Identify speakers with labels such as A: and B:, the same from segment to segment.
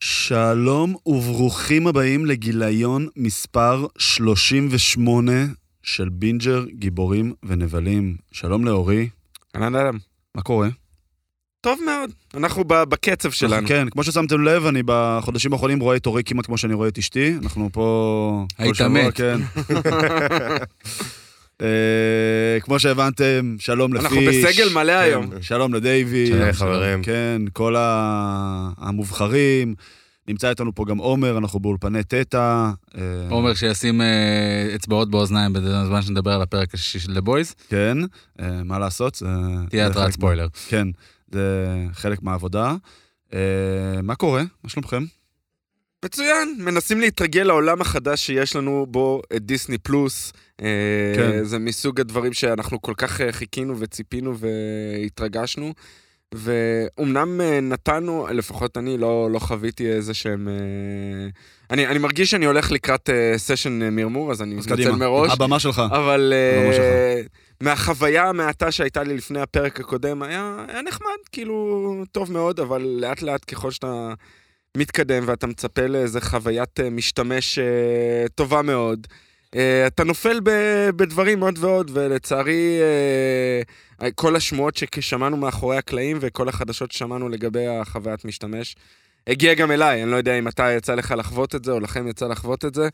A: שלום וברוכים הבאים לגיליון מספר 38 של בינג'ר, גיבורים ונבלים. שלום לאורי,
B: אהלן אהלן.
A: מה קורה?
B: טוב מאוד, אנחנו ב- בקצב שלנו.
A: כן, כמו ששמתם לב, אני בחודשים האחרונים רואה את אורי כמעט כמו שאני רואה את אשתי. אנחנו פה... כל
C: היית
A: שבוע,
C: מת.
A: כן. אה, כמו שהבנתם, שלום לפיש. כן,
B: אנחנו בסגל מלא היום.
A: שלום לדייווי.
D: שלום, חברים.
A: כן, כל ה- המובחרים. נמצא איתנו פה גם עומר, אנחנו באולפני תטא. אה,
C: עומר שישים אה, אצבעות באוזניים בזמן שנדבר על הפרק השישי של The Boys,
A: כן, אה, מה לעשות? זה-
C: תהיה
A: זה חלק
C: התרעת ספוילר.
A: מה- כן, זה חלק מהעבודה. אה, מה קורה? מה שלומכם?
B: מצוין, מנסים להתרגל לעולם החדש שיש לנו בו את דיסני פלוס. אה,
A: כן.
B: זה מסוג הדברים שאנחנו כל כך אה, חיכינו וציפינו והתרגשנו. ואומנם אה, נתנו, לפחות אני לא, לא חוויתי איזה שהם... אה, אני, אני מרגיש שאני הולך לקראת אה, סשן אה, מרמור, אז אני
A: אז
B: מתנצל
A: קדימה,
B: מראש.
A: הבמה שלך.
B: אבל
A: ממש
B: אה, מהחוויה המעטה שהייתה לי לפני הפרק הקודם, היה, היה נחמד, כאילו, טוב מאוד, אבל לאט לאט ככל שאתה מתקדם ואתה מצפה לאיזה חוויית אה, משתמש אה, טובה מאוד, אה, אתה נופל ב, בדברים עוד ועוד, ולצערי, אה, כל השמועות ששמענו מאחורי הקלעים וכל החדשות ששמענו לגבי החוויית משתמש, הגיע גם אליי, אני לא יודע אם אתה יצא לך לחוות את זה, או לכם יצא לחוות את זה.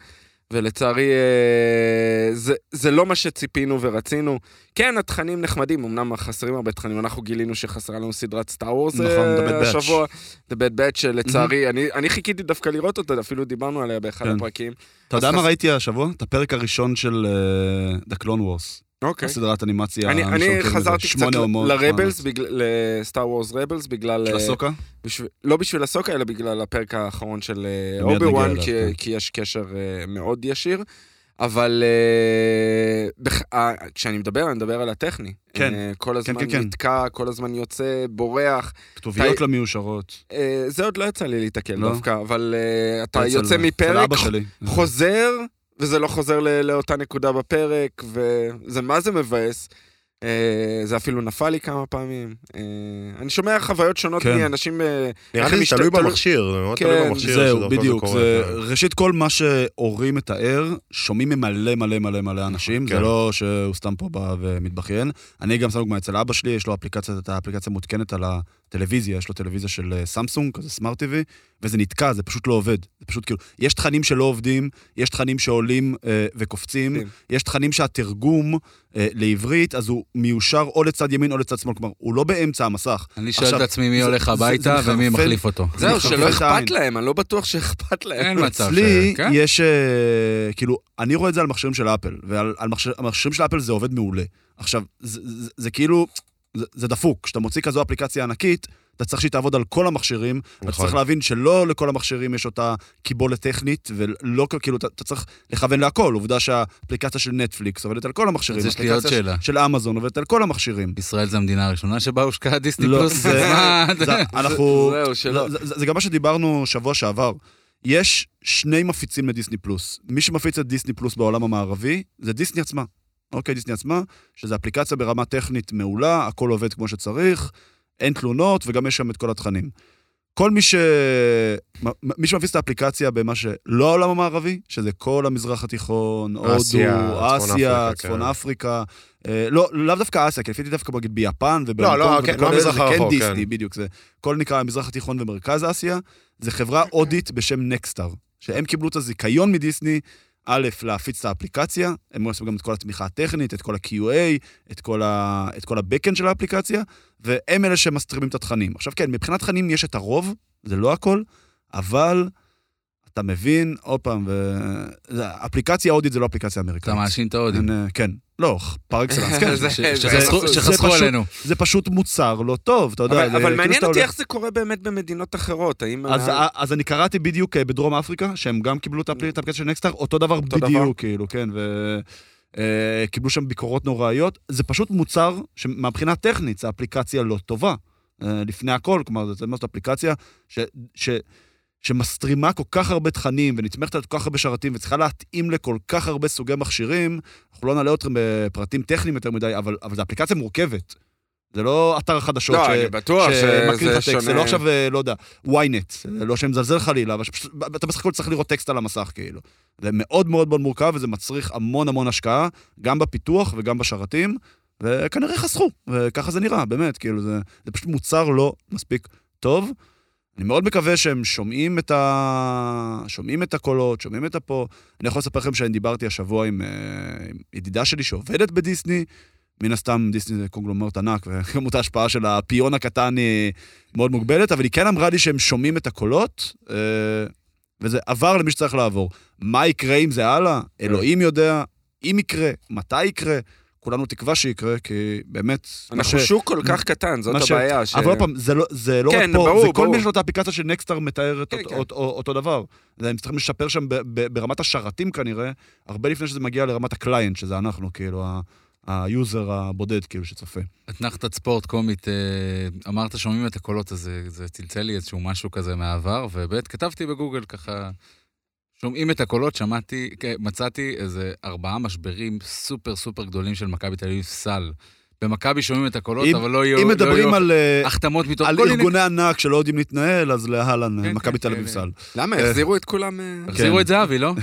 B: ולצערי, אה, זה, זה לא מה שציפינו ורצינו. כן, התכנים נחמדים, אמנם חסרים הרבה תכנים, אנחנו גילינו שחסרה לנו סדרת סטאר וורס
A: נכון, The Bad Batch. Mhm.
B: השבוע. The Bad Batch, שלצערי, אני, אני חיכיתי דווקא לראות אותה, אפילו דיברנו עליה באחד
A: כן.
B: הפרקים.
A: אתה יודע
B: אז
A: מה
B: חס-
A: ראיתי השבוע? את הפרק הראשון של אה, The Clone Wars.
B: אוקיי.
A: הסדרת אנימציה.
B: אני, אני
A: המשורתית הזה.
B: חזרתי קצת
A: שמונה עונות,
B: לרבלס, בגלל- לסטאר וורס רבלס, בגלל...
A: של
B: אה,
A: הסוקה?
B: בשביל, לא בשביל הסוקה, אלא בגלל הפרק האחרון של אה,
A: מיד נגיע
B: אובי-וואן,
A: אליו,
B: כי,
A: כן.
B: כי יש קשר אה, מאוד ישיר. אבל אה, בח, אה, כשאני מדבר, אני מדבר על הטכני.
A: כן.
B: אה, כל הזמן
A: כן, כן.
B: נתקע, כל הזמן יוצא, בורח.
A: כתוביות
B: אתה-
A: לא מיושרות.
B: אה, זה עוד לא יצא לי להתקל
A: לא?
B: דווקא, אבל אה, אתה
A: אצל-
B: יוצא
A: אצל
B: מפרק,
A: אבא שלי.
B: חוזר, וזה לא חוזר ל- לאותה נקודה בפרק, וזה מה זה מבאס. אה, זה אפילו נפל לי כמה פעמים. אה, אני שומע חוויות שונות
A: כן.
B: מאנשים... אה,
D: נראה
B: איך
D: לי
B: משת-
D: זה תלוי
B: תלוי-
D: במכשיר, זה מאוד
B: כן.
D: תלוי במכשיר.
A: זהו,
D: שדרכו זה
A: בדיוק.
D: קורה,
A: זה-
D: כן.
A: ראשית כל, מה שאורי מתאר, שומעים ממלא מלא מלא מלא אנשים, זה
D: כן.
A: לא שהוא סתם פה בא ומתבכיין. אני גם שם דוגמא אצל אבא שלי, יש לו אפליקציה, את האפליקציה מותקנת על הטלוויזיה, יש לו טלוויזיה של אה, סמסונג, כזה סמארט TV, וזה נתקע, זה פשוט לא עובד. זה פשוט כאילו, יש תכנים שלא עובדים, יש תכנים שעולים אה, וקופצים,
D: כן.
B: עובדים.
A: יש תכנים שהתרגום אה, לעברית, אז הוא מיושר או לצד ימין או לצד שמאל, כלומר, הוא לא באמצע המסך.
C: אני שואל
A: עכשיו,
C: את עצמי מי
A: זה-
C: הולך
A: זה- זה
C: הביתה ומי
A: מחרפן.
C: מחליף אותו.
B: זהו,
A: מחרפן
B: שלא
A: את העין.
B: אכפת להם, אני לא בטוח שאכפת
A: אה,
B: להם.
C: אין מצב.
A: אצלי לא-
C: ש- כן?
A: יש, אה, כאילו, אני רואה את זה על מכשירים של אפל, ועל על מכשיר- המכשירים של אפל זה עובד מעולה. עכשיו, זה- זה זה כאילו, זה- זה דפוק. כשאתה מוציא כזו אפליקציה ענקית, אתה צריך שהיא תעבוד על כל המכשירים, אתה
D: נכון.
A: צריך להבין שלא לכל המכשירים יש אותה קיבולת טכנית, ולא, כ- כאילו, אתה אתה צריך לכוון להכל. עובדה שהאפליקציה של נטפליקס עובדת על כל המכשירים.
C: אז יש לי עוד
A: האפליקציה
C: שאלה.
A: של אמזון עובדת על כל המכשירים.
C: ישראל זה המדינה הראשונה שבה הושקע דיסני
A: לא,
C: פלוס.
A: זה-
C: מה?
A: זה- אנחנו...
B: זהו, שלא.
A: לא, זה, זה, זה גם מה שדיברנו שבוע שעבר. יש שני מפיצים לדיסני פלוס. מי שמפיץ את דיסני פלוס בעולם המערבי, זה דיסני עצמה. אוקיי, דיסני עצמה, שזו אפליקציה ברמה טכנית מעולה, הכל עובד כמו שצריך, אין תלונות, וגם יש שם את כל התכנים. כל מי ש... מ- מי שמפיץ את האפליקציה במה שלא העולם המערבי, שזה כל המזרח התיכון,
D: אסיה,
A: הודו,
D: צפון
A: אסיה,
D: אפריקה,
A: צפון
D: כן.
A: אפריקה, אה, לא, לאו דווקא אסיה, כי לפי דעתי דווקא נגיד ביפן ובהונג
D: לא,
A: קונג
D: כן,
A: ובכל
D: לא
A: אלה, זה
D: המזרח הרחוק,
A: כן דיסני,
D: כן.
A: בדיוק, זה כל נקרא המזרח התיכון ומרכז אסיה, זה חברה הודית בשם נקסטאר, שהם קיבלו את הזיכיון מדיסני, א', להפיץ את האפליקציה, הם עושים גם את כל התמיכה הטכנית, את כל ה-QA, את כל, ה... את כל הבקן של האפליקציה, והם אלה שמסטרימים את התכנים. עכשיו כן, מבחינת תכנים יש את הרוב, זה לא הכל, אבל אתה מבין, עוד פעם, ו... זה- אפליקציה הודית זה לא אפליקציה אמריקאית.
C: אתה מאשים את ההודים.
A: אין, אה, כן, לא, פר אקסלנס, כן.
B: זה-
C: ש-
B: זה-
C: שחסכו-
B: זה- זה
C: שחסכו
A: פשוט-
C: עלינו.
A: זה פשוט מוצר לא טוב, אתה יודע. זה
B: אבל אבל
A: כאילו
B: מעניין
A: שאתה
B: אותי
A: הולך-
B: איך זה קורה באמת במדינות אחרות, האם...
A: אז, אה,
B: ה-
A: אז אני קראתי בדיוק אה, בדרום אפריקה, שהם גם קיבלו את האפל- את האפליקציה של נקסטאר, אותו דבר
B: אותו
A: בדיוק,
B: דבר.
A: כאילו, כן, ו... אה, קיבלו שם ביקורות נוראיות. זה פשוט מוצר שמבחינה טכנית, זו אפליקציה לא טובה. אה, לפני הכל, כלומר, זאת אומרת, אפליקציה ש... ש... שמסטרימה כל כך הרבה תכנים ונתמכת על כל כך הרבה שרתים וצריכה להתאים לכל כך הרבה סוגי מכשירים, אנחנו לא נעלה אתכם בפרטים טכניים יותר מדי, אבל, אבל זו אפליקציה מורכבת. זה לא אתר חדשות
B: לא, אני בטוח
A: שמקריא לך
B: שזה
A: טקסט, זה
B: שונה.
A: לא עכשיו, אה, לא יודע, ynet, אה, לא שמזלזל חלילה, אבל שפשוט- אתה בסך הכל צריך לראות טקסט על המסך כאילו. זה מאוד מאוד מאוד מורכב וזה מצריך המון המון השקעה, גם בפיתוח וגם בשרתים, וכנראה חסכו, וככה זה נראה, באמת, כאילו, זה, זה פשוט מוצר לא מספיק טוב. אני מאוד מקווה שהם שומעים את, ה... שומעים את הקולות, שומעים את הפה. אני יכול לספר לכם שאני דיברתי השבוע עם, אה, עם ידידה שלי שעובדת בדיסני, מן הסתם דיסני זה קונגלומרט ענק, וכמות ההשפעה של הפיון הקטן היא מאוד מוגבלת, אבל היא כן אמרה לי שהם שומעים את הקולות, אה, וזה עבר למי שצריך לעבור. מה יקרה עם זה הלאה? אלוהים יודע, אם יקרה, מתי יקרה, כולנו תקווה שיקרה, כי באמת... מה
B: אנחנו
A: ש-
B: שוק כל כך קטן, זאת
A: מה ש-
B: הבעיה. ש-
A: אבל עוד פעם, זה לא, זה לא
B: כן,
A: רק פה,
B: ברור,
A: זה כל
B: ברור.
A: מי שיש לו את האפליקציה של נקסטאר מתאר את
B: כן,
A: אותו,
B: כן.
A: אותו, אותו דבר. זה, הם צריכים לשפר שם ב, ב, ברמת השרתים כנראה, הרבה לפני שזה מגיע לרמת הקליינט, שזה אנחנו, כאילו, ה- היוזר הבודד, כאילו, שצופה.
C: אתנחתת ספורט קומית, אה, אמרת שומעים את הקולות, אז זה- זה צלצל לי איזשהו משהו כזה מהעבר, ובאמת כתבתי בגוגל ככה, שומעים את הקולות, שמעתי, כן, מצאתי איזה ארבעה משברים סופר סופר גדולים של מכבי תל אביב סל. במכבי שומעים את הקולות,
A: אם-
C: אבל לא יהיו...
A: אם
C: לא
A: מדברים
C: יהיו
A: על, אה,
C: החתמות מתוך
A: על
C: כל מיני...
A: ארגוני ענק שלא יודעים להתנהל, אז
C: כן,
A: להלן,
C: כן,
A: מכבי תל
C: כן,
A: אביב
C: כן.
A: סל.
B: למה, החזירו את כולם... אה?
C: החזירו
A: כן.
C: את זהבי, לא?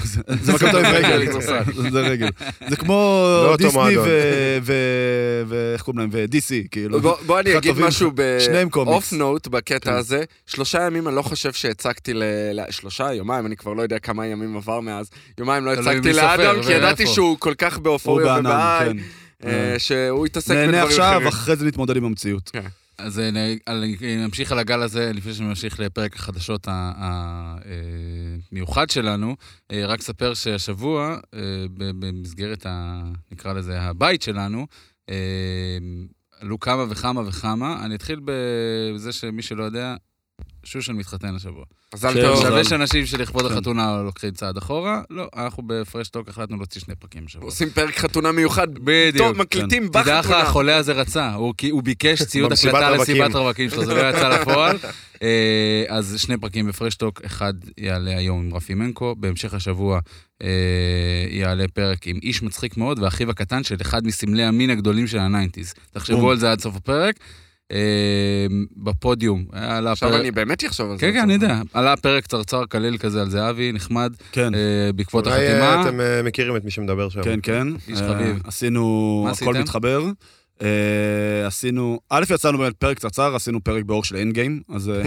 A: זה מכבי תל אביב רגל,
C: זה
A: זה- זה רגל. זה כמו
D: לא אותו
A: דיסני
D: מועדון.
A: ו- ו- ואיך קוראים להם? ו-DC, כאילו.
B: בוא, בוא אני אגיד
A: חטובים.
B: משהו
A: שניהם
B: ב-off
A: קומיקס.
B: note
A: כן.
B: בקטע הזה. שלושה ימים אני לא חושב שהצגתי ל... ל- שלושה יומיים, אני כבר לא יודע כמה ימים עבר מאז. יומיים לא
C: תלוי
B: הצגתי
C: מי סופר
B: לאדם, כי
C: ואיפה.
B: ידעתי שהוא כל כך
A: הוא
B: באופוריה
A: בענן,
B: ובעין,
A: כן.
B: אה, שהוא יתעסק בדברים
A: נהנה
B: אחרים.
A: עכשיו, אחרי זה נתמודד עם המציאות.
C: אז אה, נ- על- נמשיך על הגל הזה, לפני שנמשיך לפרק החדשות המיוחד שלנו. אה, רק אספר שהשבוע, אה, ב- במסגרת, ה- נקרא לזה, הבית שלנו, אה, עלו כמה וכמה וכמה. אני אתחיל בזה שמי שלא יודע, שושן מתחתן השבוע.
B: מזל
A: כן,
B: טוב.
A: אבל-
C: עכשיו, יש אנשים שלכבוד
A: כן.
C: החתונה לוקחים צעד אחורה, לא, אנחנו בפרשטוק החלטנו להוציא שני פרקים השבוע.
B: עושים פרק חתונה מיוחד.
C: בדיוק. כן.
B: טוב, מקליטים
C: תדע לך,
B: בחתונה.
C: החולה הזה רצה, הוא כי- הוא ביקש ציוד
D: במסיבת
C: הקלטה
D: רווקים.
C: למסיבת רווקים שלו, זה לא יצא לפועל. אה, אז שני פרקים בפרשטוק, אחד יעלה היום עם רפי מנקו, בהמשך השבוע אה, יעלה פרק עם איש מצחיק מאוד ואחיו הקטן של אחד מסמלי המין הגדולים של הניינטיז. תחשבו
A: בום.
C: על זה עד סוף הפרק. אה, בפודיום, עלה
B: עכשיו
A: אה,
C: פרק...
B: אני באמת אחשוב על זה.
C: כן, כן, אני יודע. עלה פרק קצרצר קליל כזה על זהבי, נחמד,
A: כן.
C: אה, בעקבות
D: אולי אה,
C: החתימה.
D: אתם אה, מכירים את מי שמדבר שם.
A: כן, כן.
C: איש
A: אה,
C: חביב.
A: עשינו,
C: מה
A: הכל
C: עשיתם?
A: מתחבר. אה, עשינו, א', יצאנו באמת פרק קצרצר, עשינו פרק באור של אנד גיים, אז אה,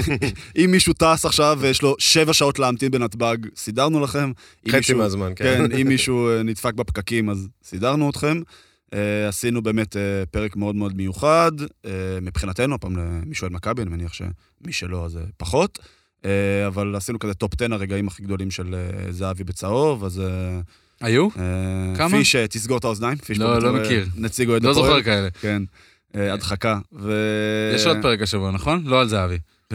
A: אם מישהו טס עכשיו ויש לו שבע שעות להמתין בנתב"ג, סידרנו לכם. אם
D: חצי
A: מישהו-
D: מהזמן, כן.
A: כן, אם מישהו אה, נדפק בפקקים, אז סידרנו אתכם. אה, עשינו באמת אה, פרק מאוד מאוד מיוחד, אה, מבחינתנו, הפעם למי שאוהד מכבי, אני מניח שמי שלא אז אה, פחות, אה, אבל עשינו כזה טופ 10 הרגעים הכי גדולים של אה, זהבי בצהוב, אז... אה,
C: היו?
A: אה,
C: כמה?
A: פיש, אה, תסגור את האוזניים. פיש
C: לא,
A: פה
C: לא
A: בתור, אה,
C: מכיר.
A: נציג אוהד
C: לא
A: הפועל.
C: זוכר כאלה.
A: כן, אה, הדחקה. ו...
C: יש
A: אה.
C: עוד פרק השבוע, נכון? לא על זהבי.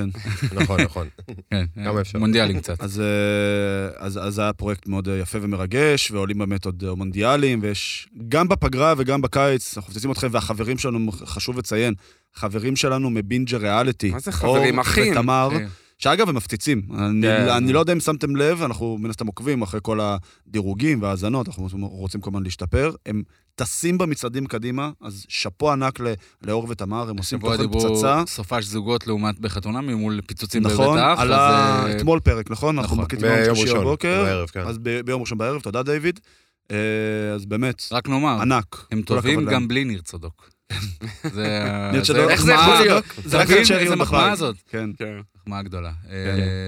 D: נכון, נכון.
C: כן,
D: כמה אפשר?
C: מונדיאלים קצת.
A: אז, אה, אז, אז זה היה פרויקט מאוד אה, יפה ומרגש, ועולים באמת עוד אה, מונדיאלים, ויש גם בפגרה וגם בקיץ, אנחנו מפציצים אתכם, והחברים שלנו, חשוב לציין, חברים שלנו מבינג'ה ריאליטי.
B: מה זה חברים?
A: אור
B: אחים.
A: ותמר,
C: כן.
A: שאגב, הם מפציצים.
B: כן.
A: אני, אני לא יודע אם שמתם לב, אנחנו מן הסתם עוקבים אחרי כל הדירוגים וההאזנות, אנחנו רוצים כל הזמן להשתפר. הם טסים במצעדים קדימה, אז שאפו ענק ל- לאור ותמר, הם עושים
C: השבוע
A: תוכן
C: דיברו
A: פצצה.
C: סופש זוגות לעומת בחתונה ממול פיצוצים בבית
A: נכון,
C: האח.
A: עלה
C: אז, אה,
A: אתמול פרק, נכון? אנחנו
C: נכון.
A: מקליטים ביום
D: ביום
A: שלישי
D: ראשון,
A: בבוקר.
D: בערב, כן.
A: אז ב- ביום ראשון בערב, תודה דיוויד. אה, אז באמת,
C: רק נאמר,
A: ענק.
C: אה, הם
A: כל
C: טובים
A: הכבוד להם.
C: גם בלי ניר צדוק. זה אה, ה-
A: ניר צדוק.
B: איך זה יכול
C: מחמאה-
B: להיות?
A: זה רק
C: תבין
A: אנשי
C: איזה
A: ריון
C: מחמאה
A: בבית.
C: זאת.
A: כן.
B: כן.
C: מחמאה גדולה. אה,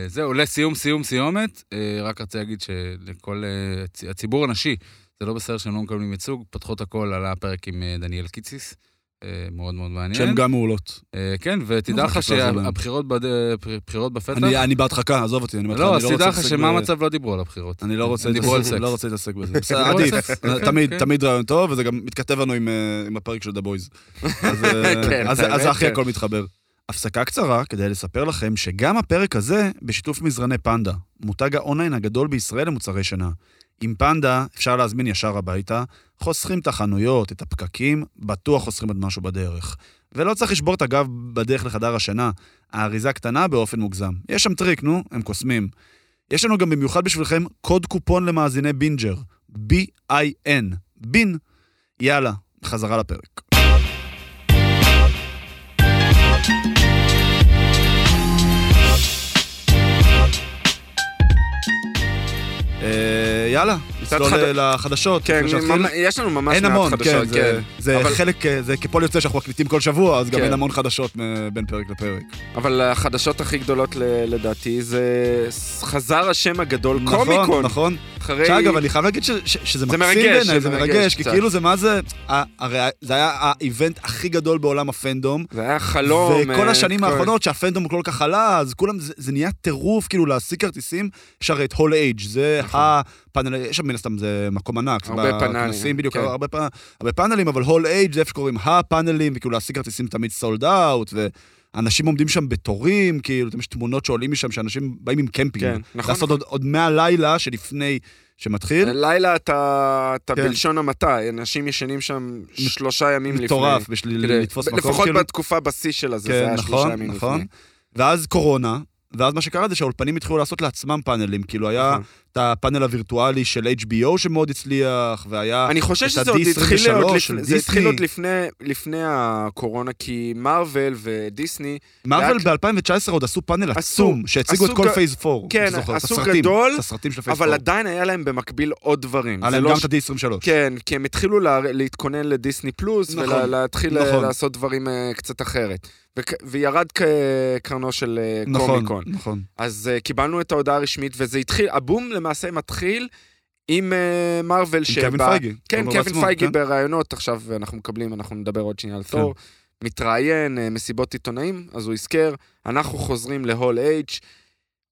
C: זהו, לסיום, סיום, סיומת. אה, רק רציתי להגיד שלכל אה, הצ- הציבור הנשי, זה לא בסדר שהם לא מקבלים ייצוג. פותחות הכל, עלה הפרק עם אה, דניאל קיציס. אה, מאוד מאוד מעניין.
A: שהן גם מעולות.
C: אה, כן, ותדע
A: לא,
C: לך
A: צריך לעזור להם.
C: שהבחירות בד- הבחירות בפתח...
A: אני אני בהדחקה, עזוב אותי, אני אומר לך,
C: לא,
A: אני
C: אז
A: רוצה
C: תדע לך
A: להתעסק
C: שמה
A: ב-
C: המצב לא דיברו על הבחירות.
A: אני לא רוצה
C: הם דיברו על
A: להתעסק-
C: סקס.
A: לא רוצה להתעסק בזה. בסדר,
C: דיברו על
A: עדיף.
C: סקס, כן,
A: תמיד,
C: כן.
A: תמיד רעיון טוב, וזה גם מתכתב לנו עם, אה, עם הפרק של דה בויז. אז, אה,
B: כן,
A: אז-
B: האמת,
A: אז אחי
B: כן.
A: הכל מתחבר. הפסקה קצרה כדי לספר לכם שגם הפרק הזה בשיתוף מזרני פנדה, מותג האונליין הגדול בישראל למוצרי שינה. עם פנדה אפשר להזמין ישר הביתה, חוסכים את החנויות, את הפקקים, בטוח חוסכים עוד משהו בדרך. ולא צריך לשבור את הגב בדרך לחדר השינה. האריזה קטנה באופן מוגזם. יש שם טריק, נו, הם קוסמים. יש לנו גם במיוחד בשבילכם קוד קופון למאזיני בינג'ר, B-I-N, בין. יאללה, חזרה לפרק. אה, יאללה, נצלול
B: חד-
A: לחדשות.
B: כן,
A: לפני שנתחיל.
B: ממ- יש לנו ממש
A: אין
B: מעט
A: המון, כן,
B: חדשות,
A: זה- זה
B: אבל-
A: חלק, אה, זה כפועל יוצא שאנחנו מקליטים כל שבוע, אז גם
B: כן.
A: אין המון חדשות אה, בין פרק לפרק.
B: אבל החדשות הכי גדולות ל- לדעתי זה ס- חזר השם הגדול
A: נכון,
B: קומיקון.
A: נכון.
B: אחרי...
A: שאגב, אני חייב להגיד ש- ש- שזה
B: זה
A: מקסים
B: מרגש,
A: בעיניי,
B: זה
A: זה
B: מרגש
A: מרגש, כי
B: קצת.
A: כאילו זה מה זה, ה- הרי זה היה האיבנט הכי גדול בעולם הפנדום.
B: זה היה חלום.
A: וכל
B: אה,
A: השנים
B: כל-
A: האחרונות שהפנדום כל כך עלה, אז כולם, זה, זה נהיה טירוף, כאילו להשיג כרטיסים, יש הרי את הול אייג', זה
B: נכון.
A: הפאנל, יש שם מן הסתם, זה מקום ענק. זה
B: הרבה פאנלים,
A: בכנסים בדיוק,
B: כן.
A: הרבה, פ- הרבה פאנלים, אבל הול אייג' זה איפה שקוראים הפאנלים, וכאילו להשיג כרטיסים תמיד סולד אאוט, ואנשים עומדים שם בתורים, כאילו, יש תמונות שעולים משם, שאנשים באים עם קמפינג.
B: כן, נכון.
A: לעשות עוד, עוד מהלילה שלפני שמתחיל,
B: לילה אתה, אתה
A: כן.
B: בלשון המעטה, אנשים ישנים שם שלושה ימים לפני.
A: מטורף, בשביל
B: כדי-
A: לתפוס
B: ב-
A: מקום.
B: לפחות
A: כאילו.
B: בתקופה בשיא שלה זה, זה
A: כן,
B: היה
A: נכון,
B: שלושה ימים
A: נכון.
B: לפני.
A: ואז קורונה, ואז מה שקרה זה שהאולפנים התחילו לעשות לעצמם פאנלים, כאילו היה
B: נכון.
A: את הפאנל הווירטואלי של HBO שמאוד הצליח, והיה...
B: אני חושב
A: את
B: שזה עוד
A: ה-D23
B: התחיל להיות,
A: של
B: לפני- זה התחיל
A: דיסני.
B: עוד לפני, לפני הקורונה, כי מארוול ודיסני,
A: מרוויל
B: רק-
A: ב-2019 עוד עשו פאנל
B: עשו-
A: עצום, שהציגו את
B: עשו
A: כל
B: ג-
A: פייס 4,
B: כן,
A: אתה זוכר, את
B: עשו
A: הסרטים,
B: גדול,
A: את הסרטים של פייס 4.
B: אבל עדיין היה להם במקביל עוד דברים.
A: היה
B: זה
A: אה, להם
B: לא
A: גם
B: ש-
A: את ה-D23.
B: כן, כי הם התחילו לה, להתכונן לדיסני פלוס,
A: נכון,
B: ולהתחיל
A: נכון.
B: לעשות דברים אה, קצת אחרת. וכ... וירד כ... קרנו של אה,
A: נכון,
B: קומיקון.
A: נכון.
B: אז uh, קיבלנו את ההודעה הרשמית, וזה התחיל, הבום למעשה מתחיל עם uh, מארוול
A: עם קווין פייגי.
B: כן,
A: כלומר,
B: קווין
A: בעצמו,
B: פייגי
A: כן.
B: בראיונות, עכשיו אנחנו מקבלים, אנחנו נדבר עוד שנייה על
A: כן.
B: תור. מתראיין, אה, מסיבות עיתונאים, אז הוא הזכר, אנחנו חוזרים להול אייץ'.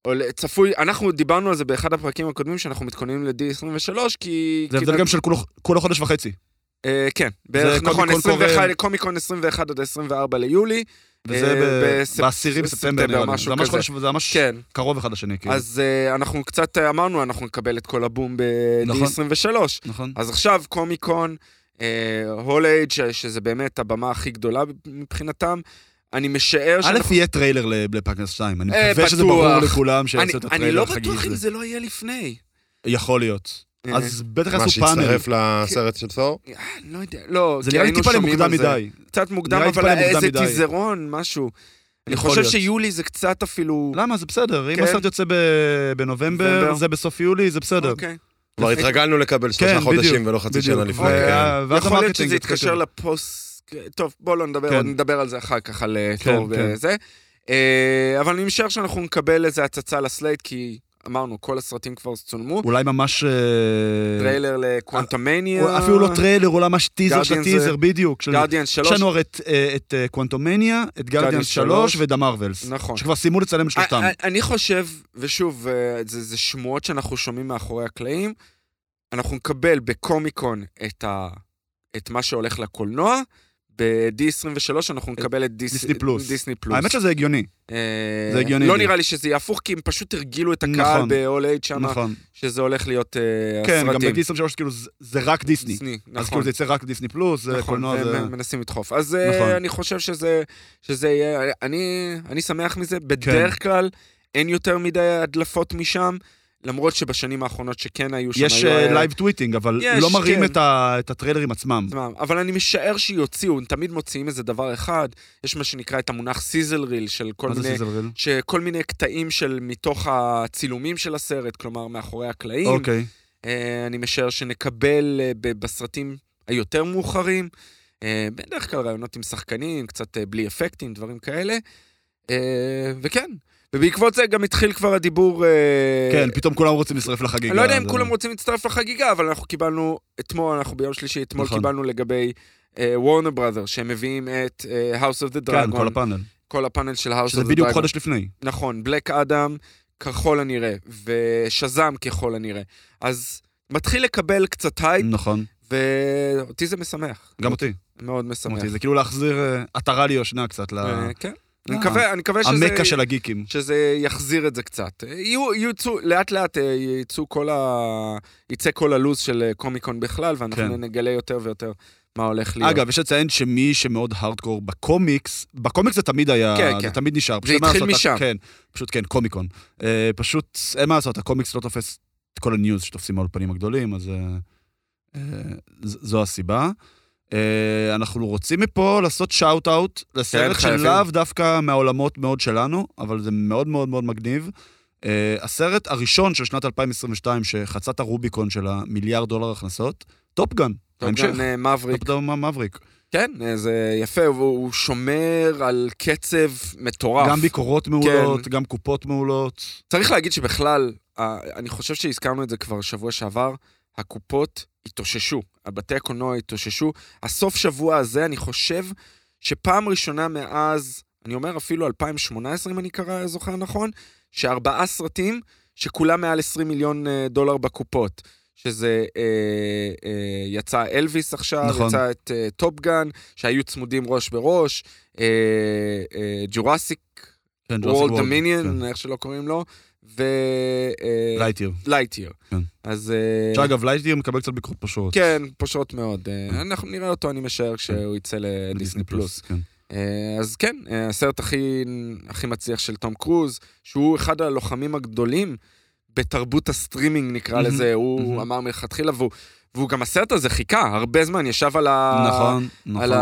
B: עול- צפוי, אנחנו דיברנו על זה באחד הפרקים הקודמים, שאנחנו מתכוננים ל-D23, כי...
A: זה
B: כי
A: הבדל
B: נ-
A: גם של כולו- כולו חודש וחצי.
B: כן. אה, כן, בערך נכון,
A: קומיקון
B: 21,
A: קורה-
B: קומיקון 21 עד 24 ליולי.
A: וזה
B: אה,
A: ב-
B: בספ-
A: בעשירי בספטמבר, נראה לי.
B: משהו
A: זה ממש
B: כזה.
A: חודש- זה ממש
B: כן.
A: קרוב אחד לשני, כאילו.
B: אז אה, אנחנו קצת אה, אמרנו, אנחנו נקבל את כל הבום
A: נכון.
B: ב-D23.
A: נכון.
B: אז עכשיו קומיקון, הול אייג' ש- שזה באמת הבמה הכי גדולה מבחינתם. אני משער
A: א',
B: שאנחנו...
A: יהיה טריילר לבלפקנס 2, אני
B: אה,
A: מקווה שזה
B: בטוח.
A: ברור לכולם
B: אני,
A: שיעשו את
B: אני לא
A: הטריילר החגיגי
B: בטוח אם
A: הזה.
B: זה לא יהיה לפני.
A: יכול להיות.
B: אה,
A: אז בטח
D: מה
A: עשו פאנל. כן.
D: שהצטרף לסרט של סור?
B: אה, לא יודע, לא,
A: זה
B: כי
A: נראה לי
B: היינו
A: טיפה
B: שומעים
A: למוקדם
B: על זה.
A: מדי.
B: קצת מוקדם,
A: נראה לי
B: אבל
A: טיפה למוקדם
B: איזה
A: מדי.
B: טיזרון, משהו. אני
A: יכול
B: חושב
A: להיות. לא
B: שיולי זה קצת אפילו...
A: למה? זה בסדר. אם
B: כן.
A: הסרט יוצא ב-
B: נובמבר.
A: בנובמבר, זה בסוף יולי, זה בסדר.
B: אוקיי.
D: כבר התרגלנו לקבל שלושה
A: כן, בדיוק,
D: חודשים ולא חצי
A: בדיוק.
D: שנה לפני.
A: וה-
D: כן.
A: ואז
B: יכול להיות
A: המרקטינג
B: שזה יתקשר
A: יותר.
B: לפוסט... טוב, בואו לא נדבר,
A: כן.
B: עוד נדבר על זה אחר כך, על אה,
A: כן,
B: תור
A: כן.
B: וזה. אה, אבל אני משער שאנחנו נקבל איזה הצצה לסלייט, כי אמרנו, כל הסרטים כבר צולמו.
A: אולי ממש... אה,
B: טריילר לקוונטמניה.
A: הוא אפילו לא טריילר, אולי ממש טיזר של
B: Guardians,
A: הטיזר, בדיוק. של-
B: גרדיאן
A: יש
B: 3.
A: לנו הרי את, אה, את אה, קוונטומניה, את גרדיאנס 3
B: שלוש.
A: ואת המרווילס.
B: נכון. אה,
A: שכבר סיימו לצלם את שלושתם.
B: א- א- אני חושב, ושוב, אה, זה זה שמועות שאנחנו שומעים מאחורי הקלעים, אנחנו נקבל בקומיקון את ה- את מה שהולך לקולנוע, ב-D23 אנחנו נקבל את דיס-
A: דיסני פלוס.
B: דיסני פלוס.
A: האמת שזה הגיוני,
B: אה,
A: זה הגיוני
B: לא
A: לי.
B: נראה לי שזה יהפוך, כי הם פשוט הרגילו את הקהל
A: נכון.
B: ב-all age שם,
A: נכון.
B: שזה הולך להיות אה,
A: כן, גם
B: הסרטים.
A: בדיסני 3 כאילו זה- זה רק דיסני. אז
B: נכון.
A: כאילו זה יצא רק דיסני פלוס, זה
B: נכון,
A: קולנוע,
B: והם
A: לא, זה...
B: מנסים לדחוף. אז אה,
A: נכון.
B: אני חושב שזה שזה יהיה, אני אני שמח מזה,
A: כן.
B: בדרך כלל אין יותר מדי הדלפות משם, למרות שבשנים האחרונות שכן היו שם,
A: יש
B: היו, אה,
A: לייב טוויטינג, אבל
B: יש,
A: לא מראים
B: כן.
A: את ה- את הטריילרים עצמם.
B: עצמם. אבל אני משער שיוציאו, הם תמיד מוציאים איזה דבר אחד, יש מה שנקרא את המונח סיזל ריל של כל
A: מה זה
B: מיני
A: סיזל ריל?
B: שכל מיני קטעים של מתוך הצילומים של הסרט, כלומר מאחורי הקלעים.
A: אוקיי.
B: אה, אני משער שנקבל אה, ב- בסרטים היותר מאוחרים, אה, בדרך כלל רעיונות עם שחקנים, קצת אה, בלי אפקטים, דברים כאלה. אה, וכן, ובעקבות זה גם התחיל כבר הדיבור... אה,
A: כן, אה. פתאום כולם רוצים להצטרף לחגיגה.
B: אני לא יודע אם
A: זה-
B: כולם רוצים להצטרף לחגיגה, אבל אנחנו קיבלנו, אתמול, אנחנו ביום שלישי, אתמול
A: נכון.
B: קיבלנו לגבי וורנר בראדר, שהם מביאים את אה, House of the
A: כן, כל
B: Dragon,
A: הפאנל.
B: כל הפאנל של House of the Dragon.
A: שזה בדיוק חודש לפני.
B: נכון, בלק אדם ככל הנראה, ושזאם ככל הנראה. אז מתחיל לקבל קצת הייפ,
A: נכון.
B: ואותי זה משמח.
A: גם אותי.
B: מאוד משמח.
A: גם אותי. זה כאילו להחזיר אה, עטרה ליושנה קצת, ל-
B: אה, כן. אני
A: אה,
B: מקווה, אני מקווה שזה...
A: המכה של הגיקים.
B: שזה יחזיר את זה קצת. יהיו, יוצאו, לאט לאט אה, יצאו כל ה... יצא כל הלו"ז של אה, קומיקון בכלל, ואנחנו
A: כן.
B: נגלה יותר ויותר מה הולך להיות.
A: אגב, יש לציין שמי שמאוד הארדקור בקומיקס, בקומיקס זה תמיד היה,
B: כן,
A: זה
B: כן.
A: תמיד נשאר. פשוט
B: זה
A: אין מה
B: התחיל
A: לעשות,
B: משם.
A: כן, פשוט כן, קומיקון. אה, פשוט, אין מה לעשות, הקומיקס לא תופס את כל הניוז שתופסים האולפנים הגדולים, אז אה, אה, ז- זו הסיבה. אה, אנחנו רוצים מפה לעשות שאוט-אאוט לסרט
B: כן, חייבים.
A: שלאו דווקא מהעולמות מאוד שלנו, אבל זה מאוד מאוד מאוד מגניב. אה, הסרט הראשון של שנת 2022 שחצה את הרוביקון של המיליארד דולר הכנסות, טופגן. ההמשך.
B: טופגן אה, מבריק.
A: טופגן מבריק.
B: כן, אה, זה יפה, הוא- הוא שומר על קצב מטורף.
A: גם ביקורות מעולות,
B: כן.
A: גם קופות מעולות.
B: צריך להגיד שבכלל, אה, אני חושב שהזכרנו את זה כבר שבוע שעבר, הקופות התאוששו, הבתי הקולנוע התאוששו. הסוף שבוע הזה, אני חושב שפעם ראשונה מאז, אני אומר אפילו 2018, אם אני קרא, זוכר נכון, שארבעה סרטים שכולם מעל 20 מיליון אה, דולר בקופות. שזה אה, אה, יצא אלוויס עכשיו,
A: נכון.
B: יצא את אה, טופגן, שהיו צמודים ראש בראש, אה, אה, ג'ורסיק
A: כן,
B: וולד דומיניון, איך שלא קוראים לו, ו... אה,
A: לייטיר.
B: לייטיר.
A: כן.
B: אז... אה,
A: שאגב, לייטיר מקבל קצת ביקורות פשוט.
B: כן, פושעות מאוד. אה, אנחנו נראה אותו, אני משער, כשהוא יצא לדיסני פלוס.
A: כן.
B: אה, אז כן, אה, הסרט הכי הכי מצליח של תום קרוז, שהוא אחד הלוחמים הגדולים בתרבות הסטרימינג, נקרא
A: מהמם,
B: לזה,
A: מהמם.
B: הוא אמר מלכתחילה, והוא- והוא גם הסרט הזה חיכה, הרבה זמן ישב על ה...
A: נכון, נכון.
B: אה, על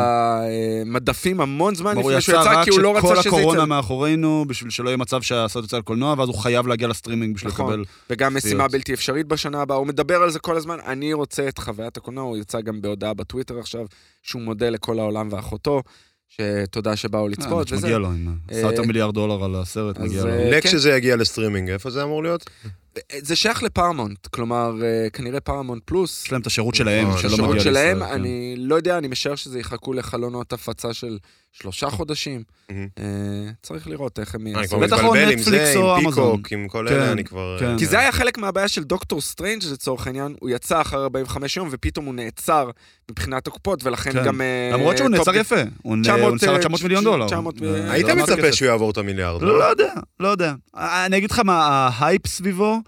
B: המדפים המון זמן
A: כלומר, הוא
B: לפני שהוא
A: יצא
B: יצא,
A: רק
B: כי הוא לא רצה
A: כשכל
B: שזה יצא.
A: הקורונה מאחורינו, בשביל שלא יהיה מצב שהסרט יוצא על קולנוע, ואז הוא חייב להגיע לסטרימינג בשביל
B: נכון.
A: לקבל...
B: וגם
A: צפיות.
B: משימה בלתי אפשרית בשנה הבאה, הוא מדבר על זה כל הזמן, אני רוצה את חוויית הקולנוע, הוא יצא גם בהודעה בטוויטר עכשיו, שהוא מודה לכל העולם ואחותו, שתודה שבאו לצפות,
A: אה,
B: וזה.
A: מגיע לו, אם עשה יותר
B: אה,
A: מיליארד דולר על הסרט,
B: אז,
A: מגיע לו.
B: אה, כן.
D: נק שזה יגיע לסטרימינג, איפה זה אמור להיות?
B: זה שייך לפרמונט, כלומר, אה, כנראה פרמונט פלוס,
A: יש להם את השירות שלהם,
D: נכון,
A: שלא כן, מגיע
B: אה, השירות
A: לישראל.
B: שלהם,
A: כן.
B: אני לא יודע, אני משער שזה יחכו לחלונות הפצה של שלושה חודשים.
D: מהמם.
B: אה, צריך לראות איך הם
D: אני
B: יעשו
D: כבר
B: את זה.
A: בטח או
D: מתבלבל עם זה,
A: נטפליקס או
D: עם
A: אמזון.
D: פיקוק, עם כל
A: כן,
D: אלה, אני כבר...
A: כן.
D: אה,
B: כי זה היה חלק מהבעיה של דוקטור סטרנג' לצורך העניין, הוא יצא אחרי 45 יום ופתאום הוא נעצר מבחינת הקופות, ולכן
A: כן.
B: גם... אה,
A: למרות שהוא
B: טופ
A: נעצר
B: גן-
A: יפה, הוא נ-
B: 900,
A: הוא נעצר על 900 מיליון דולר.
B: 900
A: אה,
B: מיליון.
A: זה
D: היית
A: רמת
D: מצפה
A: כסף.
D: שהוא יעבור את המיליארד,
A: לא יודע, לא יודע. אה, אני אגיד לך מה, ההייפ סביבו,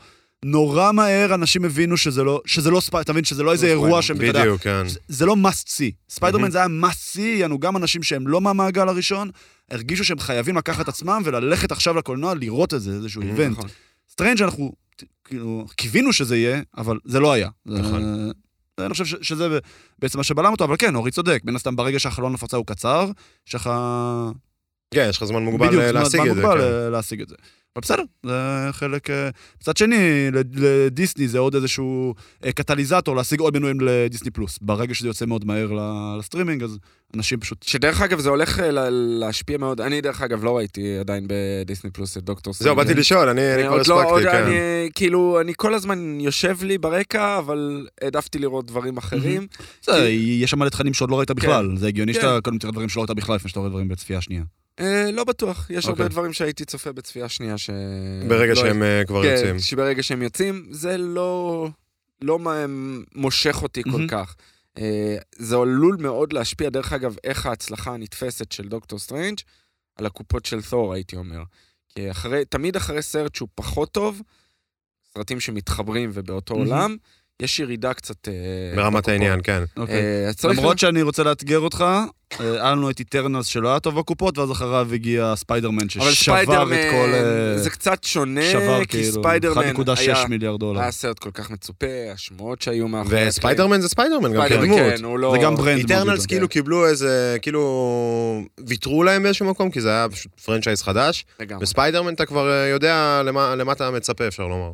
A: נורא מהר אנשים הבינו שזה לא, שזה לא ספיידרמן, אתה מבין? שזה לא איזה
B: לא
A: אירוע שהם, אתה יודע,
D: בדיוק, כן.
A: זה- זה לא must see. ספיידרמן
D: מהמם.
A: זה היה must see, יענו גם אנשים שהם לא מהמעגל הראשון, הרגישו שהם חייבים לקחת את עצמם וללכת עכשיו לקולנוע לראות את זה, איזשהו
D: מהמם,
A: איבנט.
B: נכון.
A: סטרנג' אנחנו, ת- כאילו, קיווינו שזה יהיה, אבל זה לא היה. זה-
D: נכון.
A: זה- אני חושב ש- שזה ב- בעצם מה שבלם אותו, אבל כן, אורי צודק, מן הסתם ברגע שהחלון הפצה הוא קצר, יש לך...
D: כן, יש לך זמן מוגבל
A: בדיוק,
D: אה,
A: זמן-
D: להשיג
A: זמן
D: את זה.
A: מוגבל,
D: כן.
A: אה, להשיג את זה. אבל בסדר, זה חלק... אה, מצד שני, ל- לדיסני זה עוד איזשהו אה, קטליזטור להשיג עוד מנויים לדיסני פלוס. ברגע שזה יוצא מאוד מהר ל- לסטרימינג, אז אנשים פשוט...
B: שדרך אגב, זה הולך אה, ל- להשפיע מאוד. אני, דרך אגב, לא ראיתי עדיין בדיסני פלוס את דוקטור
D: זהו, באתי
A: כן.
D: לשאול, אני
A: אה,
D: אני כבר
B: עוד לא- עוד
D: הספקתי, כן.
B: אני, כאילו, אני כל הזמן יושב לי ברקע, אבל העדפתי לראות דברים אחרים.
A: זה, אה, יש שם מלא תכנים שעוד לא ראית בכלל. זה הגיוני
B: כן.
A: שאתה קודם תראה דברים שלא ראית בכלל לפני שאתה רואה דברים בצפייה שנייה.
B: אה, לא בטוח, יש הרבה
A: אוקיי.
B: דברים שהייתי צופה בצפייה שנייה ש...
D: ברגע
B: לא
D: שהם אה, כבר יוצאים.
B: כן, שברגע שהם יוצאים, זה לא, לא מ- מושך אותי כל
A: מהמם.
B: כך. אה, זה עלול מאוד להשפיע, דרך אגב, איך ההצלחה הנתפסת של דוקטור סטרנג' על הקופות של תור, הייתי אומר. כי אחרי, תמיד אחרי סרט שהוא פחות טוב, סרטים שמתחברים ובאותו
A: מהמם.
B: עולם, יש ירידה קצת... אה,
D: ברמת
B: בקופות.
D: העניין, כן.
B: אה, אז צריך...
A: אוקיי. למרות שאני רוצה לאתגר אותך, אה, היה לנו את איטרנס שלא היה טוב בקופות, ואז אחריו הגיע ספיידרמן
B: אבל
A: ששבר את כל...
B: ספיידרמן,
A: אה,
B: זה קצת שונה,
A: שבר
B: כי
A: כאילו
B: ספיידרמן
A: 1.6 מיליארד דולר.
B: היה סרט כל כך מצופה, השמועות שהיו מאחורי...
A: כן.
B: הקלעים.
D: וספיידרמן זה ספיידרמן, גם
B: ספיידרמן,
D: כדמות.
B: כן, הוא לא...
A: זה גם ברנד. מאוד
D: איטרנלס
A: גדול.
D: כאילו קיבלו איזה, כאילו, ויתרו להם באיזשהו מקום, כי זה היה פשוט פרנצ'ייז חדש.
A: נכון.
B: לגמרי.
D: בספיידרמן אתה כבר אה, יודע למה למה אתה מצפה, אפשר לומר.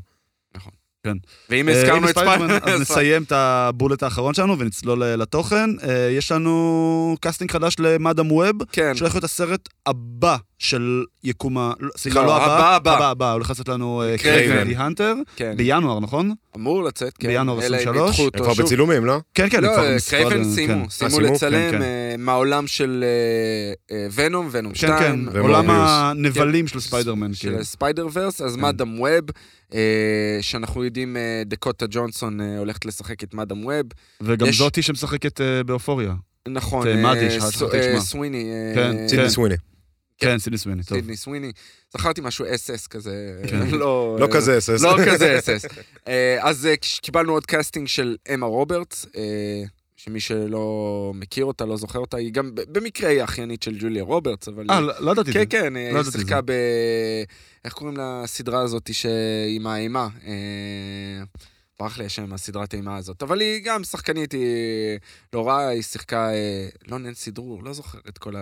B: ואם
A: אה,
B: הזכרנו
A: הנה
B: את
A: ספיידרמן,
B: ספיידרמן,
A: אז נסיים את הבולט האחרון שלנו ונצלול אה, לתוכן. אה, יש לנו קאסטינג חדש למאדם ווב,
B: כן,
A: שהולך להיות הסרט הבא של יקום ה... לא, סליחה,
B: לא,
A: לא
B: הבא,
A: הבא.
B: הבא.
A: הבא, הבא. הולך לצאת לנו אה,
B: קרייבן.
A: קרייבן די הנטר,
B: כן.
A: בינואר, נכון?
B: אמור לצאת, כן.
A: בינואר
B: אלא אם
A: 23.
B: ידחו
D: הם
B: אותו
D: כבר
B: שוב.
D: בצילומים, לא?
A: כן, כן,
B: לא,
A: הם כבר
B: אה,
A: מספרד,
B: קרייבן
A: אה,
B: סיימו,
A: כן.
B: סיימו
D: סיימו?
B: לצלם
A: כן, כן.
B: אה, מהעולם של אה, אה, ונום, ונום
A: כן,
B: 2.
A: כן,
D: ומורביוס.
A: עולם הנבלים של ספיידרמן, כאילו.
B: כן. של ספיידר ורס, אז
A: כן.
B: מאדם ווב, אה, שאנחנו יודעים, אה, דקוטה ג'ונסון אה, הולכת לשחק את מאדם ווב.
A: וגם
B: יש-
A: זאתי שמשחקת אה, באופוריה.
B: נכון,
A: את, אה,
B: אה,
A: מאדי, שכחתי
B: ס-
A: איך היא
B: אה,
A: שמה.
B: סוויני. אה,
A: כן,
D: סידני סוויני.
A: כן, סידני סוויני, טוב.
B: סידני סוויני. זכרתי משהו אס אס כזה,
A: כן.
B: לא...
D: לא כזה אס
B: אה, לא כזה אס אס. אז אה, כש- קיבלנו עוד קאסטינג של אמה רוברטס, אה, שמי שלא מכיר אותה, לא זוכר אותה, היא גם ב- במקרה היא האחיינית של ג'וליה רוברטס, אבל...
A: אה,
B: היא-
A: לא לא ידעתי את
B: כן,
A: זה.
B: כן, היא
A: ידעתי את
B: שיחקה
A: זה.
B: ב... איך קוראים לסדרה הזאת שהיא מאיימה? אה, ברח לי השם, הסדרת האימה הזאת. אבל היא גם שחקנית, היא לא רעה, היא שיחקה, אה, לא ננסי דרור, לא זוכר את כל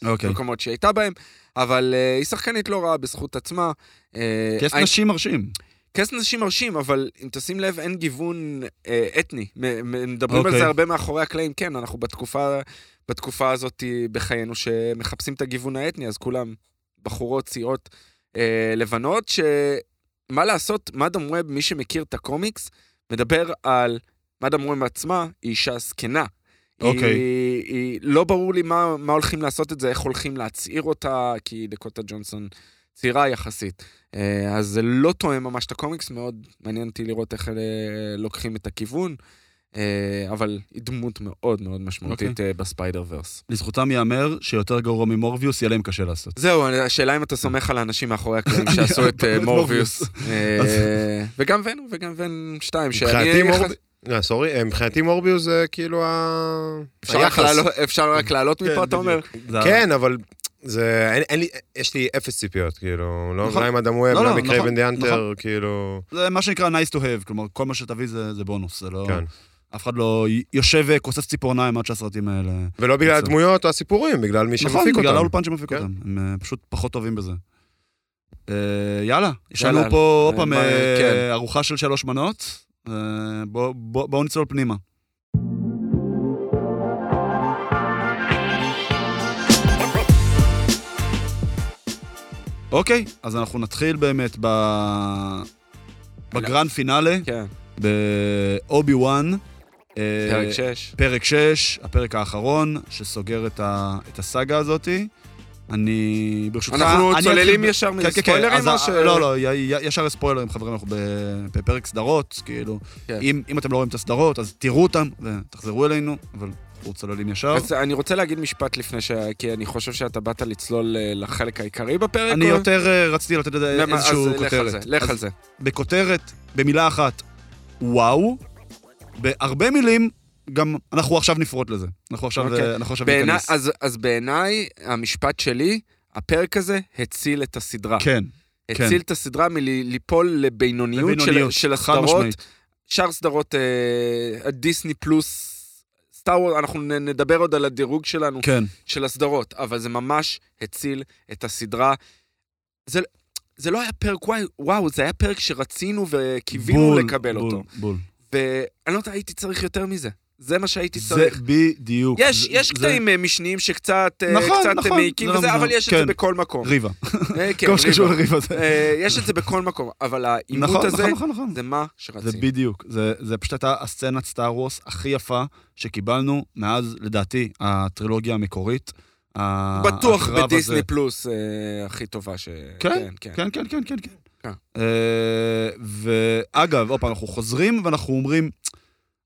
B: כן.
A: אוקיי.
B: המקומות שהיא הייתה בהם, אבל אה, היא שחקנית לא רעה בזכות עצמה. אה,
A: כי יש
B: אני-
A: נשים מרשים.
B: קייס נשים כן, מרשים, אבל אם תשים לב, אין גיוון אה, אתני. מ- מ- מדברים okay. על
A: אוקיי.
B: זה הרבה מאחורי הקלעים, כן, אנחנו בתקופה, בתקופה הזאת בחיינו שמחפשים את הגיוון האתני, אז כולם בחורות, סיעות אה, לבנות, שמה לעשות, מאדם ווב, מי שמכיר את הקומיקס, מדבר על מאדם ווב עצמה, היא אישה זקנה.
A: אוקיי.
B: היא, היא, לא ברור לי מה, מה הולכים לעשות את זה, איך הולכים להצעיר אותה, כי דקוטה ג'ונסון צעירה יחסית. אה, אז זה לא תואם ממש את הקומיקס, מאוד מעניין אותי לראות איך אלה לוקחים את הכיוון, אה, אבל היא דמות מאוד מאוד משמעותית אה, בספיידר ורס.
A: לזכותם ייאמר שיותר גרוע ממורביוס, יהיה להם קשה לעשות.
B: זהו, השאלה אם אתה סומך על האנשים מאחורי הקלעים שעשו את אה,
A: את מורביוס.
B: מורביוס. אה, וגם ון, וגם ון 2,
D: מבחינתי
B: שאני...
D: מורביוס... לא, סורי, אה, מבחינתי מורביוס זה כאילו ה-
B: אפשר רק
D: היחס.
B: לעלות- אפשר רק לעלות
A: כן,
B: מפה, אתה אומר?
A: זה-
D: כן, אבל זה... אין- אין לי... יש לי אפס ציפיות, כאילו. לא
A: נכון.
D: לא עם אדם ווב,
A: לא,
D: לא
A: לא,
D: מקרה
A: נכון,
D: בן דיאנטר,
A: נכון.
D: כאילו...
A: זה מה שנקרא nice to have, כלומר, כל מה שתביא זה זה בונוס, זה לא...
D: כן.
A: אף אחד לא י- יושב וכוסס ציפורניים עד שהסרטים האלה...
D: ולא בגלל
A: בסדר.
D: הדמויות או הסיפורים, בגלל מי
A: נכון,
D: שמפיק
A: בגלל
D: אותם.
A: האולפן שמפיק
D: כן.
A: אותם, הם אה, פשוט פחות טובים בזה. אה, יאללה, יש לנו
B: יאללה.
A: פה עוד
B: אה,
A: פעם
B: מה-
A: אה,
B: כן.
A: ארוחה של שלוש מנות, אה, בוא- בוא- בואו נצלול פנימה. אוקיי, אז אנחנו נתחיל באמת ב... בגרנד פינאלה,
B: כן,
A: באובי וואן. אה,
B: פרק 6.
A: פרק 6, הפרק האחרון, שסוגר את, ה, את הסאגה הזאתי. אני, ברשותך...
B: אנחנו
A: אני
B: צוללים
A: אתחיל ב-
B: ישר
A: כן, כן, כן,
B: מספוילרים
A: אז
B: או
A: ה-
B: ש...
A: לא, לא, י- י- ישר ספוילרים, חברים, אנחנו ב- בפרק סדרות, כאילו.
B: כן.
A: אם, אם אתם לא רואים את הסדרות, אז תראו אותם ותחזרו אלינו, אבל אנחנו צוללים ישר.
B: אז אני רוצה להגיד משפט לפני ש... כי אני חושב שאתה באת לצלול אה, לחלק העיקרי בפרק.
A: אני
B: או-
A: יותר אה, רציתי לתת איזה-
B: למה- אז
A: איזשהו
B: לך על
A: כותרת.
B: זה, לך
A: אז
B: על זה.
A: בכותרת, במילה אחת, וואו. בהרבה מילים, גם אנחנו עכשיו נפרוט לזה. אנחנו עכשיו
B: אוקיי.
A: אה, אנחנו עכשיו
B: בעיני-
A: ניכנס.
B: אז- אז בעיניי, המשפט שלי, הפרק הזה הציל את הסדרה.
A: כן,
B: הציל את הסדרה מליפול לבינוניות של-
A: לבינוניות,
B: של
A: חד
B: הסדרות.
A: משמעית.
B: שאר סדרות, אה, הדיסני פלוס, סטאר וורס, אנחנו נ- נדבר עוד על הדירוג שלנו.
A: כן.
B: של הסדרות, אבל זה ממש הציל את הסדרה. זה, זה לא היה פרק וואי, וואו, זה היה פרק שרצינו וקיווינו
A: בול,
B: לקבל
A: בול,
B: אותו.
A: בול.
B: ואני לא יודע, הייתי צריך יותר מזה. זה מה שהייתי
A: זה
B: צריך.
A: בדיוק.
B: יש,
A: זה-
B: יש
A: זה-
B: קטעים אה, משניים שקצת אה,
A: נכון,
B: קצת, אה,
A: נכון,
B: מעיקים
A: זה לא
B: וזה, אבל
A: נכון.
B: יש את
A: כן.
B: זה בכל מקום.
A: ריבה.
B: אה, כן,
A: כל מה שקשור
B: ריבה.
A: לריבה זה...
B: אה, יש את זה בכל מקום, אבל העימות
A: נכון,
B: הזה,
A: נכון, נכון, נכון.
B: זה מה
A: זה
B: שרצינו.
A: בדיוק. זה- זה פשוט הייתה הסצנת סטאר וורס הכי יפה שקיבלנו מאז, לדעתי, הטרילוגיה המקורית. ה-
B: בטוח
A: הקרב
B: בדיסני
A: הזה.
B: פלוס אה, הכי טובה ש...
A: כן,
B: כן.
A: כן, כן, כן, כן,
B: כן.
A: כן. אה, ואגב, עוד פעם, אנחנו חוזרים ואנחנו אומרים,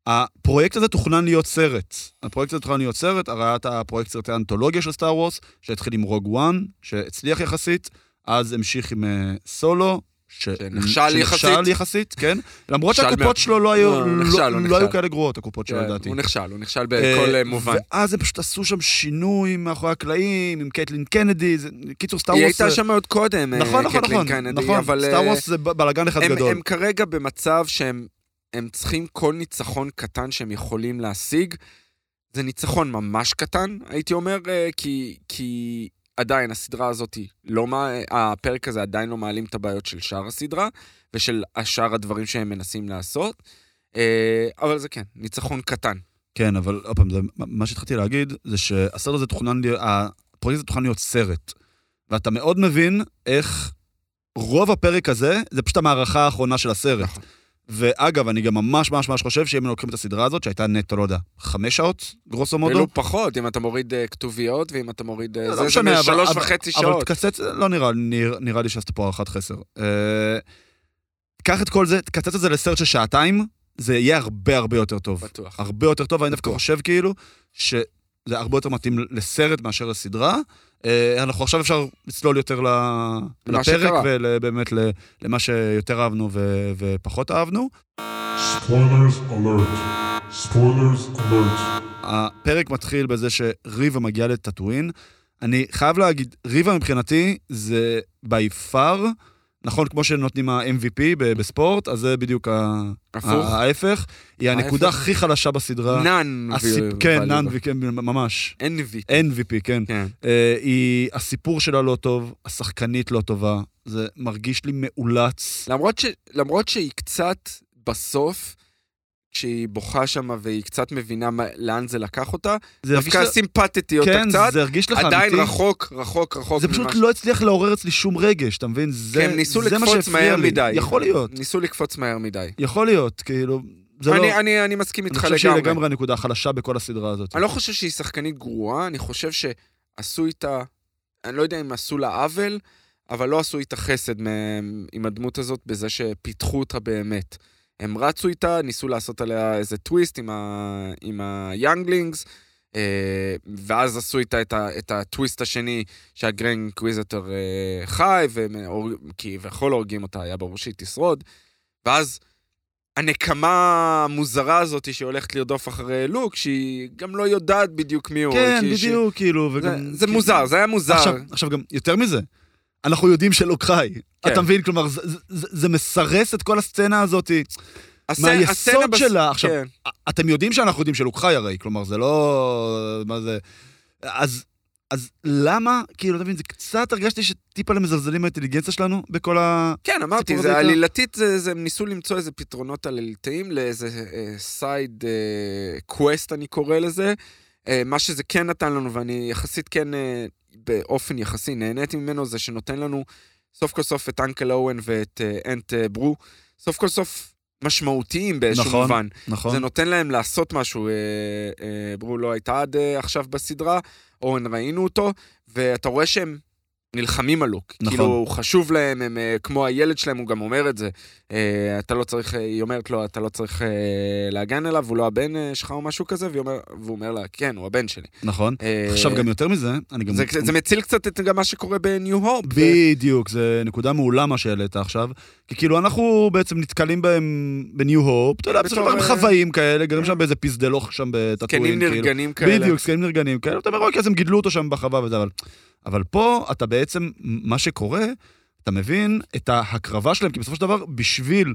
A: הפרויקט הזה תוכנן להיות סרט. הפרויקט הזה תוכנן להיות סרט, הרי היה את הפרויקט סרטי האנתולוגיה של סטאר וורס, שהתחיל עם רוג וואן, שהצליח יחסית, אז המשיך עם אה, סולו. ש-
B: שנכשל יחסית.
A: שנכשל יחסית, כן. למרות
B: נכשל מאוד.
A: שהקופות שלו לא היו,
B: לא, הוא נכשל,
A: לא-
B: הוא
A: לא היו
B: נכשל.
A: כאלה גרועות, הקופות שלו,
B: כן,
A: לדעתי.
B: הוא נכשל, הוא נכשל בכל אה,
A: אה,
B: מובן.
A: ואז הם פשוט עשו שם שינוי מאחורי הקלעים, עם קייטלין קנדי, זה- קיצור, סטאר
B: היא
A: וורס...
B: הייתה שם עוד קודם, אה,
A: נכון, נכון,
B: קטלין
A: נכון,
B: קנדי,
A: נכון,
B: אבל
A: סטאר
B: אה,
A: וורס זה ב- בלאגן אחד
B: הם-
A: גדול.
B: הם כרגע במצב שהם הם צריכים כל ניצחון קטן שהם יכולים להשיג. זה ניצחון ממש קטן, הייתי אומר, אה, כי, כי עדיין הסדרה הזאת, היא לא מה, הפרק הזה עדיין לא מעלים את הבעיות של שאר הסדרה ושל שאר הדברים שהם מנסים לעשות, אה, אבל זה כן, ניצחון קטן.
A: כן, אבל עוד פעם, זה- מה שהתחלתי להגיד, זה שהסרט הזה תוכנן, להיות- הפרויקט הזה תוכנן להיות סרט. ואתה מאוד מבין איך רוב הפרק הזה, זה פשוט המערכה האחרונה של הסרט.
B: נכון.
A: ואגב, אני גם ממש ממש ממש חושב שאם הם לוקחים את הסדרה הזאת, שהייתה נטו, לא יודע, חמש שעות, גרוסו מודו.
B: אפילו פחות, אם אתה מוריד אה, כתוביות, ואם אתה מוריד... אה,
A: לא
B: זה,
A: משנה,
B: זה
A: אבל-
B: שלוש
A: אבל-
B: וחצי
A: אבל
B: שעות.
A: תקצץ, לא נראה, נראה, נראה לי שעשית פה הערכת חסר. אה, קח את כל זה, תקצץ את זה לסרט של שעתיים, זה יהיה הרבה הרבה יותר טוב.
B: בטוח.
A: הרבה יותר טוב, ואני דווקא חושב כאילו שזה הרבה יותר מתאים לסרט מאשר לסדרה. אה, אנחנו עכשיו אפשר לצלול יותר ל-
B: למה
A: לפרק,
B: שקרה.
A: ובאמת למה שיותר אהבנו ו- ופחות אהבנו.
E: Spoilers alert. Spoilers alert.
A: הפרק מתחיל בזה שריבה מגיעה לטאטואין. אני חייב להגיד, ריבה מבחינתי זה by far, נכון, כמו שנותנים ה-MVP ב- בספורט, אז זה בדיוק ה-
B: הפוך.
A: ה- ההפך. היא הנקודה הכי חלשה בסדרה.
B: נאן.
A: אה, הסיפ- כן, נאן, כן, ממש.
B: אנבי.
A: MVP, כן.
B: כן.
A: אה, היא, הסיפור שלה לא טוב, השחקנית לא טובה, זה מרגיש לי מאולץ.
B: למרות, ש... למרות שהיא קצת בסוף, כשהיא בוכה שם והיא קצת מבינה מה... לאן זה לקח אותה,
A: זה הרגיש
B: דווקא
A: לך...
B: סימפטתי אותה
A: כן,
B: קצת,
A: זה הרגיש לך אמיתי.
B: עדיין רחוק, רחוק, רחוק.
A: זה פשוט
B: ממה ש-
A: לא הצליח לעורר אצלי שום רגש, אתה מבין? זה,
B: כי הם ניסו
A: זה מה
B: לקפוץ
A: שהפריע
B: מהר
A: לי.
B: מדי.
A: יכול להיות,
B: ניסו לקפוץ מהר מדי.
A: יכול להיות, כאילו, זה
B: אני,
A: לא...
B: אני, אני מסכים
A: אני
B: איתך
A: חושב שהיא
B: לגמרי.
A: לגמרי הנקודה החלשה בכל הסדרה הזאת.
B: אני לא חושב שהיא שחקנית גרועה, אני חושב שעשו איתה, אני לא יודע אם עשו לה עוול, אבל לא עשו איתה חסד מהם, עם הדמות הזאת בזה שפיתחו אותה באמת. הם רצו איתה, ניסו לעשות עליה איזה טוויסט עם, ה, עם היאנגלינגס, אה, ואז עשו איתה את, ה, את הטוויסט השני שהגרנד קוויזיטר אה, חי, וכביכול הורגים אותה, היה ברור שהיא תשרוד. ואז הנקמה המוזרה הזאת שהולכת לרדוף אחרי לוק, שהיא גם לא יודעת בדיוק מי הוא.
A: כן,
B: כי-
A: בדיוק, כאילו,
B: ש... זה,
A: וגם...
B: זה
A: כאילו-
B: מוזר, זה היה מוזר.
A: עכשיו, עכשיו גם, יותר מזה, אנחנו יודעים שלוק חי.
B: כן.
A: אתה מבין? כלומר, זה, זה, זה מסרס את כל הסצנה הזאת.
B: הסצ-
A: מהיסוד
B: הסצנה בס-
A: שלה, עכשיו,
B: כן.
A: אתם יודעים שאנחנו יודעים שלוק חי הרי, כלומר, זה לא... מה זה... אז, אז למה, כאילו, אתה מבין, זה קצת הרגשתי שטיפה למזלזלים באינטליגנציה שלנו בכל ה...
B: כן, אמרתי,
A: הסיפור
B: זה
A: הזה
B: עלילתית, זה, זה, הם ניסו למצוא איזה פתרונות עלילתיים לאיזה אה, סייד קווסט, אני קורא לזה. אה, מה שזה כן נתן לנו, ואני יחסית כן, אה, באופן יחסי, נהניתי ממנו, זה שנותן לנו סוף כל סוף את אנקל אוהן ואת אה, אנט ברו, סוף כל סוף משמעותיים באיזשהו
A: נכון.
B: מובן.
A: נכון?
B: זה נותן להם לעשות משהו. אה, אה, ברו לא הייתה עד אה, עכשיו בסדרה, אורן ראינו אותו, ואתה רואה שהם נלחמים על לוק.
A: נכון.
B: נכון. כאילו, הוא חשוב להם, הם אה, כמו הילד שלהם, הוא גם אומר את זה. אה, אתה לא צריך, אה, היא אומרת לו, אתה לא צריך אה, להגן עליו, הוא לא הבן אה, שלך או משהו כזה, והיא אומר- והוא אומר לה, כן, הוא הבן שלי.
A: נכון.
B: אה,
A: עכשיו, גם יותר מזה, אני גם...
B: זה, זה מציל קצת את גם מה שקורה בניו הורפ.
A: בדיוק, זה נקודה מעולה מה שהעלית עכשיו. כי כאילו אנחנו בעצם נתקלים בהם בניו הופ, אתה יודע, בסופו של
B: בתור,
A: דבר הם
B: אה,
A: חוואים כאלה, גרים שם באיזה פסדלוך שם
B: זקנים
A: בטאטואין, כאילו.
B: נרגנים כאלה.
A: בדיוק, זקנים נרגנים כאלה, אתה אומר, אוקיי, אז הם גידלו אותו שם בחווה וזה, אבל... אבל פה אתה בעצם, מה שקורה, אתה מבין את ההקרבה שלהם, כי בסופו של דבר, בשביל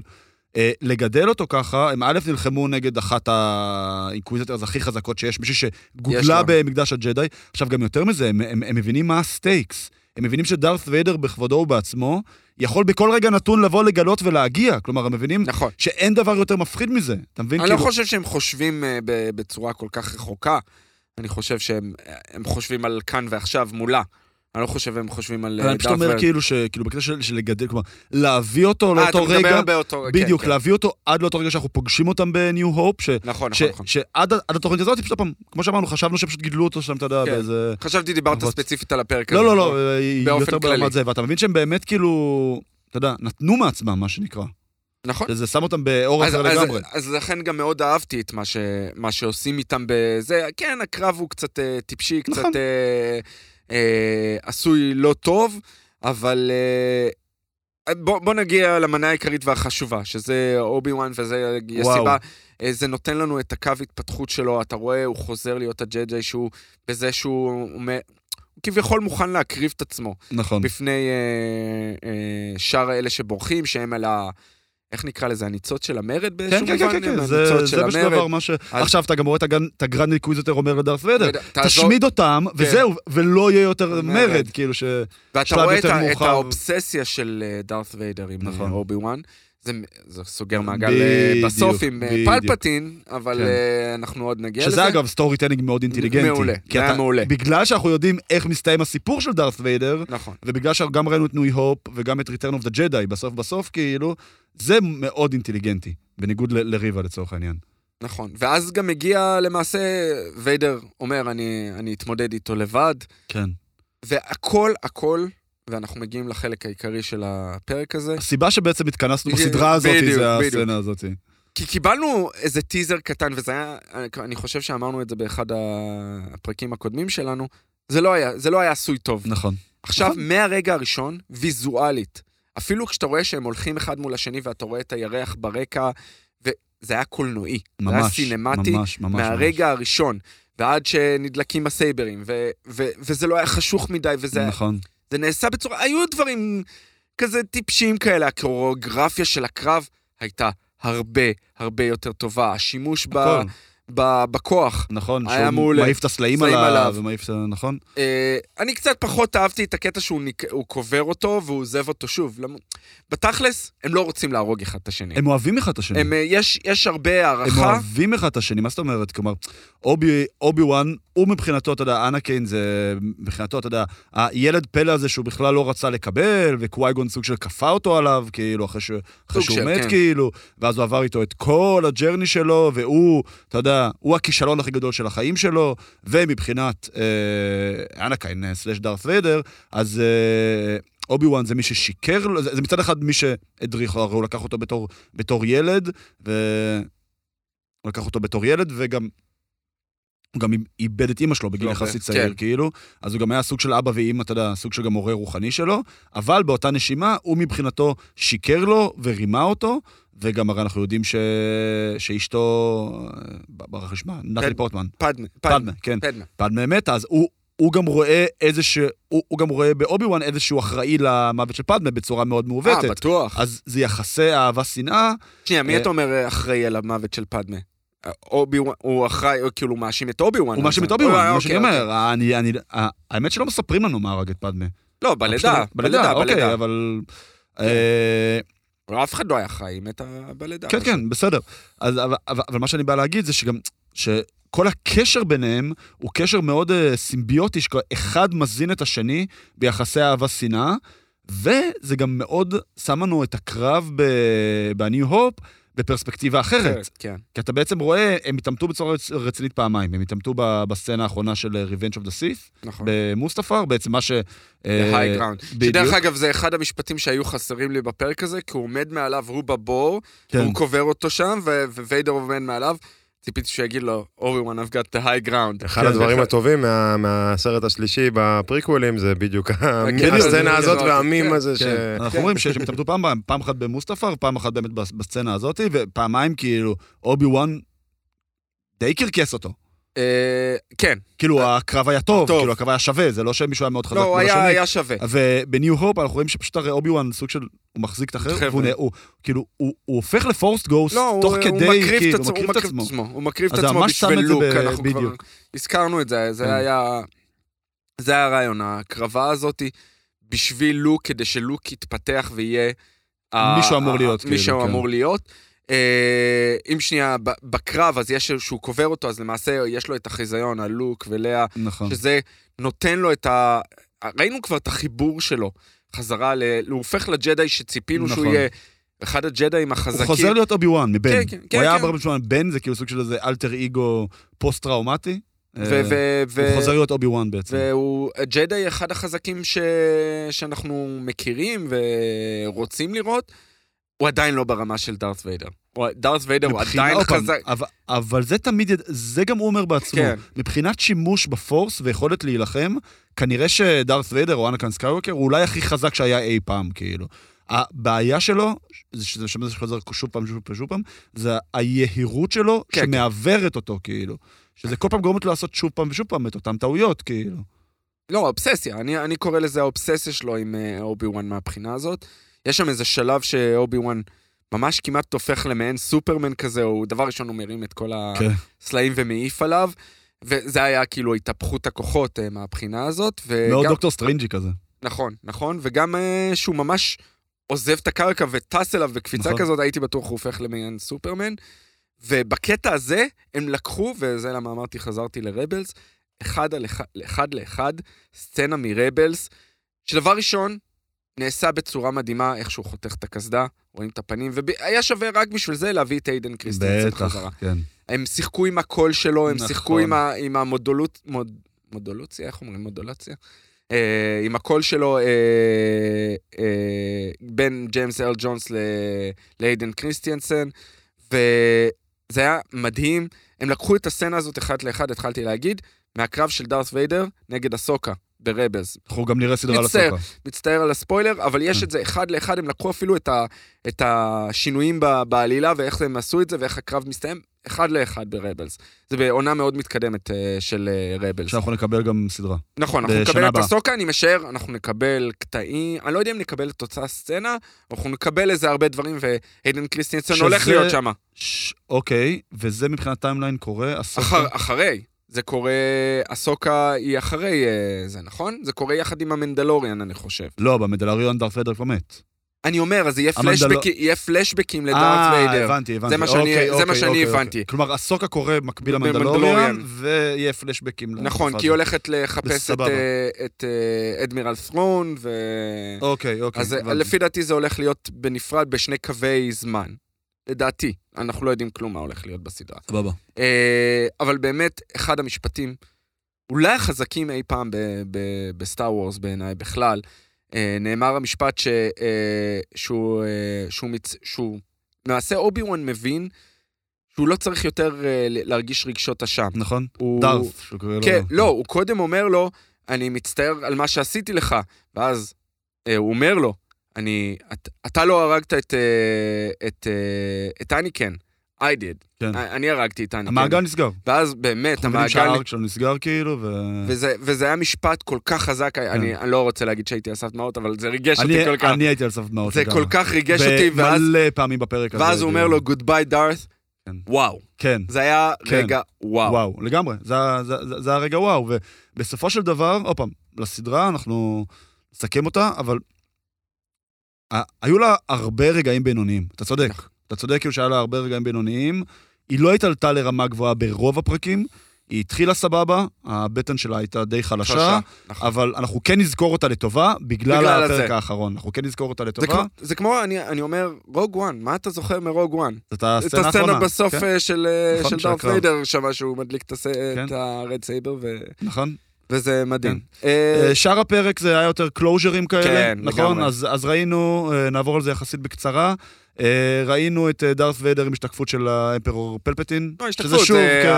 A: אה, לגדל אותו ככה, הם א' נלחמו נגד אחת האינקוויזיטרס הכי חזקות שיש, מישהי
B: יש
A: שגודלה
B: לה.
A: במקדש הג'די. עכשיו, גם יותר מזה, הם, הם, הם מבינים מה הסטייקס. הם מבינים שדארת ויידר בכבודו ובעצמו, יכול בכל רגע נתון לבוא לגלות ולהגיע. כלומר, הם מבינים
B: נכון.
A: שאין דבר יותר מפחיד מזה. אתה מבין? כאילו-
B: אני לא חושב שהם חושבים אה, ב- בצורה כל כך רחוקה. אני חושב שהם אה, הם חושבים על כאן ועכשיו מולה. אני לא חושב שהם חושבים על...
A: אבל
B: אה,
A: אני פשוט
B: דף
A: אומר
B: ו-
A: כאילו, ש- כאילו בקטע של של לגדל, כלומר, להביא אותו לאותו
B: אה, אתה
A: רגע,
B: מדבר באותו... כן,
A: בדיוק,
B: כן.
A: להביא אותו עד לאותו רגע שאנחנו פוגשים אותם בניו הופ, ש-
B: נכון,
A: ש-
B: נכון, נכון.
A: שעד ה- עד התוכנית הזאת, פשוט פעם, כמו שאמרנו, חשבנו שפשוט גידלו אותו שם, אתה יודע,
B: כן.
A: באיזה...
B: חשבתי דיברת
A: אבל-
B: ספציפית על הפרק הזה.
A: לא, לא, לא, היא
B: באופן
A: יותר
B: כללי.
A: ברמת זה, ואתה מבין שהם באמת כאילו, אתה יודע, נתנו מעצמם, מה שנקרא.
B: נכון.
A: זה שם אותם באור
B: אז,
A: אחר
B: אז,
A: לגמרי.
B: אז לכן גם מאוד אהבתי את מה, ש, מה שעושים איתם בזה. כן, הקרב הוא קצת אה, טיפשי, קצת
A: נכון.
B: אה, אה, עשוי לא טוב, אבל אה, בוא, בוא נגיע למנה העיקרית והחשובה, שזה אובי וואן וזה יש
A: וואו.
B: סיבה. אה, זה נותן לנו את הקו התפתחות שלו, אתה רואה, הוא חוזר להיות הג'י-ג'יי שהוא, בזה שהוא אומר... הוא כביכול מוכן להקריב את עצמו.
A: נכון.
B: בפני אה, אה, שאר האלה שבורחים, שהם על ה... איך נקרא לזה? הניצות של המרד באיזשהו
A: כן, כן,
B: מובן?
A: כן, כן,
B: הם
A: זה
B: הניצות
A: זה בשביל דבר
B: המרד.
A: מה ש... עכשיו אתה גם רואה את הגן- את הגרנד ניקוויזיטר אומר לדארת' ויידר,
B: רגע, תעזוב. כן.
A: תשמיד אותם, וזהו, ולא יהיה יותר
B: מרד.
A: מרד, כאילו ש...
B: ואתה
A: שלב
B: רואה את
A: יותר
B: ה- את
A: מאוחר.
B: האובססיה של אה, דארת ויידר עם
A: נכון.
B: אובי וואן. זה, זה סוגר מעגל אה,
A: בדיוק,
B: בסוף עם אה,
A: בדיוק.
B: פלפטין, אבל
A: כן.
B: אה, אנחנו עוד נגיע לזה.
A: שזה אגב סטורי טיילינג מאוד אינטליגנטי.
B: מעולה,
A: כי
B: זה היה
A: אתה-
B: מעולה.
A: בגלל שאנחנו יודעים איך מסתיים הסיפור של דארת ויידר,
B: נכון.
A: ובגלל שגם ראינו את ניו הופ וגם את Return of the Jedi בסוף בסוף, כאילו, זה מאוד אינטליגנטי, בניגוד ל- לריבה לצורך העניין.
B: נכון, ואז גם מגיע למעשה, ויידר אומר, אני, אני אתמודד איתו לבד,
A: כן.
B: והכל, הכל, ואנחנו מגיעים לחלק העיקרי של הפרק הזה,
A: הסיבה שבעצם התכנסנו
B: בדיוק,
A: בסדרה הזאת,
B: בדיוק,
A: זה
B: בדיוק.
A: הסצנה הזאת.
B: כי קיבלנו איזה טיזר קטן, וזה היה, אני חושב שאמרנו את זה באחד הפרקים הקודמים שלנו, זה לא היה, זה לא היה עשוי טוב.
A: נכון.
B: עכשיו,
A: נכון.
B: מהרגע הראשון, ויזואלית, אפילו כשאתה רואה שהם הולכים אחד מול השני ואתה רואה את הירח ברקע, זה היה קולנועי.
A: ממש,
B: זה היה סינמטי
A: ממש, ממש,
B: מהרגע הראשון, ועד שנדלקים הסייברים, ו- ו- וזה לא היה חשוך מדי, וזה
A: ממש.
B: היה
A: נכון.
B: זה נעשה בצורה, היו דברים כזה טיפשיים כאלה, הקוריאוגרפיה של הקרב הייתה הרבה הרבה יותר טובה, השימוש ב,
A: הכל.
B: ב, בכוח.
A: נכון,
B: היה
A: שהוא
B: מעולה.
A: מעיף את הסלעים
B: סלעים
A: עליו,
B: עליו.
A: ומעיף את ה... נכון?
B: אה, אני קצת פחות אהבתי את הקטע שהוא ניק, הוא קובר אותו והוא עוזב אותו שוב. למ... בתכלס, הם לא רוצים להרוג אחד את השני. הם,
A: הם אוהבים אחד את השני.
B: הם, אה, יש, יש הרבה
A: הם
B: הערכה,
A: אוהבים אחד את השני, מה זאת אומרת? כלומר, אובי, אובי וואן, הוא מבחינתו, אתה יודע, אנקיין זה מבחינתו, אתה יודע, הילד פלא הזה שהוא בכלל לא רצה לקבל, וקווייגון סוג של כפה אותו עליו, כאילו, אחרי, ש... אחרי
B: סוג
A: שהוא
B: של,
A: מת,
B: כן.
A: כאילו, ואז הוא עבר איתו את כל הג'רני שלו, והוא, אתה יודע, הוא הכישלון הכי גדול של החיים שלו, ומבחינת אה, אנקיין אה, סלאש דארת' ויידר, אז... אה, אובי וואן זה מי ששיקר לו, זה, זה מצד אחד מי שהדריך, הרי הוא לקח אותו בתור, בתור ילד, ו... הוא לקח אותו בתור ילד, וגם... הוא גם איבד את אימא שלו בגיל
B: לא,
A: יחסית
B: כן.
A: צעיר, כאילו, אז הוא גם היה סוג של אבא ואימא, אתה יודע, סוג של גם הורה רוחני שלו, אבל באותה נשימה, הוא מבחינתו שיקר לו ורימה אותו, וגם הרי אנחנו יודעים ש... שאשתו, אה, ברח לשמה,
B: כן,
A: נטלי פורטמן,
B: פדמה, פדמה,
A: פדמה, כן,
B: פדמה.
A: פדמה מתה, אז הוא... הוא גם רואה איזה ש... הוא, הוא גם רואה באובי וואן איזה שהוא אחראי למוות של פדמה בצורה מאוד
B: אה,
A: מעוותת.
B: בטוח.
A: אז זה יחסי אהבה-שנאה,
B: שנייה, מי
A: אה,
B: אתה אומר אה, אחראי על המוות של פדמה? אה, אובי וואן, הוא אחראי, הוא כאילו מאשים את אובי וואן.
A: הוא מאשים
B: אז-
A: את אובי וואן,
B: אה,
A: זה מה
B: אוקיי,
A: שאני
B: אוקיי.
A: אומר. אני- אני- ה- האמת שלא מספרים לנו מה הרג את פדמה.
B: לא, בלידה,
A: פשוט-
B: בלידה,
A: אוקיי,
B: בלידה. כן.
A: אבל... אה,
B: לא, אף אחד לא היה חי, היא מתה בלידה.
A: כן,
B: פשוט.
A: כן, בסדר. אז- אבל אבל- אבל מה שאני בא להגיד זה שגם... שכל הקשר ביניהם הוא קשר מאוד אה, סימביוטי, שאחד מזין את השני ביחסי אהבה-שנאה, וזה גם מאוד שם לנו את הקרב ב- בניו הופ בפרספקטיבה אחרת.
B: כן.
A: כי אתה בעצם רואה, הם התעמתו בצורה רצ- רצינית פעמיים. הם התעמתו ב- בסצנה האחרונה של אה, Revenge of the Sith,
B: נכון.
A: במוסטפר, בעצם מה ש...
B: ב-high
A: אה,
B: ground.
A: בדיוק.
B: שדרך אגב, זה אחד המשפטים שהיו חסרים לי בפרק הזה, כי הוא עומד מעליו, הוא בבור,
A: כן.
B: הוא קובר אותו שם, ו- וויידר עומד מעליו. ציפיתי שהוא יגיד לו, אובי I've got the high ground.
D: אחד
A: כן,
D: הדברים
A: בהחלט.
D: הטובים מה- מהסרט השלישי בפריקוולים זה בדיוק ה-
B: כן, כן,
D: הסצנה הזאת
B: כן,
D: והמים
B: כן,
D: הזה ש...
A: כן, אנחנו אומרים שהם התאבדו פעם, פעם- פעם אחת במוסטפר, פעם אחת באמת בס- בסצנה הזאת, ופעמיים כאילו, אובי וואן די קרקס אותו.
B: אה, כן.
A: כאילו, הקרב היה טוב,
B: טוב.
A: כאילו, הקרב היה שווה, זה לא שמישהו היה מאוד חזק
B: לא, הוא
A: מול
B: היה
A: השני.
B: היה שווה.
A: ובניו הופ אנחנו רואים שפשוט הרי אובי וואן סוג של, הוא מחזיק את החרב,
B: חבר'ה.
A: והוא נה- הוא כאילו, הוא הוא הופך לפורסט גוסט
B: לא, הוא-
A: תוך
B: הוא
A: כדי,
B: מקריב את
A: כאילו,
B: עצמו,
A: מקריב את עצמו.
B: הוא מקריב את
A: אז זה
B: עצמו
A: ממש שם
B: בשביל
A: את זה
B: לוק,
A: ב-
B: אנחנו כבר
A: בדיוק.
B: הזכרנו את זה,
A: כן.
B: זה היה... זה היה הרעיון, ההקרבה הזאת בשביל לוק, כדי שלוק יתפתח ויהיה... ה-
A: מי שהוא
B: ה-
A: אמור להיות,
B: מי
A: כאילו,
B: שהוא
A: כן.
B: אמור להיות. אה, אם שנייה, ב- בקרב, אז יש שהוא קובר אותו, אז למעשה יש לו את החיזיון על לוק ולאה,
A: נכון.
B: שזה נותן לו את ה... ראינו כבר את החיבור שלו חזרה, ל... הוא הופך לג'די שציפינו שהוא
A: נכון.
B: יהיה אחד הג'דאים החזקים.
A: הוא חוזר להיות אובי וואן מבן.
B: כן, כן, כן,
A: הוא היה
B: כן.
A: ברבן שלו, בן זה כאילו סוג של איזה אלטר אגו פוסט-טראומטי. אה,
B: ו- ו-
A: הוא
B: ו-
A: חוזר להיות אובי וואן בעצם.
B: והוא, ג'די אחד החזקים ש... שאנחנו מכירים ורוצים לראות, הוא עדיין לא ברמה של דארת ויידר. הוא- דארת ויידר הוא
A: מבחינה-
B: עדיין
A: עוד פעם,
B: חזק.
A: אבל- אבל זה תמיד, יד- זה גם הוא אומר בעצמו.
B: כן.
A: מבחינת שימוש בפורס ויכולת להילחם, כנראה שדארת ויידר או אנקן סקייווקר הוא אולי הכי חזק שהיה אי פעם, כאילו. הבעיה שלו, זה שזה שם זה שחוזר שוב פעם, שוב פעם, שוב פעם, זה היהירות שלו
B: כן, כן.
A: שמעוורת אותו, כאילו. שזה כל פעם גורמת לו לעשות שוב פעם ושוב פעם את אותן טעויות, כאילו.
B: לא, אובססיה, אני, אני קורא לזה האובססיה שלו עם אה, אובי וואן מהבחינה הזאת. יש שם איזה שלב שאובי וואן ממש כמעט הופך למעין סופרמן כזה, הוא דבר ראשון הוא מרים את כל
A: כן.
B: הסלעים ומעיף עליו, וזה היה כאילו התהפכות הכוחות אה, מהבחינה הזאת. וגם-
A: מאוד דוקטור סטרינג'י כזה.
B: נכון, נכון, וגם אה, שהוא ממש עוזב את הקרקע וטס אליו בקפיצה
A: נכון.
B: נכון. כזאת, הייתי בטוח הוא הופך למעין סופרמן. ובקטע הזה הם לקחו, וזה למה אמרתי, חזרתי לרבלס, אחד, על אחד, אחד לאחד, סצנה מרבלס, שדבר ראשון, נעשה בצורה מדהימה, איך שהוא חותך את הקסדה, רואים את הפנים, והיה שווה רק בשביל זה להביא את איידן קריסטנסון חזרה.
A: בטח, כן.
B: הם שיחקו עם הקול שלו, הם
A: נכון.
B: שיחקו עם, ה, עם המודולות... מוד, מודולוציה? איך אומרים מודולציה? אה, עם הקול שלו אה, אה, בין ג'יימס אל ג'ונס ל- לאיידן קריסטיאנסן, וזה היה מדהים. הם לקחו את הסצנה הזאת אחת לאחד, התחלתי להגיד, מהקרב של דארת ויידר נגד הסוקה The Rebels.
A: אנחנו גם נראה סדרה על
B: מצטער.
A: הסוכה.
B: מצטער על הספוילר, אבל
A: Mm.
B: יש את זה אחד לאחד, הם לקחו אפילו את, ה, את השינויים ב, בעלילה ואיך הם עשו את זה ואיך הקרב מסתיים, אחד לאחד ברבלס. זה בעונה מאוד מתקדמת אה, של אה, רבלס.
A: שאנחנו נקבל גם סדרה.
B: נכון, אנחנו
A: בשנה
B: נקבל את
A: הבאה.
B: הסוקה, אני משער, אנחנו נקבל קטעים, אני לא יודע אם נקבל את אותה סצנה, אנחנו נקבל איזה הרבה דברים, והיידן קריסטיאנסון
A: שזה-
B: הולך להיות שם.
A: ש- אוקיי, וזה מבחינת טיימליין קורה, הסוכה.
B: אחר, אחרי. זה קורה, הסוקה היא אחרי אה, זה, נכון? זה קורה יחד עם המנדלוריאן, אני חושב.
A: לא, במדלריון דארט ויידר כבר מת.
B: אני אומר, אז יהיה,
A: המנדלו-
B: פלשבק, יהיה פלשבקים לדארט
A: אה,
B: ויידר.
A: הבנתי, הבנתי.
B: זה מה שאני-
A: אוקיי,
B: זה מה
A: אוקיי,
B: שאני
A: אוקיי,
B: הבנתי.
A: אוקיי. כלומר, הסוקה קורה מקביל
B: במנדלוריאן.
A: למנדלוריון, ויהיה פלשבקים. לתקופה
B: נכון,
A: הזאת.
B: כי היא הולכת לחפש את,
A: בסבבה.
B: אה, את אה, אדמירל ת'רון, ו...
A: אוקיי, אוקיי.
B: אז אה,
A: הבנתי.
B: לפי דעתי זה הולך להיות בנפרד בשני קווי זמן. לדעתי, אנחנו לא יודעים כלום מה הולך להיות בסדרה.
A: סבבה.
B: אה, אבל באמת, אחד המשפטים אולי החזקים אי פעם ב- ב- בסטאר וורס בעיניי בכלל, אה, נאמר המשפט ש, אה, שהוא, אה, שהוא, מצ, שהוא למעשה אובי וואן מבין שהוא לא צריך יותר אה, ל- להרגיש רגשות אשם.
A: נכון?
B: הוא-
A: דארף, שהוא קורא לו.
B: כן, לא, הוא קודם אומר לו, אני מצטער על מה שעשיתי לך, ואז אה, הוא אומר לו, אני, את, אתה לא הרגת את, אה, את, אה, את אניקן, I did.
A: כן.
B: אני- אני הרגתי את אניקן.
A: המעגל נסגר.
B: ואז באמת,
A: אנחנו יודעים
B: כן. המעגל...
A: שהארק שלו נסגר כאילו, ו...
B: וזה, וזה היה משפט כל כך חזק, אני, אני לא רוצה להגיד שהייתי על סף דמעות, אבל זה ריגש
A: כן. אני-
B: אותי כל כך.
A: אני הייתי על סף דמעות.
B: זה
A: לגמרי.
B: כל כך ריגש אותי, ואז,
A: ומלא פעמים בפרק הזה.
B: ואז הוא אומר לו, goodby, דארת.
A: כן.
B: וואו.
A: כן.
B: זה היה
A: כן.
B: רגע וואו.
A: וואו, לגמרי, זה, ה- זה, זה, זה הרגע וואו, ובסופו של דבר, עוד פעם, לסדרה, אנחנו נסכם אותה, אבל ה- היו לה הרבה רגעים בינוניים, אתה צודק.
B: נכון.
A: אתה צודק כאילו שהיה לה הרבה רגעים בינוניים. היא לא התעלתה לרמה גבוהה ברוב הפרקים, היא התחילה סבבה, הבטן שלה הייתה די חלשה,
B: שלושה.
A: חלשה.
B: נכון.
A: אבל אנחנו כן נזכור אותה לטובה, בגלל,
B: בגלל
A: בגלל הפרק
B: הזה.
A: הזה. האחרון. אנחנו כן נזכור אותה
B: זה
A: לטובה,
B: כמו, זה כמו אני, אני אומר, רוג וואן, מה אתה זוכר מרוג וואן?
A: זאת הסצנה
B: את הסצנה
A: האחרונה.
B: בסוף
A: כן,
B: אה, של, אה,
A: נכון,
B: של
A: של
B: דארט
A: הקרב.
B: ויידר, שם שהוא מדליק את, הס... אה, את
A: כן.
B: הרד סייבר, ו...
A: נכון?
B: וזה מדהים. אה,
A: אה, שאר הפרק זה היה יותר קלוז'רים כאלה,
B: כן,
A: נכון?
B: לגמרי.
A: אז, אז ראינו, אה, נעבור על זה יחסית בקצרה, אה, ראינו את אה, דארת ויידר עם השתקפות של האמפרור פלפטין,
B: לא,
A: שזה
B: השתתפות, אה,
A: שוב,
B: זה
A: כן,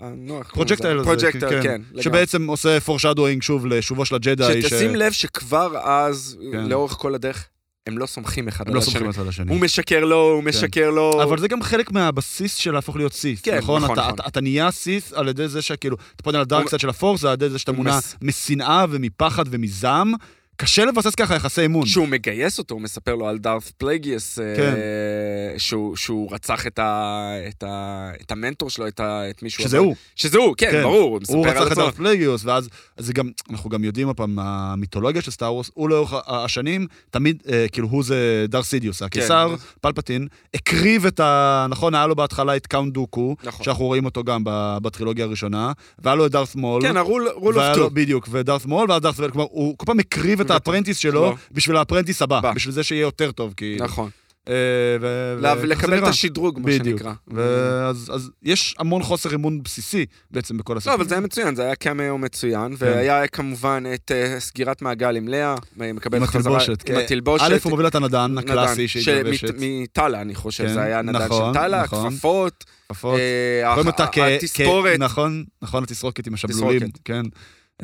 B: הנוח.
A: פרוג'קטייל הזה,
B: פרוג'קטר,
A: כן,
B: כן. לגמרי.
A: שבעצם עושה foreshadowing שוב לשובו של הג'די,
B: שתשים לב שכבר אז,
A: כן.
B: לאורך כל הדרך, הם לא סומכים אחד
A: הם
B: על
A: לא סומכים
B: השני.
A: אחד על השני. כן.
B: הוא משקר לו, הוא משקר לו.
A: אבל זה גם חלק מהבסיס של להפוך להיות סיס,
B: כן,
A: נכון?
B: נכון,
A: אתה,
B: נכון.
A: אתה, אתה נהיה סיס על ידי זה שכאילו, אתה פונה
B: הוא-
A: לדארק סייד של הפורס, על ידי זה שאתה
B: הוא
A: מונע
B: מס-
A: משנאה ומפחד ומזעם. קשה לבסס ככה יחסי אמון.
B: כשהוא מגייס אותו, הוא מספר לו על דארת פלייגיאס, אה,
A: כן.
B: שהוא, שהוא רצח את, ה, את, ה, את המנטור שלו, את, ה, את מישהו.
A: שזה
B: אחר.
A: הוא.
B: שזה הוא, כן,
A: כן.
B: ברור, הוא מספר
A: הוא
B: על
A: רצח את
B: עצמו.
A: דארט פלגיוס, ואז זה גם, אנחנו גם יודעים עוד פעם, המיתולוגיה של סטאר וורס, הוא לאורך ה- השנים, תמיד, אה, כאילו, הוא זה דאר סידיוס, הקיסר,
B: כן.
A: פלפטין, הקריב את ה... נכון, היה לו בהתחלה את קאונט דוקו,
B: נכון.
A: שאנחנו רואים אותו גם ב- בטרילוגיה הראשונה, והיה לו את דארת מול.
B: כן, הרול רול
A: והיה
B: אוף
A: לו-
B: טו.
A: בדיוק, ודארת מול, ואז דארת ויידר, כלומר, הוא כל פעם הקריב את האפרנטיס שלו
B: שלו.
A: בשביל האפרנטיס
B: לא הבא.
A: הבא, בשביל זה שיהיה יותר טוב, כאילו.
B: נכון.
A: אה, ו-
B: לה-
A: וככה זה
B: לקבל את
A: נראה.
B: השדרוג, מה
A: בדיוק.
B: שנקרא.
A: ואז אז יש המון חוסר אמון בסיסי בעצם בכל
B: לא,
A: הסרטים.
B: אבל זה היה מצוין, זה היה קמיו מצוין,
A: כן.
B: והיה כמובן את אה, סגירת מעגל עם לאה,
A: עם
B: מקבלת חזרה...
A: התלבושת.
B: עם
A: כן.
B: התלבושת.
A: א', הוא מוביל את הנדן
B: נדן, אה,
A: הקלאסי
B: שמת-
A: שהתלבשת.
B: מטאלה, אני חושב,
A: כן,
B: זה היה נדן
A: נכון,
B: של טאלה,
A: נכון.
B: כפפות,
A: כפפות.
B: אה,
A: רואים
B: ה-
A: נכון. אותה
B: ה-
A: כ...
B: התספורת.
A: כ- נכון, נכון, התסרוקת עם השבלולים, כן.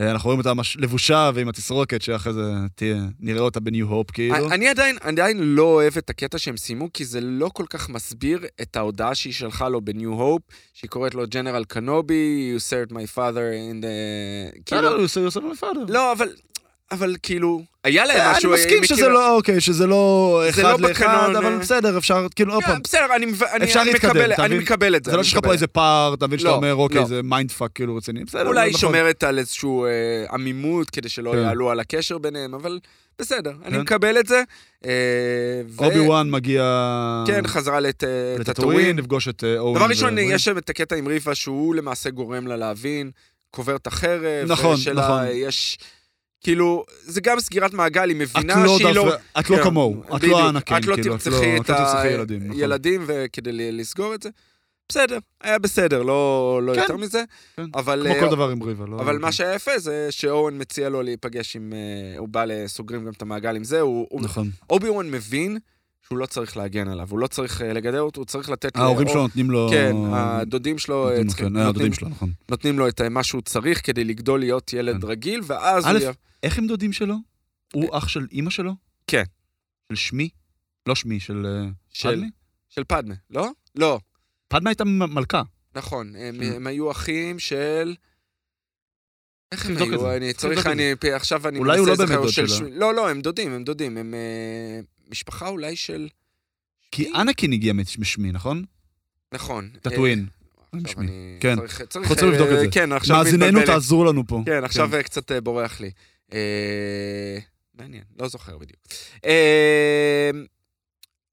A: אה, אנחנו רואים אותה ממש לבושה ועם התסרוקת, שאחרי זה תהיה, נראה אותה בניו הופ, כאילו.
B: אני עדיין, עדיין לא אוהב את הקטע שהם סיימו, כי זה לא כל כך מסביר את ההודעה שהיא שלחה לו בניו הופ, שהיא קוראת לו ג'נרל קנובי, you served my father in the...
A: לא, לא,
B: כאילו,
A: הוא עושה יוסף מפאדר.
B: לא, אבל, אבל כאילו, היה להם
A: אה, אני
B: משהו... אה,
A: מסכים
B: מכיר-
A: שזה לא, אוקיי, שזה לא
B: זה
A: אחד
B: לא
A: לאחד,
B: בקנון, אה.
A: אבל בסדר, אפשר, כאילו, עוד
B: כן,
A: פעם,
B: בסדר, אני מב- אני-
A: אפשר
B: אני
A: להתקדם,
B: מקבל-
A: אתה
B: אני
A: מבין?
B: מקבל את זה.
A: זה לא
B: אני
A: שיש לך
B: מקבל.
A: פה איזה פער, אתה מבין שאתה
B: לא,
A: אומר,
B: לא.
A: אוקיי, זה מיינד פאק, כאילו, רציני. בסדר,
B: אולי היא
A: נכון.
B: שומרת על איזשהו אה, עמימות כדי שלא
A: כן.
B: יעלו על הקשר ביניהם, אבל בסדר, אני
A: כן.
B: מקבל את זה. אה, ו-
A: אובי וואן מגיע...
B: כן, חזרה לט-
A: לטאטורין,
B: לטאטורין.
A: לפגוש את אה, אורן.
B: דבר ראשון,
A: ואורן.
B: יש שם את הקטע עם ריפה שהוא למעשה גורם לה להבין, קובר את החרב.
A: נכון,
B: ויש לה-
A: נכון.
B: יש... כאילו, זה גם סגירת מעגל, היא
A: את
B: מבינה
A: לא
B: שהיא
A: דף-
B: לא...
A: את לא
B: כן,
A: כמוהו, את
B: בדיוק.
A: לא הענקים,
B: את לא
A: כאילו,
B: תרצחי את
A: את לא תרצחי ילדים, נכון.
B: הילדים ו- כדי ל- לסגור את זה. בסדר, היה בסדר, לא לא
A: כן.
B: יותר מזה.
A: כן.
B: אבל
A: כמו
B: אה,
A: כל דבר עם ריבה, לא...
B: אבל מה שהיה יפה זה שאורן מציע לו להיפגש עם... אה, הוא בא לסוגרים גם את המעגל עם זה, הוא... הוא-
A: נכון.
B: אובי וואן מבין שהוא לא צריך להגן עליו, הוא לא צריך אה, לגדל אותו, הוא צריך לתת...
A: ההורים
B: לאור-
A: שלו נותנים לו...
B: כן, הדודים שלו אה,
A: נותנים לו,
B: צריכים-
A: כן,
B: נותנים-
A: הדודים שלו, נכון.
B: נותנים לו את אה, מה שהוא צריך כדי לגדול להיות ילד
A: כן.
B: רגיל, ואז הוא...
A: א',
B: יהיה-
A: איך הם דודים שלו? הוא אח של אימא שלו?
B: אה, כן.
A: של שמי? לא שמי, של... אה,
B: של-
A: פדמה?
B: של פדמה, לא? לא,
A: פדמה הייתה מ- מלכה.
B: נכון. הם
A: של-
B: הם היו אחים של... איך הם
A: תבדוק את זה,
B: היו? אני
A: צריך
B: צריך,
A: לבדוק את
B: אני... עכשיו אני
A: אולי הוא לא
B: להיזכר,
A: באמת דוד
B: של
A: שלה.
B: שמי- לא, לא, הם דודים, הם דודים. הם אה, משפחה אולי של...
A: כי
B: שמי?
A: אנקין הגיע מש- משמי, נכון?
B: נכון. כן. אה,
A: טאטואין.
B: עכשיו
A: משמי.
B: אני
A: כן.
B: צריך- צריך...
A: רוצים
B: אה,
A: לבדוק את זה.
B: כן, עכשיו
A: מאזיננו,
B: מתבלבל לי.
A: תעזרו לנו פה.
B: כן, עכשיו אה, קצת אה, בורח לי. אה, מעניין, לא זוכר בדיוק. אה,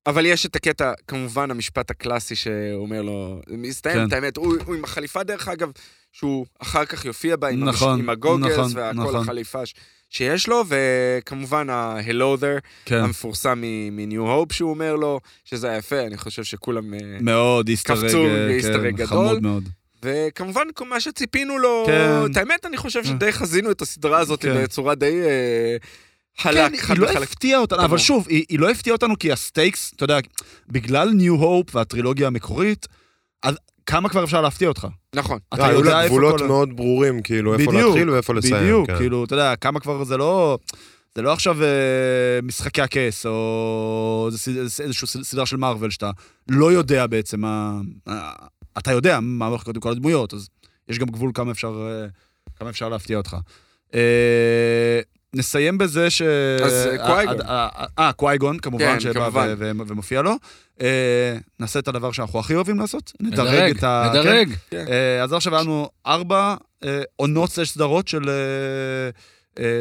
B: אבל יש את הקטע, כמובן, המשפט הקלאסי שאומר לו, מסתיים
A: כן.
B: את האמת, הוא הוא עם החליפה דרך אגב, שהוא אחר כך יופיע בה עם המש-
A: נכון,
B: עם הגוגלס
A: נכון,
B: והכל
A: נכון.
B: החליפה ש- שיש לו, וכמובן ה-Hello there
A: כן.
B: המפורסם מניו הופ שהוא אומר לו, שזה היה יפה, אני חושב שכולם... אה,
A: מאוד, איסטר
B: קפצו
A: רגע,
B: באיסטר אג
A: כן,
B: גדול.
A: חמוד מאוד.
B: וכמובן, כל מה שציפינו לו,
A: כן.
B: את האמת, אני חושב שדי חזינו את הסדרה הזאת
A: כן.
B: בצורה די אה, חלק,
A: כן,
B: חד
A: היא לא
B: וחלק.
A: הפתיעה אותנו, אבל
B: כמוהו.
A: שוב, היא היא לא הפתיעה אותנו כי הסטייקס, אתה יודע, בגלל ניו הופ והטרילוגיה המקורית, אז כמה כבר אפשר להפתיע אותך?
B: נכון.
A: אתה
D: אה, לא, היו
A: יודע
D: לה
A: איפה
D: גבולות
A: כל ה-
D: מאוד ברורים, כאילו, איפה
A: בדיוק,
D: להתחיל ואיפה לסיים.
A: בדיוק,
D: כן.
A: כאילו, אתה יודע, כמה כבר זה לא... זה לא עכשיו אה, משחקי הכס, או זה ס- זה איזושהי סד- סדרה של מארוול שאתה לא יודע בעצם מה... אה, אתה יודע מה הולך לקרות עם כל הדמויות, אז יש גם גבול כמה אפשר, אה, כמה אפשר להפתיע אותך. אה, נסיים בזה ש...
B: אז, אה, קווייגון.
A: אה, אה, אה, קווייגון, כמובן,
B: כן,
A: שבא
B: כמובן.
A: ו- ו- ומופיע לו. אה, נעשה את הדבר שאנחנו הכי אוהבים לעשות, נדרג
C: נדרג,
A: את ה... כן,
C: נדרג.
A: אה, אז עכשיו היה לנו ארבע אה, עונות סלש סדרות של אה,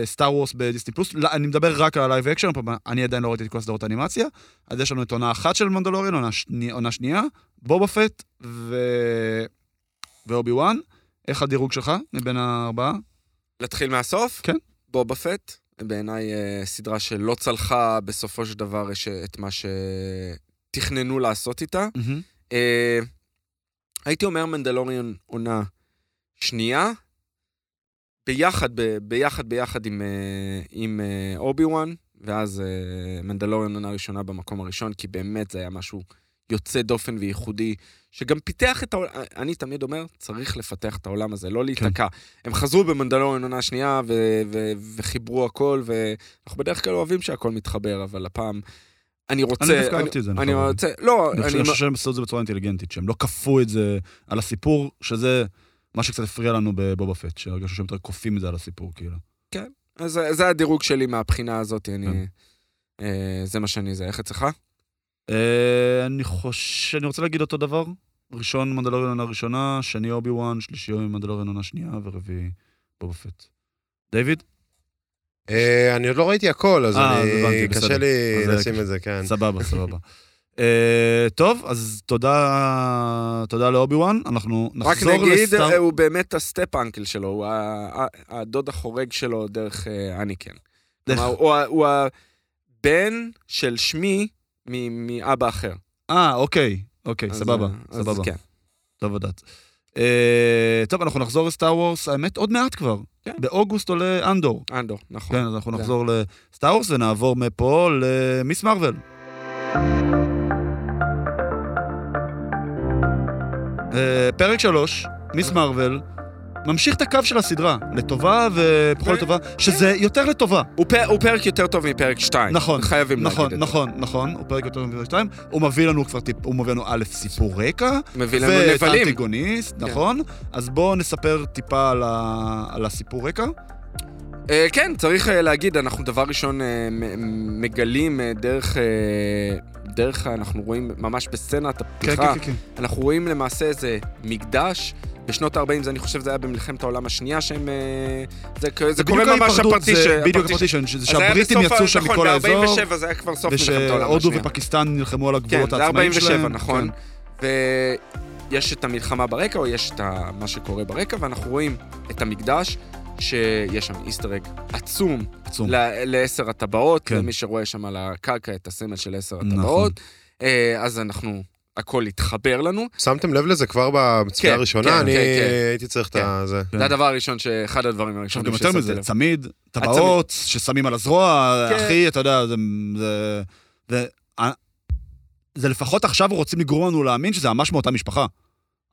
A: סטאר וורס בדיסני פלוס. לא, אני מדבר רק על הלייב אקשן, הפעם אני עדיין לא ראיתי את כל הסדרות האנימציה. אז יש לנו את עונה אחת של מנדלוריון, עונה, שני, עונה שנייה, בובה פט ו... ואובי וואן. איך הדירוג שלך מבין הארבעה?
B: Mm-hmm. להתחיל מהסוף?
A: כן.
B: בובה פט, בעיניי אה, סדרה שלא צלחה בסופו של דבר יש, אה, את מה שתכננו לעשות איתה. אה, הייתי אומר מנדלוריון עונה שנייה, ביחד, ב, ביחד, ביחד עם, אה, עם אה, אובי וואן, ואז אה, מנדלוריון עונה ראשונה במקום הראשון, כי באמת זה היה משהו יוצא דופן וייחודי, שגם פיתח את העולם, אני תמיד אומר, צריך לפתח את העולם הזה, לא להיתקע. הם חזרו במנדלוריון עונה שנייה ו- ו- וחיברו הכל, ואנחנו בדרך כלל אוהבים שהכל מתחבר, אבל הפעם... אני רוצה,
A: דווקא אהבתי את זה,
B: אני
A: נכון.
B: רוצה, לא,
A: אני חושב-
B: אני,
A: אני חושב שהם עשו את זה בצורה אינטליגנטית, שהם לא כפו את זה על הסיפור, שזה מה שקצת הפריע לנו בבובה פט, שהרגשנו שהם יותר כופים את זה על הסיפור, כאילו.
B: אז זה- זה הדירוג שלי מהבחינה הזאת,
A: כן.
B: אני... אה, זה מה שאני זה. איך אצלך?
A: אה, אני חושב, אני רוצה להגיד אותו דבר. ראשון מנדלוריון עונה ראשונה, שני אובי וואן, שלישי מנדלוריון עונה שנייה, ורביעי בובה פט. דיוויד?
D: אה, אני עוד לא ראיתי הכל, אז
A: אה,
D: אני-
A: הבנתי, בסדר.
D: קשה לי
A: אז זה-
D: לשים את זה, כן.
A: סבבה, סבבה. אה, טוב, אז תודה, תודה לאובי וואן, אנחנו
B: רק
A: נחזור
B: נגיד,
A: לסטאר...
B: אה, הוא באמת הסטפ אנקל שלו, הוא ה- ה- הדוד החורג שלו דרך אה, אניקן.
A: דרך-
B: כלומר, הוא ה- הוא הבן של שמי מ- מאבא אחר.
A: אה, אוקיי, אוקיי,
B: אז,
A: סבבה,
B: אה, אז
A: סבבה,
B: כן.
A: טוב לדעת. אה, טוב, אנחנו נחזור לסטאר וורס, האמת, עוד מעט כבר.
B: כן.
A: באוגוסט עולה אנדור.
B: אנדו, נכון.
A: כן, אז אנחנו
B: זה.
A: נחזור לסטאר וורס ונעבור מפה למיס מרוויל. אה, פרק שלוש, מיס
B: אה.
A: מרוויל, ממשיך את הקו של הסדרה, לטובה ופחות
B: ו-
A: לטובה, שזה יותר לטובה.
B: הוא פ- הוא פרק יותר טוב מפרק 2.
A: נכון,
B: חייבים להגיד את
A: נכון,
B: זה.
A: נכון, נכון, הוא פרק יותר מפרק שתיים, הוא מביא לנו כבר טיפ, הוא מביא לנו א', סיפור רקע,
B: מביא לנו
A: ואת
B: נבלים. כן.
A: האנטיגוניסט, נכון? אז בואו נספר טיפה על ה- על הסיפור רקע.
B: אה, כן, צריך אה, להגיד, אנחנו דבר ראשון אה, מ- מ- מגלים אה, דרך, אה, דרך, ה- אנחנו רואים ממש בסצנת הפתיחה,
A: כן.
B: אנחנו רואים למעשה איזה מקדש. בשנות ה-40, אני חושב שזה היה במלחמת העולם השנייה שהם... אה, זה, ק- זה קורה ממש הפרטי ש...
A: זה בדיוק
B: הפרטי ש-
A: הפרטי ש- שזה
B: אז זה היה
A: שהבריטים
B: בסוף ה-
A: יצאו שם מכל האזור,
B: נכון, ב-47 זה היה כבר סוף מלחמת העולם
A: ושהודו
B: השנייה.
A: ופקיסטן נלחמו על
B: כן,
A: הגבולות
B: זה
A: העצמאיים
B: 47,
A: שלהם. כן,
B: נכון. ויש את המלחמה ברקע, או יש את ה- מה שקורה ברקע, ואנחנו רואים את המקדש, שיש שם איסטראג עצום
A: כן, עצום.
B: ל- לעשר הטבעות,
A: כן.
B: כן. למי שרואה שם על הקרקע את הסמל של עשר
A: נכון.
B: הטבעות. אה, אז אנחנו, הכל התחבר לנו.
D: שמתם לב לזה כבר בצפייה
B: כן, כן,
D: הראשונה? אני
B: כן, כן.
D: הייתי צריך את
B: כן.
D: זה.
A: כן.
B: זה הדבר הראשון, ש- אחד הדברים
A: עכשיו
B: הראשונים
A: גם יותר
B: ששמתי
A: מזה,
B: לב.
A: צמיד, טבעות ששמים על הזרוע,
B: כן.
A: אחי, אתה יודע, זה... זה- זה- זה לפחות עכשיו רוצים לגרום לנו להאמין שזה ממש מאותה משפחה.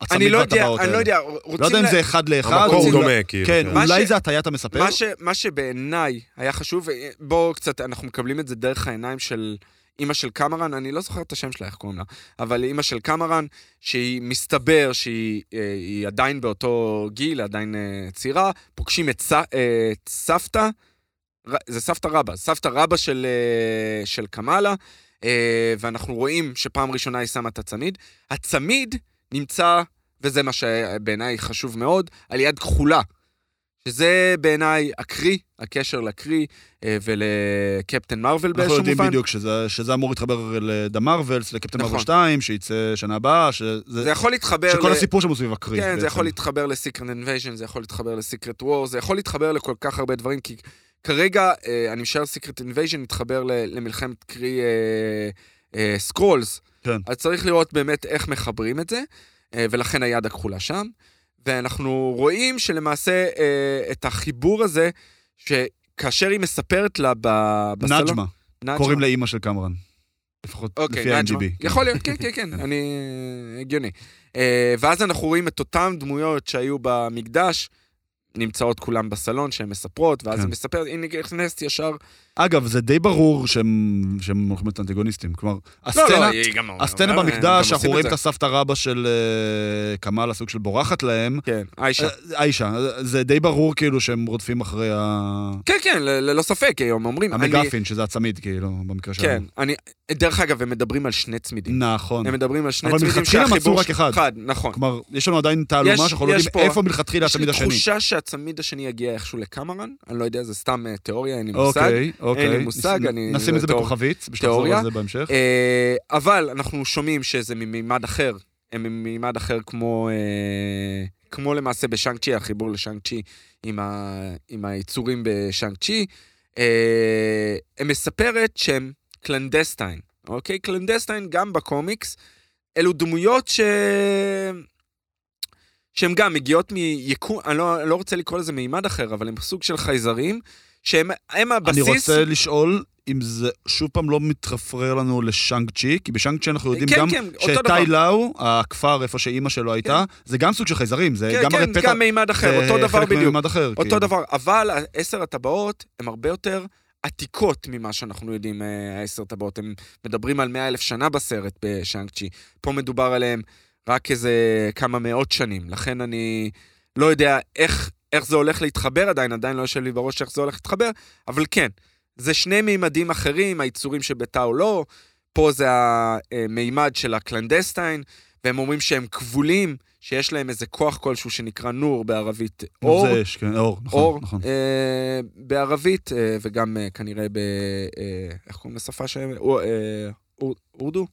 B: אני
A: הצמיד
B: לא יודע,
A: והטבעות
B: אני לא
A: האלה.
B: יודע,
A: לא
B: רוצים...
A: יודע אם
B: לה-
A: זה אחד לאחד.
D: המקור
A: אולי-
D: דומה, כאילו.
A: כן,
B: מה
A: אולי
B: ש-
A: זה הטיית המספר.
B: מה, ש, מה שבעיניי היה חשוב, אה, בואו קצת, אנחנו מקבלים את זה דרך העיניים של אימא של קמרן, אני לא זוכר את השם שלה, איך קוראים לה, אבל אימא של קמרן, שהיא מסתבר שהיא אה, היא עדיין באותו גיל, עדיין אה, צעירה, פוגשים את, ס, אה, את סבתא, ר- זה סבתא רבא, סבתא רבא של, אה, של קמאלה, אה, ואנחנו רואים שפעם ראשונה היא שמה את הצמיד. הצמיד נמצא, וזה מה שבעיניי חשוב מאוד, על יד כחולה. שזה בעיניי הקרי, הקשר לקרי אה, ולקפטן מרוויל
A: אנחנו
B: באיזשהו
A: יודעים
B: מובן.
A: בדיוק שזה, שזה אמור להתחבר לדה מרווילס, לקפטן
B: נכון.
A: מרוויל 2, שייצא שנה הבאה, שזה,
B: זה יכול להתחבר...
A: שכל
B: ל-
A: הסיפור שם הוא סביב הקריב.
B: כן, זה
A: בעצם.
B: יכול להתחבר לסיקרט אינבייז'ן, זה יכול להתחבר לסיקרט וור, זה יכול להתחבר לכל כך הרבה דברים, כי כרגע, אה, אני משער סיקרט אינבייז'ן מתחבר ל- למלחמת קרי אה, אה, סקרולס.
A: כן.
B: אז צריך לראות באמת איך מחברים את זה, אה, ולכן היד הכחולה שם. ואנחנו רואים שלמעשה אה, את החיבור הזה, שכאשר היא מספרת לה ב- בסלון...
A: נג'מה,
B: לא- נג'מה.
A: קוראים לאימא של קמרן. לפחות לפי
B: אוקיי, נג'מה.
A: ה-MGB.
B: יכול להיות, כן, כן, כן, אני... הגיוני. אה, ואז אנחנו רואים את אותן דמויות שהיו במקדש, נמצאות כולם בסלון, שהן מספרות, ואז
A: כן.
B: היא מספרת, הנה נכנסת ישר... לא,
A: אגב, זה די ברור שהם שהם הולכים להיות אנטגוניסטים. כלומר,
B: לא, לא,
A: הסצנה...
B: היא גם...
A: הסצנה
B: גם- גם
A: במקדש, אנחנו
B: עושים את
A: רואים
B: זה.
A: את הסבתא רבא של אה, קמאל, הסוג של בורחת להם.
B: כן, עיישה.
A: אה, האישה, זה די ברור כאילו שהם רודפים אחרי ה-
B: כן, כן, ל- ללא ספק, הם אומרים... אני-
A: המגפין, שזה הצמיד, כאילו, במקרה שלנו.
B: כן, אני... דרך אגב, הם מדברים על שני צמידים.
A: נכון.
B: הם מדברים על שני
A: אבל
B: צמידים
A: מלכתחילה מצאו
B: שהחיבור...
A: רק
B: ש-
A: אחד.
B: אחד, נכון.
A: כלומר, יש לנו עדיין תעלומה
B: יש-
A: שאנחנו לא
B: יש
A: יודעים
B: פה-
A: איפה מלכתחילה
B: יש לי
A: הצמיד השני.
B: תחושה שהצמיד השני יגיע איכשהו לקמרן, אני לא יודע, זה סתם אה, תיאוריה, אין לי מושג.
A: אוקיי, אוקיי.
B: לי מושג,
A: נ-
B: אני-
A: נשים את זה
B: תיאור-
A: בכוכבית, בשביל לחזור
B: תיאוריה.
A: על זה בהמשך.
B: אה, אבל אנחנו שומעים שזה ממימד אחר, הם ממימד אחר כמו, אה, כמו למעשה בשאנג צ'י, החיבור לשאנג צ'י עם, ה, עם היצורים בשאנג צ'י. אה, היא מספרת שהם קלנדסטיין, אוקיי? קלנדסטיין גם בקומיקס, אלו דמויות ש... שהן גם מגיעות מיקום, אני לא, אני לא רוצה לקרוא לזה מימד אחר, אבל הם סוג של חייזרים, שהם הם
A: אני
B: הבסיס...
A: רוצה לשאול אם זה שוב פעם לא מתרפרר לנו לשאנג צ'י, כי בשאנג צ'י אנחנו יודעים
B: כן,
A: גם
B: כן, אותו
A: שטאי
B: דבר.
A: לאו, הכפר איפה שאימא שלו הייתה, זה גם סוג של חייזרים, זה
B: כן,
A: גם הרי
B: כן,
A: פתע...
B: גם מימד אחר,
A: זה
B: אותו דבר
A: חלק
B: בדיוק.
A: מממד אחר.
B: אותו
A: כאילו.
B: דבר, אבל עשר הטבעות הן הרבה יותר עתיקות ממה שאנחנו יודעים, אה, העשר טבעות. הם מדברים על מאה אלף שנה בסרט בשאנג צ'י. פה מדובר עליהם רק איזה כמה מאות שנים, לכן אני לא יודע איך, איך זה הולך להתחבר עדיין, עדיין לא יושב לי בראש איך זה הולך להתחבר, אבל כן, זה שני מימדים אחרים, היצורים שבתאו לא, פה זה המימד של הקלנדסטיין, והם אומרים שהם כבולים, שיש להם איזה כוח כלשהו שנקרא נור בערבית אור.
A: זה אש, כן, אור,
B: אור,
A: נכון, נכון.
B: אה, בערבית, אה, וגם אה, כנראה ב... אה, איך קוראים לשפה שהם? או- אה, אור- אורדו?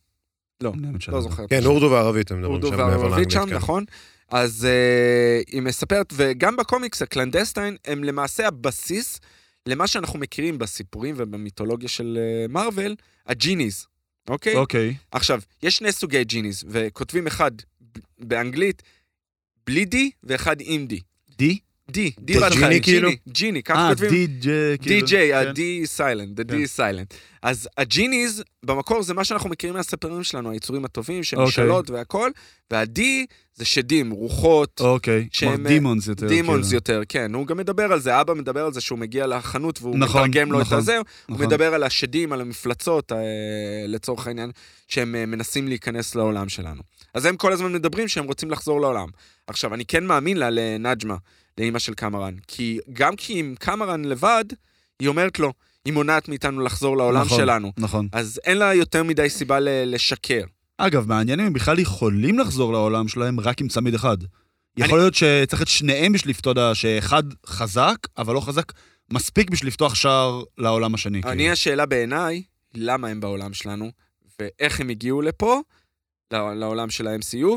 A: אני האמת שלא.
B: לא זוכר.
D: כן, אורדו וערבית הם מדברים
B: אורדו
D: שם. מעבר
B: והערבית
D: לאנגלית,
B: שם,
D: כן.
B: נכון? אז אה, היא מספרת, וגם בקומיקס הקלנדסטיין הם למעשה הבסיס למה שאנחנו מכירים בסיפורים ובמיתולוגיה של אה, מארוול, הג'יניז, אוקיי?
A: אוקיי.
B: עכשיו, יש שני סוגי ג'יניז, וכותבים אחד ב- באנגלית בלי די ואחד עם די.
A: די?
B: די, די
D: זה
B: בהתחלה,
D: ג'יני כאילו?
B: ג'יני, ככה
A: אה,
B: כותבים.
A: די ג'יי. כאילו,
B: די.ג'יי,
A: כן.
B: ה-D is silent, the D
A: כן.
B: is silent. אז הג'יניז, במקור זה מה שאנחנו מכירים מהספרים שלנו, היצורים הטובים, שהם
A: אוקיי.
B: משאלות והכל, וה-D זה שדים, רוחות,
A: אוקיי. כלומר
B: שהם, אה,
A: דימונס יותר.
B: דימונס
A: כאילו.
B: יותר, כן. הוא גם מדבר על זה, אבא מדבר על זה שהוא מגיע לחנות והוא
A: נכון,
B: מתרגם לו את
A: נכון,
B: הזה, הוא
A: נכון.
B: מדבר על השדים, על המפלצות, אה, לצורך העניין, שהם אה, מנסים להיכנס לעולם שלנו. אז הם כל הזמן מדברים שהם רוצים לחזור לעולם. עכשיו, אני כן מאמין לה לנג'מה, לאימא של קמרן, כי גם כי עם קמרן לבד, היא אומרת לו, היא מונעת מאיתנו לחזור לעולם
A: נכון,
B: שלנו.
A: נכון.
B: אז אין לה יותר מדי סיבה ל- לשקר.
A: אגב, מעניין אם הם בכלל יכולים לחזור לעולם שלהם רק עם צמיד אחד. יכול להיות שצריך את שניהם בשביל לפתור, ה- שאחד חזק, אבל לא חזק מספיק בשביל לפתוח שער לעולם השני.
B: אני,
A: כאילו.
B: השאלה בעיניי, למה הם בעולם שלנו, ואיך הם הגיעו לפה, לע- לעולם של ה-MCU.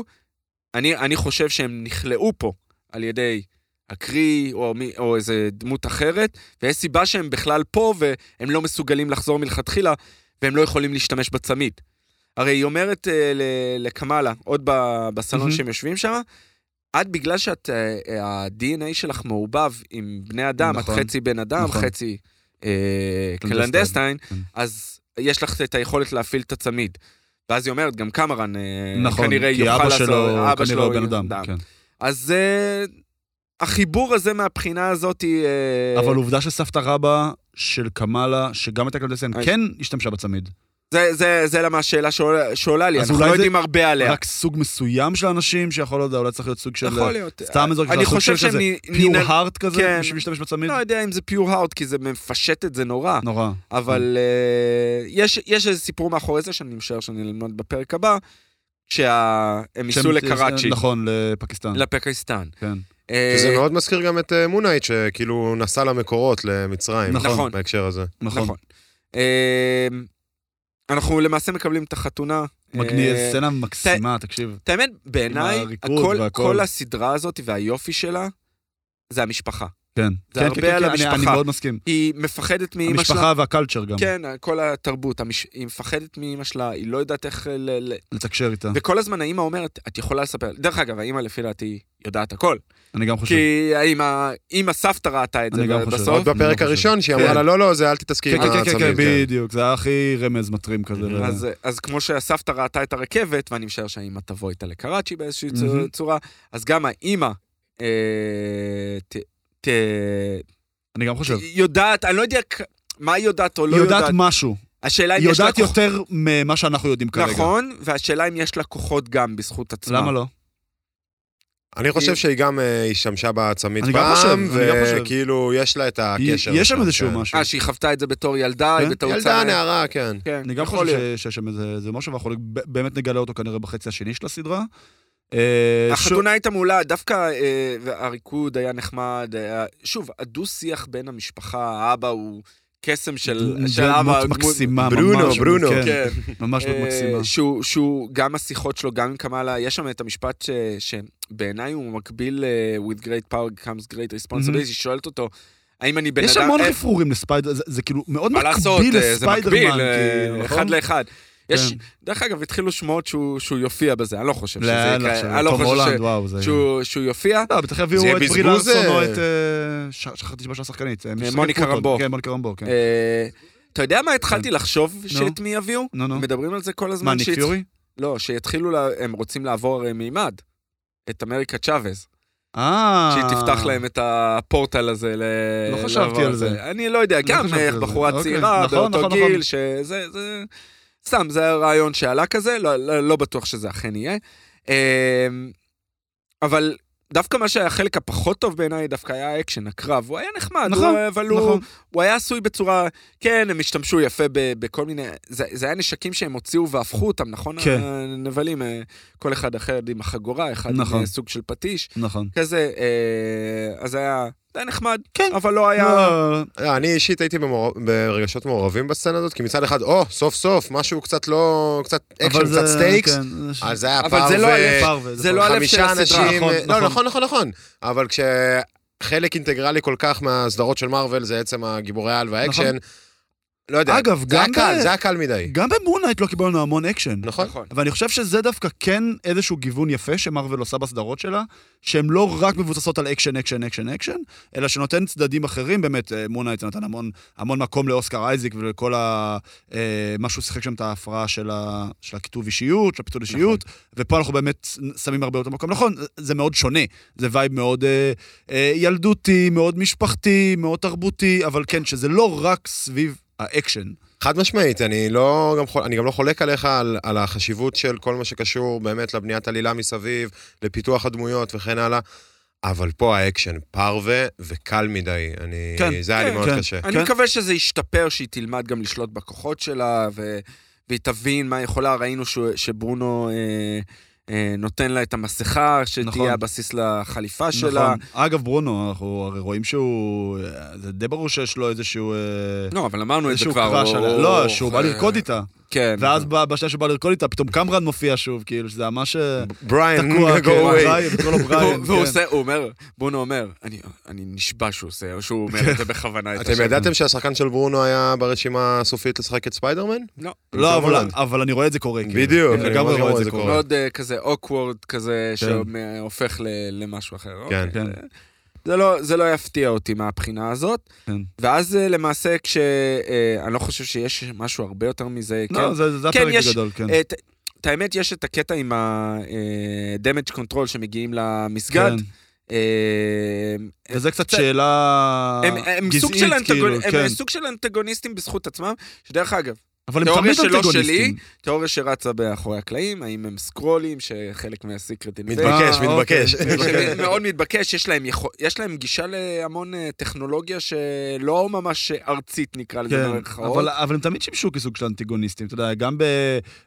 B: אני, אני חושב שהם נכלאו פה על ידי הקרי או, מי, או איזה דמות אחרת, ויש סיבה שהם בכלל פה והם לא מסוגלים לחזור מלכתחילה, והם לא יכולים להשתמש בצמיד. הרי היא אומרת uh, לקמאלה, עוד ב- בסלון
A: מהמם.
B: שהם יושבים שם, את בגלל שאת, uh, ה-DNA שלך מעובב עם בני אדם,
A: נכון.
B: את חצי בן אדם,
A: נכון.
B: חצי אה,
A: קלנדסטיין.
B: קלנדסטיין,
A: כן.
B: אז יש לך את היכולת להפעיל את הצמיד. ואז היא אומרת, גם קמרן אה,
A: נכון,
B: כנראה
A: כי
B: יוכל
A: אבא
B: לעשות,
A: שלו
B: אבא
A: כנראה הוא בן
B: יהיה
A: אדם. כן.
B: אז אה, החיבור הזה מהבחינה הזאת, אה,
A: אבל עובדה שסבתא רבא של קמאלה, שגם הייתה קלדסיין,
B: אה.
A: כן השתמשה בצמיד.
B: זה, זה, זה למה השאלה שעולה, שעולה לי,
A: אז
B: אנחנו
A: אולי
B: לא
A: זה-
B: יודעים הרבה עליה.
A: רק סוג מסוים של אנשים, שיכול להיות, אולי צריך להיות סוג של...
B: יכול להיות.
A: סתם אני זורק לך
B: אני
A: סוג
B: חושב
A: של
B: שהם
A: כזה
B: נ-
A: פיור
B: ננ-
A: הארט כזה,
B: כן.
A: בשביל להשתמש בצמיד?
B: לא יודע אם זה פיור הארט, כי זה מפשט את זה נורא.
A: נורא.
B: אבל אה, יש, יש איזה סיפור מאחורי זה שאני משער שאני אלמד בפרק הבא, כשהם ניסו
A: שהם-
B: לקראצ'י,
A: נכון, לפקיסטן.
B: לפקיסטן.
A: כן.
B: אה,
D: כי זה מאוד מזכיר גם את אה, מונייט, שכאילו נסע למקורות, למצרים.
A: נכון.
B: נכון.
D: בהקשר הזה.
A: נכון.
B: אה, אנחנו למעשה מקבלים את החתונה.
A: מגניב,
B: אה,
A: סצנה מקסימה, תקשיב.
B: את האמת, בעיניי,
A: הריקוד
B: הכל,
A: והכל.
B: כל הסדרה הזאת והיופי שלה, זה המשפחה.
A: כן.
B: זה
A: כן,
B: הרבה
A: כן, כן,
B: על
A: אני- אני
B: המשפחה.
A: מאוד מסכים.
B: היא מפחדת מאמא שלה.
A: המשפחה והקלצ'ר גם,
B: כן, כל התרבות, המש... היא מפחדת מאימא שלה, היא לא יודעת איך... ל... ל...
A: לתקשר איתה.
B: וכל הזמן האימא אומרת, את יכולה לספר. דרך אגב, האימא לפי דעתי יודעת הכל.
A: אני גם חושב.
B: כי האמא, אימא סבתא ראתה את זה
A: אני גם חושב.
B: בסוף.
D: עוד
A: אני לא
D: בפרק
A: חושב.
D: הראשון, שהיא
A: כן.
D: אמרה לה, לא, לא, זה אל תתעסקי
A: כן,
D: עם
A: כן, כן, כן,
D: הצמיד.
A: כן,
D: כן.
A: בדיוק. זה היה הכי רמז מטרים כזה. ל-
B: אה, אז, אז כמו שהסבתא ראתה את הרכבת, ואני משער שהאימא תבוא איתה לקראצ'י באיזושהי
A: מהמם.
B: mm-hmm. צורה, אז גם האימא אה, ת, ת,
A: אני גם חושב.
B: יודעת, אני לא יודע כ- מה היא יודעת או לא
A: היא
B: יודעת.
A: יודעת משהו.
B: השאלה אם
A: היא
B: יש לה
A: יודעת
B: כוחות...
A: יותר ממה שאנחנו יודעים כרגע.
B: נכון, והשאלה אם יש לה כוחות גם בזכות עצמה.
A: למה לא?
D: אני
B: היא-
D: חושב שהיא גם אה, השתמשה בצמיד
A: אני גם חושב,
D: פעם,
A: אני גם חושב.
D: וכאילו, יש לה את
A: היא-
D: הקשר.
A: יש שם
D: איתה,
A: איזשהו
D: כן.
A: משהו.
B: אה, שהיא חוותה את זה בתור ילדה,
A: כן?
B: היא בטעות
D: ילדה,
B: צעירה.
D: נערה, כן.
B: כן,
A: אני גם
B: יכול
A: חושב
B: להיות.
A: ש- שיש שם איזה איזה משהו, ואנחנו ב- באמת נגלה אותו כנראה בחצי השני של הסדרה. אה, שוב-
B: החתונה הייתה מעולה, דווקא אה, הריקוד היה נחמד. היה- שוב, הדו-שיח בין המשפחה, האבא הוא קסם של של
A: דמות
B: אבא.
A: מקסימה,
D: ברונו,
A: ממש.
D: ברונו.
A: כן,
B: כן.
A: ממש דמות
B: אה,
A: מקסימה.
B: שהוא, שהוא, גם השיחות שלו, גם עם קמאלה, יש שם את המשפט ש, שבעיניי הוא מקביל uh, with great power comes great responsibility,
A: מהמם.
B: היא שואלת אותו, האם אני בן
A: Mm-hmm. יש
B: אדם...
A: המון
B: אה,
A: רפרורים לספיידר, זה- זה כאילו מאוד
B: מה לעשות,
A: מקביל
B: אה, זה מקביל,
A: לספיידרמן,
B: אה,
A: כאילו, נכון?
B: אחד לאחד. יש,
A: כן.
B: דרך אגב, התחילו שמועות שהוא, שהוא יופיע בזה, אני לא חושב שזה
A: לאן
B: יקרה,
A: עכשיו,
B: אני לא
A: תום
B: חושב
A: הולנד, וואו, זה...
B: ש, שהוא, שהוא יופיע.
A: לא, בטח יביאו
D: זה
A: את
D: יהיה
A: ברי
D: בזבוז,
A: לרסון או
D: אה,
A: את... אה, ש- שכחתי שבשלה שחקנית. אה, משחקת
B: מוניקה
A: פוטון.
B: רמבו.
A: כן, מוניקה רמבו, כן.
B: אה, אתה יודע מה התחלתי לחשוב שאת
A: נו.
B: מי יביאו?
A: נו, נו.
B: מדברים על זה כל הזמן.
A: מה, ניק
B: שהתח-
A: פיורי?
B: לא, שיתחילו, לה- הם רוצים לעבור אה, מימד. את אמריקה צ'אבז.
A: אה...
B: שהיא תפתח להם את הפורטל הזה. ל...
A: לא חשבתי
B: לעבור
A: על זה.
B: אני לא יודע, גם
A: חשבתי על
B: איך
A: זה.
B: בחורה
A: אוקיי.
B: צעירה,
A: נכון,
B: באותו
A: נכון,
B: גיל,
A: נכון.
B: שזה... זה... סתם, זה היה רעיון שעלה כזה, לא, לא, לא בטוח שזה אכן יהיה. אמ, אבל דווקא מה שהיה החלק הפחות טוב בעיניי, דווקא היה האקשן, הקרב. הוא היה נחמד,
A: נכון,
B: הוא, אבל הוא,
A: נכון.
B: הוא היה עשוי בצורה... כן, הם השתמשו יפה ב, בכל מיני... זה, זה היה נשקים שהם הוציאו והפכו אותם, נכון?
A: כן.
B: הנבלים, אה, כל אחד אחר עם החגורה, אחד
A: נכון.
B: עם אה, סוג של פטיש.
A: נכון.
B: כזה, אה, אז היה, זה היה נחמד,
A: כן.
B: אבל לא היה...
A: לא,
D: אה, אני אישית הייתי במעור- ברגשות מעורבים בסצנה הזאת, כי מצד אחד, או, סוף סוף, משהו קצת לא... קצת אקשן,
A: אבל זה-
D: קצת סטייקס,
A: כן, זה ש-
D: אז אה, זה היה
B: אבל
D: פרווה.
B: זה לא הלב,
A: פרווה, זה
B: זה לא
A: פרווה.
B: הלב של
D: חמישה
B: הסדרה,
D: אנשים...
A: נכון,
D: לא,
A: נכון.
D: נכון, נכון, נכון. אבל כשחלק אינטגרלי כל כך מהסדרות של מארוול זה עצם הגיבורי העל והאקשן, לא יודע.
A: נכון. אגב,
D: זה היה
A: גם
D: קל,
A: ב-
D: זה היה קל מדי.
A: גם במונייט לא קיבלנו המון אקשן.
D: נכון.
A: ואני חושב שזה דווקא כן איזשהו גיוון יפה שמרוויל עושה בסדרות שלה, שהן לא רק מבוססות על אקשן, אקשן, אקשן, אקשן, אלא שנותן צדדים אחרים, באמת, אה, מונייט נתן המון, המון מקום לאוסקר אייזיק ולכל ה... אה, מה שהוא שיחק שם את ההפרעה של, ה, של הכיתוב אישיות, של הפיתול אישיות, ופה אנחנו באמת שמים הרבה יותר מקום. נכון, זה מאוד שונה, זה וייב מאוד אה, אה, ילדותי, מאוד משפחתי, מאוד תרבותי, אבל כן, שזה לא רק סביב האקשן.
D: חד משמעית, אני, לא, גם, חול- אני גם לא חולק עליך על, על החשיבות של כל מה שקשור באמת לבניית עלילה מסביב, לפיתוח הדמויות וכן הלאה, אבל פה האקשן פרווה וקל מדי. אני,
A: כן,
D: זה היה
B: כן,
D: לי מאוד
A: כן.
D: קשה.
B: אני
A: כן.
B: מקווה שזה ישתפר, שהיא תלמד גם לשלוט בכוחות שלה, ו... והיא תבין מה היא יכולה, ראינו ש... שברונו אה, אה, נותן לה את המסכה, שתהיה
A: נכון.
B: הבסיס לחליפה שלה.
A: אגב, ברונו, אנחנו הרי רואים שהוא... אה, זה די ברור שיש לו איזשהו... אה,
B: לא, אבל אמרנו את זה
A: איזשהו
B: כבר.
A: קראש
B: הוא-
A: עליה. לא, שהוא בא
B: אה,
A: לרקוד איתה.
B: כן.
A: ואז ב- בשנייה שהוא בא לרקוד איתה, פתאום קמרן מופיע שוב, כאילו, שזה ממש אה,
D: בריאן,
A: תקוע. כן,
D: go away.
A: וקורא לו בריין.
B: כן, והוא והוא
A: כן.
B: עושה, הוא אומר, ברונו אומר, אני אני נשבע שהוא עושה, או שהוא אומר את
A: כן.
B: זה בכוונה. את
D: אתם
B: השם.
D: ידעתם שהשחקן של ברונו היה ברשימה הסופית לשחק את ספיידרמן?
B: לא.
A: לא,
D: טוב,
A: אבל-
D: הולנד.
A: אבל אני רואה את זה קורה. כאילו.
D: בדיוק,
A: אני
D: אני
A: לגמרי
D: ממש
A: רואה את
D: רואה
A: זה
D: את זה
A: קורה.
B: מאוד אה, כזה awkward כזה,
A: כן.
B: שהופך ל- למשהו אחר. לא?
D: כן.
A: כן.
B: זה לא, זה לא יפתיע אותי מהבחינה הזאת.
A: כן.
B: ואז אה, למעשה כש... אה, אני לא חושב שיש משהו הרבה יותר מזה.
A: לא,
B: כן,
A: זה זה
B: כן,
A: הפרק
B: יש-
A: הגדול, כן.
B: אה, ת- את האמת, יש את הקטע עם ה-damage control שמגיעים
A: כן.
B: למסגד. אה,
A: וזה קצת
B: זה-
A: שאלה
B: הם, הם, סוג
A: גזעית,
B: של
A: כאילו,
B: אנטגוני,
A: כן.
B: הם סוג של אנטגוניסטים בזכות עצמם, שדרך אגב,
A: אבל הם
B: תיאוריה
A: תמיד
B: שלא
A: אנטגוניסטים.
B: תיאוריה שרצה מאחורי הקלעים, האם הם סקרולים, שחלק מהסיקרט
D: מתבקש,
A: אה,
D: מתבקש.
B: מאוד מתבקש, יש להם, יכול, יש להם גישה להמון אה, טכנולוגיה שלא ממש אה, ארצית, נקרא לזה
A: כן,
B: במרכאות.
A: אבל, אבל הם תמיד שימשו כסוג של אנטגוניסטים, אתה יודע, גם ב-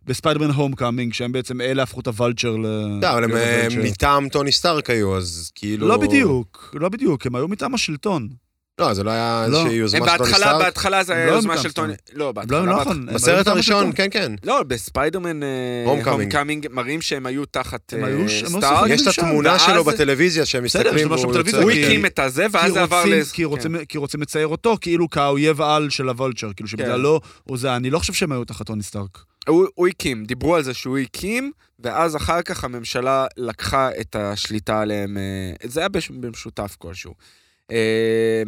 A: בספיידרמן הום קאמינג, שהם בעצם אלה הפכו את הוולצ'ר ל...
D: אתה יודע, אבל הם אה,
A: לוולצ'ר.
D: מטעם טוני סטארק היו, אז כאילו...
A: לא בדיוק, לא בדיוק, הם היו מטעם השלטון.
D: לא, זה לא היה
A: לא.
D: איזושהי
B: הם
D: יוזמה של טוני
B: בהתחלה,
D: סטארק.
B: בהתחלה זה
A: הם
B: היה
A: לא
B: יוזמה
A: הם
B: של
A: טעם,
B: טוני... לא, בהתחלה.
A: לא, לא
B: בהתחלה-
A: נכון. הם היו
D: בסרט
A: מטעם
D: הראשון,
A: השלטון.
D: כן, כן.
B: לא, בספיידרמן אה,
D: Homecoming.
B: הום קאמינג מראים שהם היו תחת
A: הם
B: אה,
A: היו ש- הם לא היו
B: סטארק.
A: סוחרים
D: יש את
A: שם,
D: התמונה
B: ואז-
D: שלו בטלוויזיה שהם
A: אוקיי. בסדר, יש
D: מסתכלים
A: לו משהו
D: והוא כן.
A: בטלוויזיה,
B: הוא
A: כי-
B: הקים את הזה,
A: כי
B: ואז זה עבר
A: רוצים-
B: ל...
A: כי רוצים- כי רוצים לצייר אותו כאילו כאויב על של הוולצ'ר, כאילו שבגללו הוא זה, אני לא חושב שהם היו תחת טוני סטארק.
B: הוא, הוא הקים, דיברו על זה שהוא הקים, ואז אחר כך הממשלה לקחה את השליטה עליהם. אה, זה היה בש, במשותף כלשהו. אה,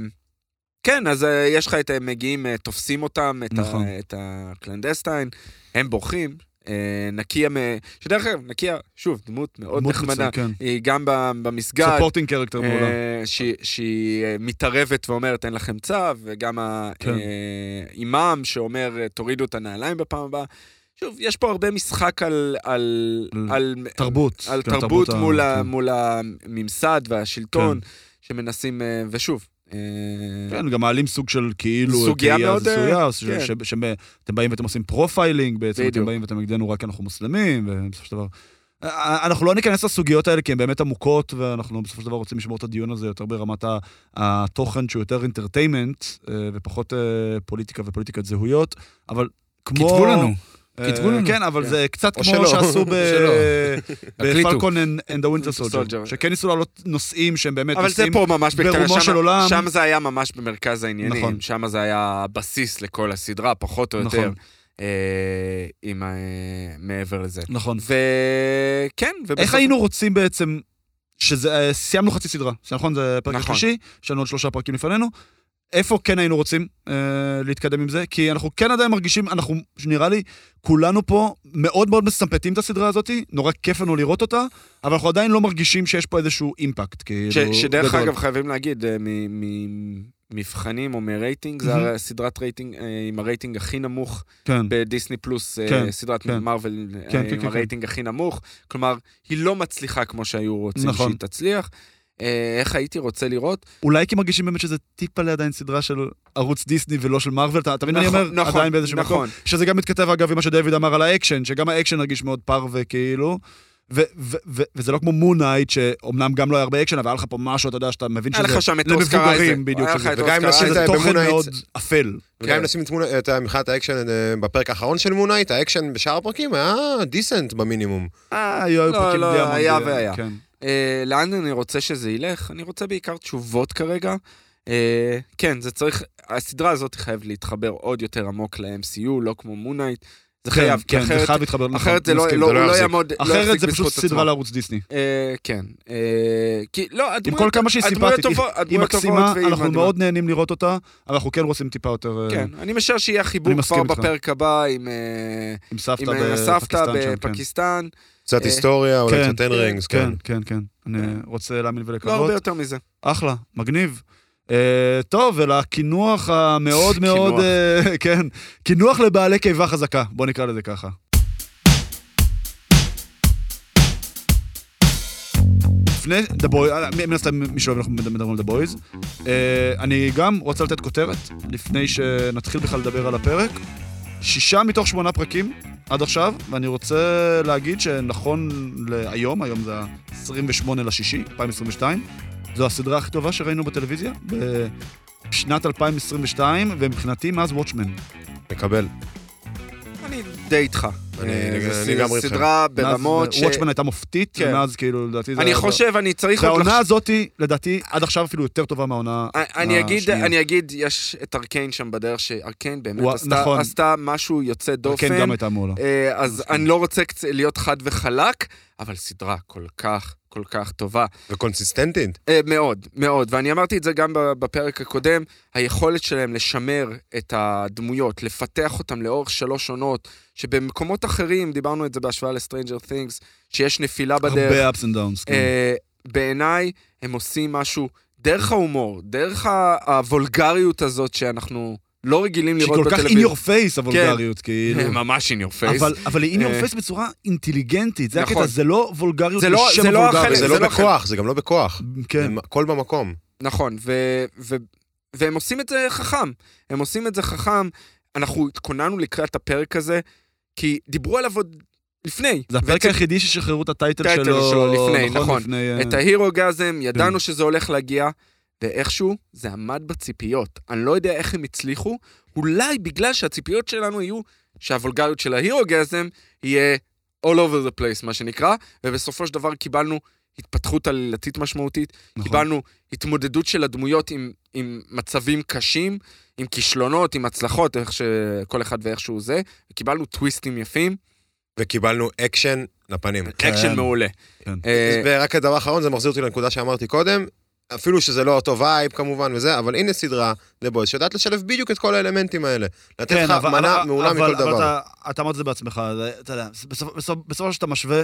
B: כן, אז אה, יש לך את, הם מגיעים, אה, תופסים אותם, את,
A: נכון.
B: ה, את הקלנדסטיין, הם בורחים. אה, נקיה, מ- שדרך אגב, נקיה, שוב, דמות מאוד
A: דמות
B: נחמדה.
A: מצוין, כן.
B: היא גם ב- במסגד,
A: ספורטינג קרקטר
B: אה,
A: מעולה.
B: שהיא- שהיא אה, מתערבת ואומרת אין לכם צו, וגם
A: כן.
B: האימאם שאומר אה, תורידו את הנעליים בפעם הבאה. שוב, יש פה הרבה משחק על, על,
A: על
B: על,
A: תרבות.
B: על
A: כן,
B: תרבות
A: ה-
B: מול, ה,
A: כן.
B: מול הממסד והשלטון, שמנסים, אה, ושוב, אה,
A: כן, גם מעלים סוג של כאילו...
B: סוגיה
A: תהייה
B: מאוד,
A: זסויה,
B: אה,
A: ש-
B: כן.
A: ש- שאתם באים ואתם עושים פרופיילינג, בעצם אתם
B: בדיוק.
A: באים ואתם נגדנו רק כי אנחנו מוסלמים, ובסופו של דבר... א- א- אנחנו לא ניכנס לסוגיות האלה, כי הן באמת עמוקות, ואנחנו בסופו של דבר רוצים לשמור את הדיון הזה יותר ברמת ה- התוכן שהוא יותר אינטרטיימנט, ופחות אה, פוליטיקה ופוליטיקת זהויות, אבל כמו...
C: כתבו לנו.
A: אה,
C: כתבו לנו.
A: כן, אבל
B: כן.
A: זה קצת
D: או
A: כמו
D: שלא.
A: שעשו ב-
C: או שלא. הקליטו.
A: בפלקון and the Winter
B: Winter
A: Soldier,
B: Soldier.
A: שכן ניסו להעלות נושאים שהם באמת
B: אבל זה
A: נושאים...
B: פה ממש בקטנה,
A: ברומו
B: שם,
A: של עולם.
B: שם זה היה ממש במרכז העניינים,
A: נכון.
B: נכון. שם זה היה הבסיס לכל הסדרה, פחות או יותר,
A: נכון.
B: נכון. אה, עם, ה- אה, מעבר לזה.
A: נכון.
B: וכן, ובסוף...
A: איך היינו רוצים בעצם, שזה, אה, סיימנו חצי סדרה, זה נכון? זה פרק
B: נכון.
A: השלישי, יש לנו עוד שלושה פרקים לפנינו. איפה כן היינו רוצים אה, להתקדם עם זה? כי אנחנו כן עדיין מרגישים, אנחנו, נראה לי, כולנו פה מאוד מאוד מסמפטים את הסדרה הזאת, נורא כיף לנו לראות אותה, אבל אנחנו עדיין לא מרגישים שיש פה איזשהו אימפקט, כאילו...
B: ש, שדרך
A: גדול.
B: אגב, חייבים להגיד, אה, מ- ממבחנים או מרייטינג, זה
A: מהמם.
B: הרי סדרת רייטינג אה, עם הרייטינג הכי נמוך
A: כן,
B: בדיסני פלוס, אה,
A: כן,
B: סדרת
A: כן.
B: מרוויל
A: כן,
B: אה,
A: כן, כן,
B: עם הרייטינג הכי נמוך. כלומר, היא לא מצליחה כמו שהיו רוצים
A: נכון.
B: שהיא תצליח. אה, איך הייתי רוצה לראות?
A: אולי כי מרגישים באמת שזה טיפה עדיין סדרה של ערוץ דיסני ולא של מארוול, אתה אתה מבין מה אני
B: נכון,
A: אומר?
B: נכון,
A: עדיין באיזשהו מקום.
B: נכון.
A: שזה גם מתכתב, אגב, עם מה שדויד אמר על האקשן, שגם האקשן הרגיש מאוד פרווה, כאילו. ו- ו- ו- וזה לא כמו מונייט, שאומנם גם לא היה הרבה אקשן, אבל היה לך פה משהו, אתה יודע, שאתה מבין
B: היה לך
A: שזה
B: שם את אוסקר אייזק.
A: למבוגרים, בדיוק,
B: היה לך
A: שזה-
B: את
D: וגם אם
B: אוסקר
D: נשים את
B: אייזק.
A: שזה תוכן
D: במונייט-
A: מאוד אפל.
D: וגם אם נשים תמונה- את מחאת האקשן אה, בפרק האחרון של מונייט, האקשן בשאר הפרקים היה דיסנט במינימום.
A: אה, היו היו
B: לא,
A: פרקים
B: לא,
A: די המון.
B: היה
A: די-
B: והיה.
A: כן.
B: אה, לאן אני רוצה שזה ילך? אני רוצה בעיקר תשובות כרגע. אה, כן, זה צריך, הסדרה הזאת חייבת להתחבר עוד יותר עמוק ל-MCU, לא כמו מונייט. זה חייב,
A: כן,
B: כי
A: כן, זה
B: אחרת,
A: חייב להתחבר, נכון,
B: אחרת זה לא,
A: מסכים.
B: לא,
D: זה
B: הוא
D: לא
B: לא
D: יחזיק.
B: יעמוד, לא
A: אחרת
B: יחזיק
A: זה פשוט
B: בזכות עצמו.
A: סדרה לערוץ דיסני.
B: אה, כן, אה, כי לא,
A: עם
B: הדמויות,
A: כל כמה שהיא
B: הדמויות
A: סימפטית,
B: טובות,
A: היא
B: הדמויות טובות
A: מקסימה,
B: והיא
A: אנחנו
B: מדהימה.
A: מאוד נהנים לראות אותה, אבל אנחנו כן רוצים טיפה יותר אה,
B: כן, אני משער שיהיה
A: אני
B: חיבור
A: מסכים
B: כבר
A: איתך.
B: בפרק הבא עם אה,
A: עם סבתא
B: עם, אה, הסבתא
A: בפקיסטן שם, כן.
B: בפקיסטן,
D: קצת
B: אה,
D: היסטוריה, אולי
A: כן,
D: קצת אין רינגס, כן.
A: כן, כן, כן. אני רוצה להאמין
B: לא הרבה
A: ולקוות.
B: יותר מזה.
A: אחלה, מגניב. Uh, טוב, ולקינוח המאוד
B: קינוח.
A: מאוד, uh, כן, קינוח לבעלי קיבה חזקה, בוא נקרא לזה ככה. לפני, The Boys, אה, מן הסתם מי שאוהב, אנחנו מדברים על The Boys. Uh, אני גם רוצה לתת כותרת, לפני שנתחיל בכלל לדבר על הפרק. שישה מתוך שמונה פרקים עד עכשיו, ואני רוצה להגיד שנכון להיום, היום זה ה-28 לשישי, 2022, זו הסדרה הכי טובה שראינו בטלוויזיה בשנת 2022, ומבחינתי מאז וואטשמן.
D: כן, מקבל.
B: אני די איתך.
D: אני-
B: אה,
D: אני-
B: זה
D: אני
B: ס-
D: גם איתכם.
B: סדרה ברמות
A: ש...
B: ש...
A: וואטשמן הייתה מופתית,
B: כן.
A: ומאז כאילו, לדעתי זה...
B: אני
A: היה-
B: חושב, אני צריך עוד
A: והעונה
B: לחשוב.
A: הזאתי, לדעתי, עד עכשיו אפילו יותר טובה מהעונה
B: אני אגיד,
A: השנייה.
B: אני אגיד, יש את ארקיין שם בדרך, שארקיין באמת
A: ווא-
B: עשתה-
A: נכון.
B: עשתה משהו יוצא
A: כן,
B: דופן.
A: גם הייתה מעולה.
B: אה, אז אני לא רוצה קצ- להיות חד וחלק, אבל סדרה כל כך, כל כך טובה.
D: וקונסיסטנטית.
B: אה, מאוד, מאוד. ואני אמרתי את זה גם ב- בפרק הקודם, היכולת שלהם לשמר את הדמויות, לפתח אותם לאורך שלוש עונות, שבמקומות אחרים, דיברנו את זה בהשוואה לסטרנג'ר תינגס, שיש נפילה אה, בדרך.
A: הרבה ups and downs, כן.
B: אה, בעיניי, הם עושים משהו דרך ההומור, דרך ה- הוולגריות הזאת שאנחנו לא רגילים
A: שהיא
B: לראות
A: כל כך
B: בטלוויזיה.
A: in your face, הוולגריות, כאילו.
B: ממש in your face.
A: אבל, אבל היא in
B: אה.
A: your face בצורה אינטליגנטית, זה
B: נכון.
A: הקטע, זה לא וולגריות
B: זה לא-
A: בשם
B: זה לא
A: הוולגריות.
B: החלק- לא-
D: זה
B: זה
D: לא
B: לא
D: בכוח, זה גם לא בכוח.
A: כן.
D: הם- הכל במקום.
B: נכון, ו, ו, והם עושים את זה חכם. הם עושים את זה חכם. אנחנו התכוננו לקראת הפרק הזה, כי דיברו עליו עוד לפני.
A: זה הפרק
B: בעצם
A: היחידי ששחררו את הטייטל
B: טייטל
A: שלו.
B: שלו לפני, נכון.
A: לפני, אה,
B: את ההירוגזם,
A: כן.
B: ידענו שזה הולך להגיע, ואיכשהו זה עמד בציפיות. אני לא יודע איך הם הצליחו, אולי בגלל שהציפיות שלנו יהיו שהוולגריות של ההירוגזם יהיה all over the place, מה שנקרא, ובסופו של דבר קיבלנו התפתחות עלילתית משמעותית,
A: נכון.
B: קיבלנו התמודדות של הדמויות עם, עם מצבים קשים, עם כישלונות, עם הצלחות, איך שכל אחד ואיכשהו זה, וקיבלנו טוויסטים יפים,
D: וקיבלנו אקשן לפנים. כן,
B: אקשן מעולה.
A: כן.
B: אה,
D: ורק הדבר האחרון, זה מחזיר אותי לנקודה שאמרתי קודם, אפילו שזה לא אותו וייב כמובן וזה, אבל הנה סדרה, The Boys, שיודעת לשלב בדיוק את כל האלמנטים האלה. לתת לך מנה מעולה
A: כן, אבל-
D: מכל
A: אבל
D: דבר.
A: אתה, אתה אמרת את זה בעצמך, זה- אתה יודע, בסופ- בסופ- בסופו שאתה משווה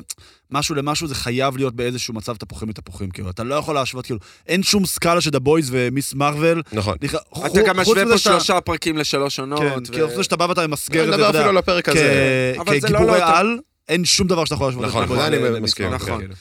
A: משהו למשהו, זה חייב להיות באיזשהו מצב תפוחים מתפוחים, כאילו, אתה לא יכול להשוות, כאילו, אין שום סקאלה של הבויז ומיס מרוויל.
D: נכון.
B: אתה גם משווה פה שלושה פרקים לשלוש עונות.
A: כן,
B: ו-
A: כאילו, חוץ מזה שאתה בא ואתה ממסגר
D: אני
A: את זה,
D: מדבר
A: אתה
D: אפילו לא על
A: יודע,
D: הפרק
A: כ-
D: הזה.
B: אבל זה לא
A: כגיבורי
B: לא אותו-
A: על, אין שום דבר שאתה יכול להשוות.
D: כן, נכון,
A: לזה.
D: נכון,
A: זה-
D: אני
A: זה-
D: מסכים.
A: זה-
B: נכון.
A: כאילו.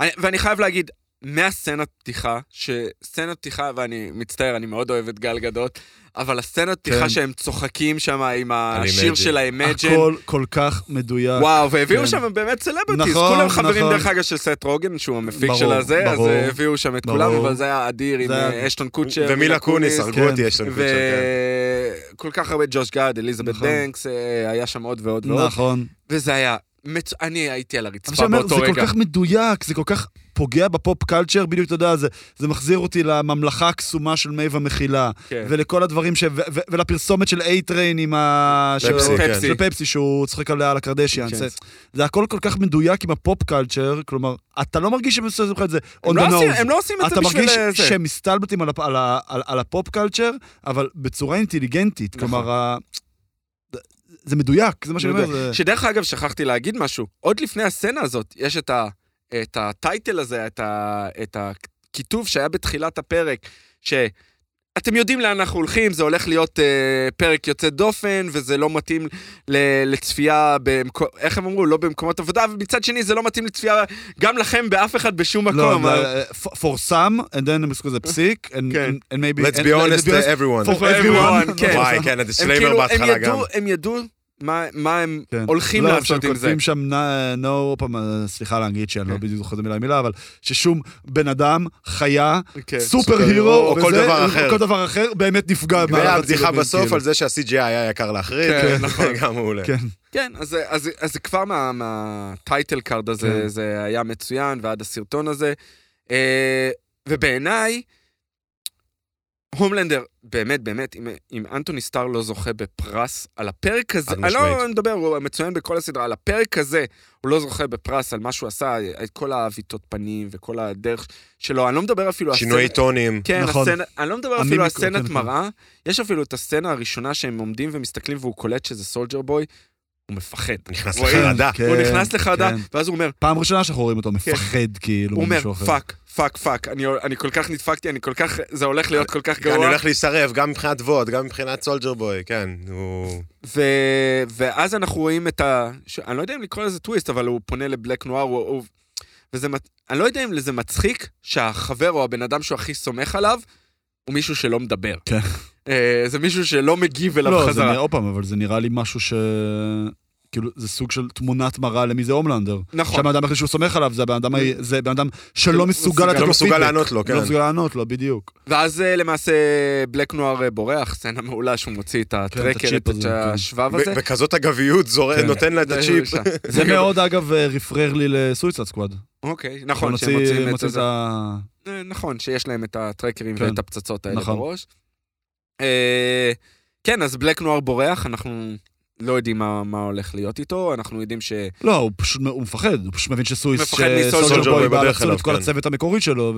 B: אני- ואני חייב להגיד, מהסצנת פתיחה, שסצנת פתיחה, ואני מצטער, אני מאוד אוהב את גל גדות, אבל הסצנת
A: כן.
B: פתיחה שהם צוחקים שם עם השיר
D: אימג'ין.
B: של האמג'ן,
A: הכל כל כך מדויק.
B: וואו, והביאו
A: כן.
B: שם באמת סלבריטיז,
A: נכון,
B: כולם חברים
A: נכון.
B: דרך אגב של סט רוגן, שהוא המפיק
A: ברור,
B: של הזה, אז
A: ברור.
B: אה, הביאו שם את
A: ברור.
B: כולם, אבל זה היה אדיר עם
A: זה היה-
B: אה, אשטון קוצ'ר,
D: ומילה קוניס, הרגו
A: כן.
D: אותי, יש לנו קוצ'ר, כן.
B: וכל כך הרבה ג'וש גאד, אליזבת
A: נכון.
B: בנקס, אה, היה שם עוד ועוד
D: לא?
B: ועוד,
A: נכון.
B: וזה היה, מצ- אני הייתי על הרצפה
A: עכשיו אומר, זה
B: באותו
A: כל
B: רגע.
A: כך מדויק, זה כל כך פוגע בפופ קלצ'ר, בדיוק, אתה יודע, זה- זה מחזיר אותי לממלכה הקסומה של מייב המכילה,
B: כן.
A: ולכל הדברים ש... ו- ו- ולפרסומת של אייטריין עם ה...
D: פפסי,
A: של-
D: כן.
A: של פפסי, שהוא צוחק עליה על הקרדשיאן.
B: כן.
A: זה- זה הכל כל כך מדויק עם הפופ קלצ'ר, כלומר, אתה לא מרגיש שהם עושים לך את זה on
B: הם
A: the
B: לא עושים-
A: nose.
B: הם לא עושים את זה
A: אתה
B: בשביל
A: מרגיש
B: אה, זה.
A: שהם מסתלבטים על, הפ- על, ה- על, על הפופ קלצ'ר, אבל בצורה אינטליגנטית.
B: נכון.
A: כלומר, ה... זה- זה מדויק, זה מה שאני אומר. זה...
B: שדרך אגב, שכחתי להגיד משהו. עוד לפני הסצנה הזאת, יש את, ה, את הטייטל הזה, את, ה, את הכיתוב שהיה בתחילת הפרק, שאתם יודעים לאן אנחנו הולכים, זה הולך להיות אה, פרק יוצא דופן, וזה לא מתאים ל, לצפייה, במקו, איך הם אמרו? לא במקומות עבודה, ומצד שני זה לא מתאים לצפייה גם לכם באף אחד בשום מקום. אה,
A: לא,
B: אבל-
A: זה, uh, for- for some, and then הם עשו איזה פסיק, and,
B: כן.
A: and, and maybe...
D: Let's
A: and-
D: be honest
A: honest
D: to everyone.
A: for
B: for
A: everyone.
B: everyone, כן.
D: וואי, כן,
B: הם
D: הדיסקליימר
B: הם
D: בהתחלה גם.
B: ידעו, הם ידעו מה, מה הם
A: כן.
B: הולכים
A: לא,
B: לעשות
A: עכשיו
B: עם זה.
A: כותבים שם, no, no, עוד פעם, אה, סליחה לאנגלית שאני לא
B: כן.
A: בדיוק זוכר את המילה מילה, אבל ששום בן אדם, חיה,
B: כן.
A: סופר
D: הירו,
A: הירו,
D: או
A: וזה,
D: כל דבר אחר.
A: או כל דבר אחר, באמת נפגע. במהלך
D: והבדיחה
A: הצילומים,
D: בסוף
A: כאילו.
D: על זה שה-CGI היה יקר להחריד,
B: כן, נכון.
D: גם מעולה.
A: כן.
B: כן, אז, זה- אז, אז זה כבר מה- מהטייטל קארד הזה,
A: כן.
B: כן. זה היה מצוין, ועד הסרטון הזה. אה, ובעיניי, הומלנדר, באמת, באמת, אם, אם אנטוני סטאר לא זוכה בפרס על הפרק הזה,
D: חד
B: אני לא
D: משמעית.
B: מדבר, הוא מצוין בכל הסדרה, על הפרק הזה, הוא לא זוכה בפרס על מה שהוא עשה, את כל העוויתות פנים וכל הדרך שלו, אני לא מדבר אפילו... על
D: שינוי
B: הסצנה-
D: טונים.
B: כן,
A: נכון.
B: נכון. הסצנה, אני לא מדבר אפילו על
A: המימיקות,
B: סצנת
A: כן, כן.
B: מראה, יש אפילו את הסצנה הראשונה שהם עומדים ומסתכלים והוא קולט שזה סולג'ר בוי, הוא מפחד.
D: נכנס
B: רואים?
D: לחרדה.
A: כן,
B: הוא נכנס לחרדה,
A: כן.
B: ואז הוא אומר,
A: פעם ראשונה שאנחנו רואים אותו מפחד, כאילו,
B: הוא אומר,
A: ממישהו אחר.
B: פאק, פאק, פאק, אני- אני כל כך נדפקתי, אני כל כך, זה הולך להיות כל כך
D: אני
B: גרוע.
D: הולך להישרף, גם מבחינת ווד, גם מבחינת סולג'ר בוי, כן. הוא...
B: ו- ואז אנחנו רואים את ה... ש- אני לא יודע אם לקרוא לזה טוויסט, אבל הוא פונה לבלק נוער, הוא... הוא- וזה... מצ- אני לא יודע אם זה מצחיק שהחבר או הבן אדם שהוא הכי סומך עליו, הוא מישהו שלא מדבר.
A: כן.
B: אה, זה מישהו שלא מגיב אליו
A: לא, זה
B: חזרה.
A: נראה, עוד פעם, אבל זה נראה לי משהו ש... כאילו, זה סוג של תמונת מראה למי זה הומלנדר.
B: נכון.
A: שהבן אדם הכי שהוא סומך עליו, זה הבן אדם, ה- זה בן אדם שלא מסוגל לתת לו
B: לא
A: פידבק.
D: מסוגל לענות לו, כן.
A: לא מסוגל לענות לו, בדיוק.
B: ואז אה, למעשה בלק נוער אה, בורח, סצנה מעולה שהוא מוציא את הטרקר,
A: הצ'יפ
B: את
A: הזה, כן.
B: השבב
D: ב-
B: הזה. אה,
D: בכזאת אגביות זורק,
A: כן.
D: נותן לה את
B: זה-
D: הצ'יפ.
A: זה מאוד, אגב, אה, רפרר לי לסויצד סקוואד.
B: אוקיי, נכון, שהם מוצאים את זה.
A: ה...
B: אה, נכון, שיש להם את הטרקרים
A: כן.
B: ואת הפצצות האלה
A: נכון.
B: בראש. אה, כן, אז בלק נוער בורח, אנחנו לא יודעים מה, מה הולך להיות איתו, אנחנו יודעים ש...
A: לא, הוא פשוט הוא מפחד, הוא פשוט מבין שסויס,
B: מפחד מסולג'ר
A: שסולג'ר
D: בוי
A: בוי בא
D: בדרך
A: לחצון
D: אליו,
A: את כל
D: כן.
A: הצוות המקורי שלו,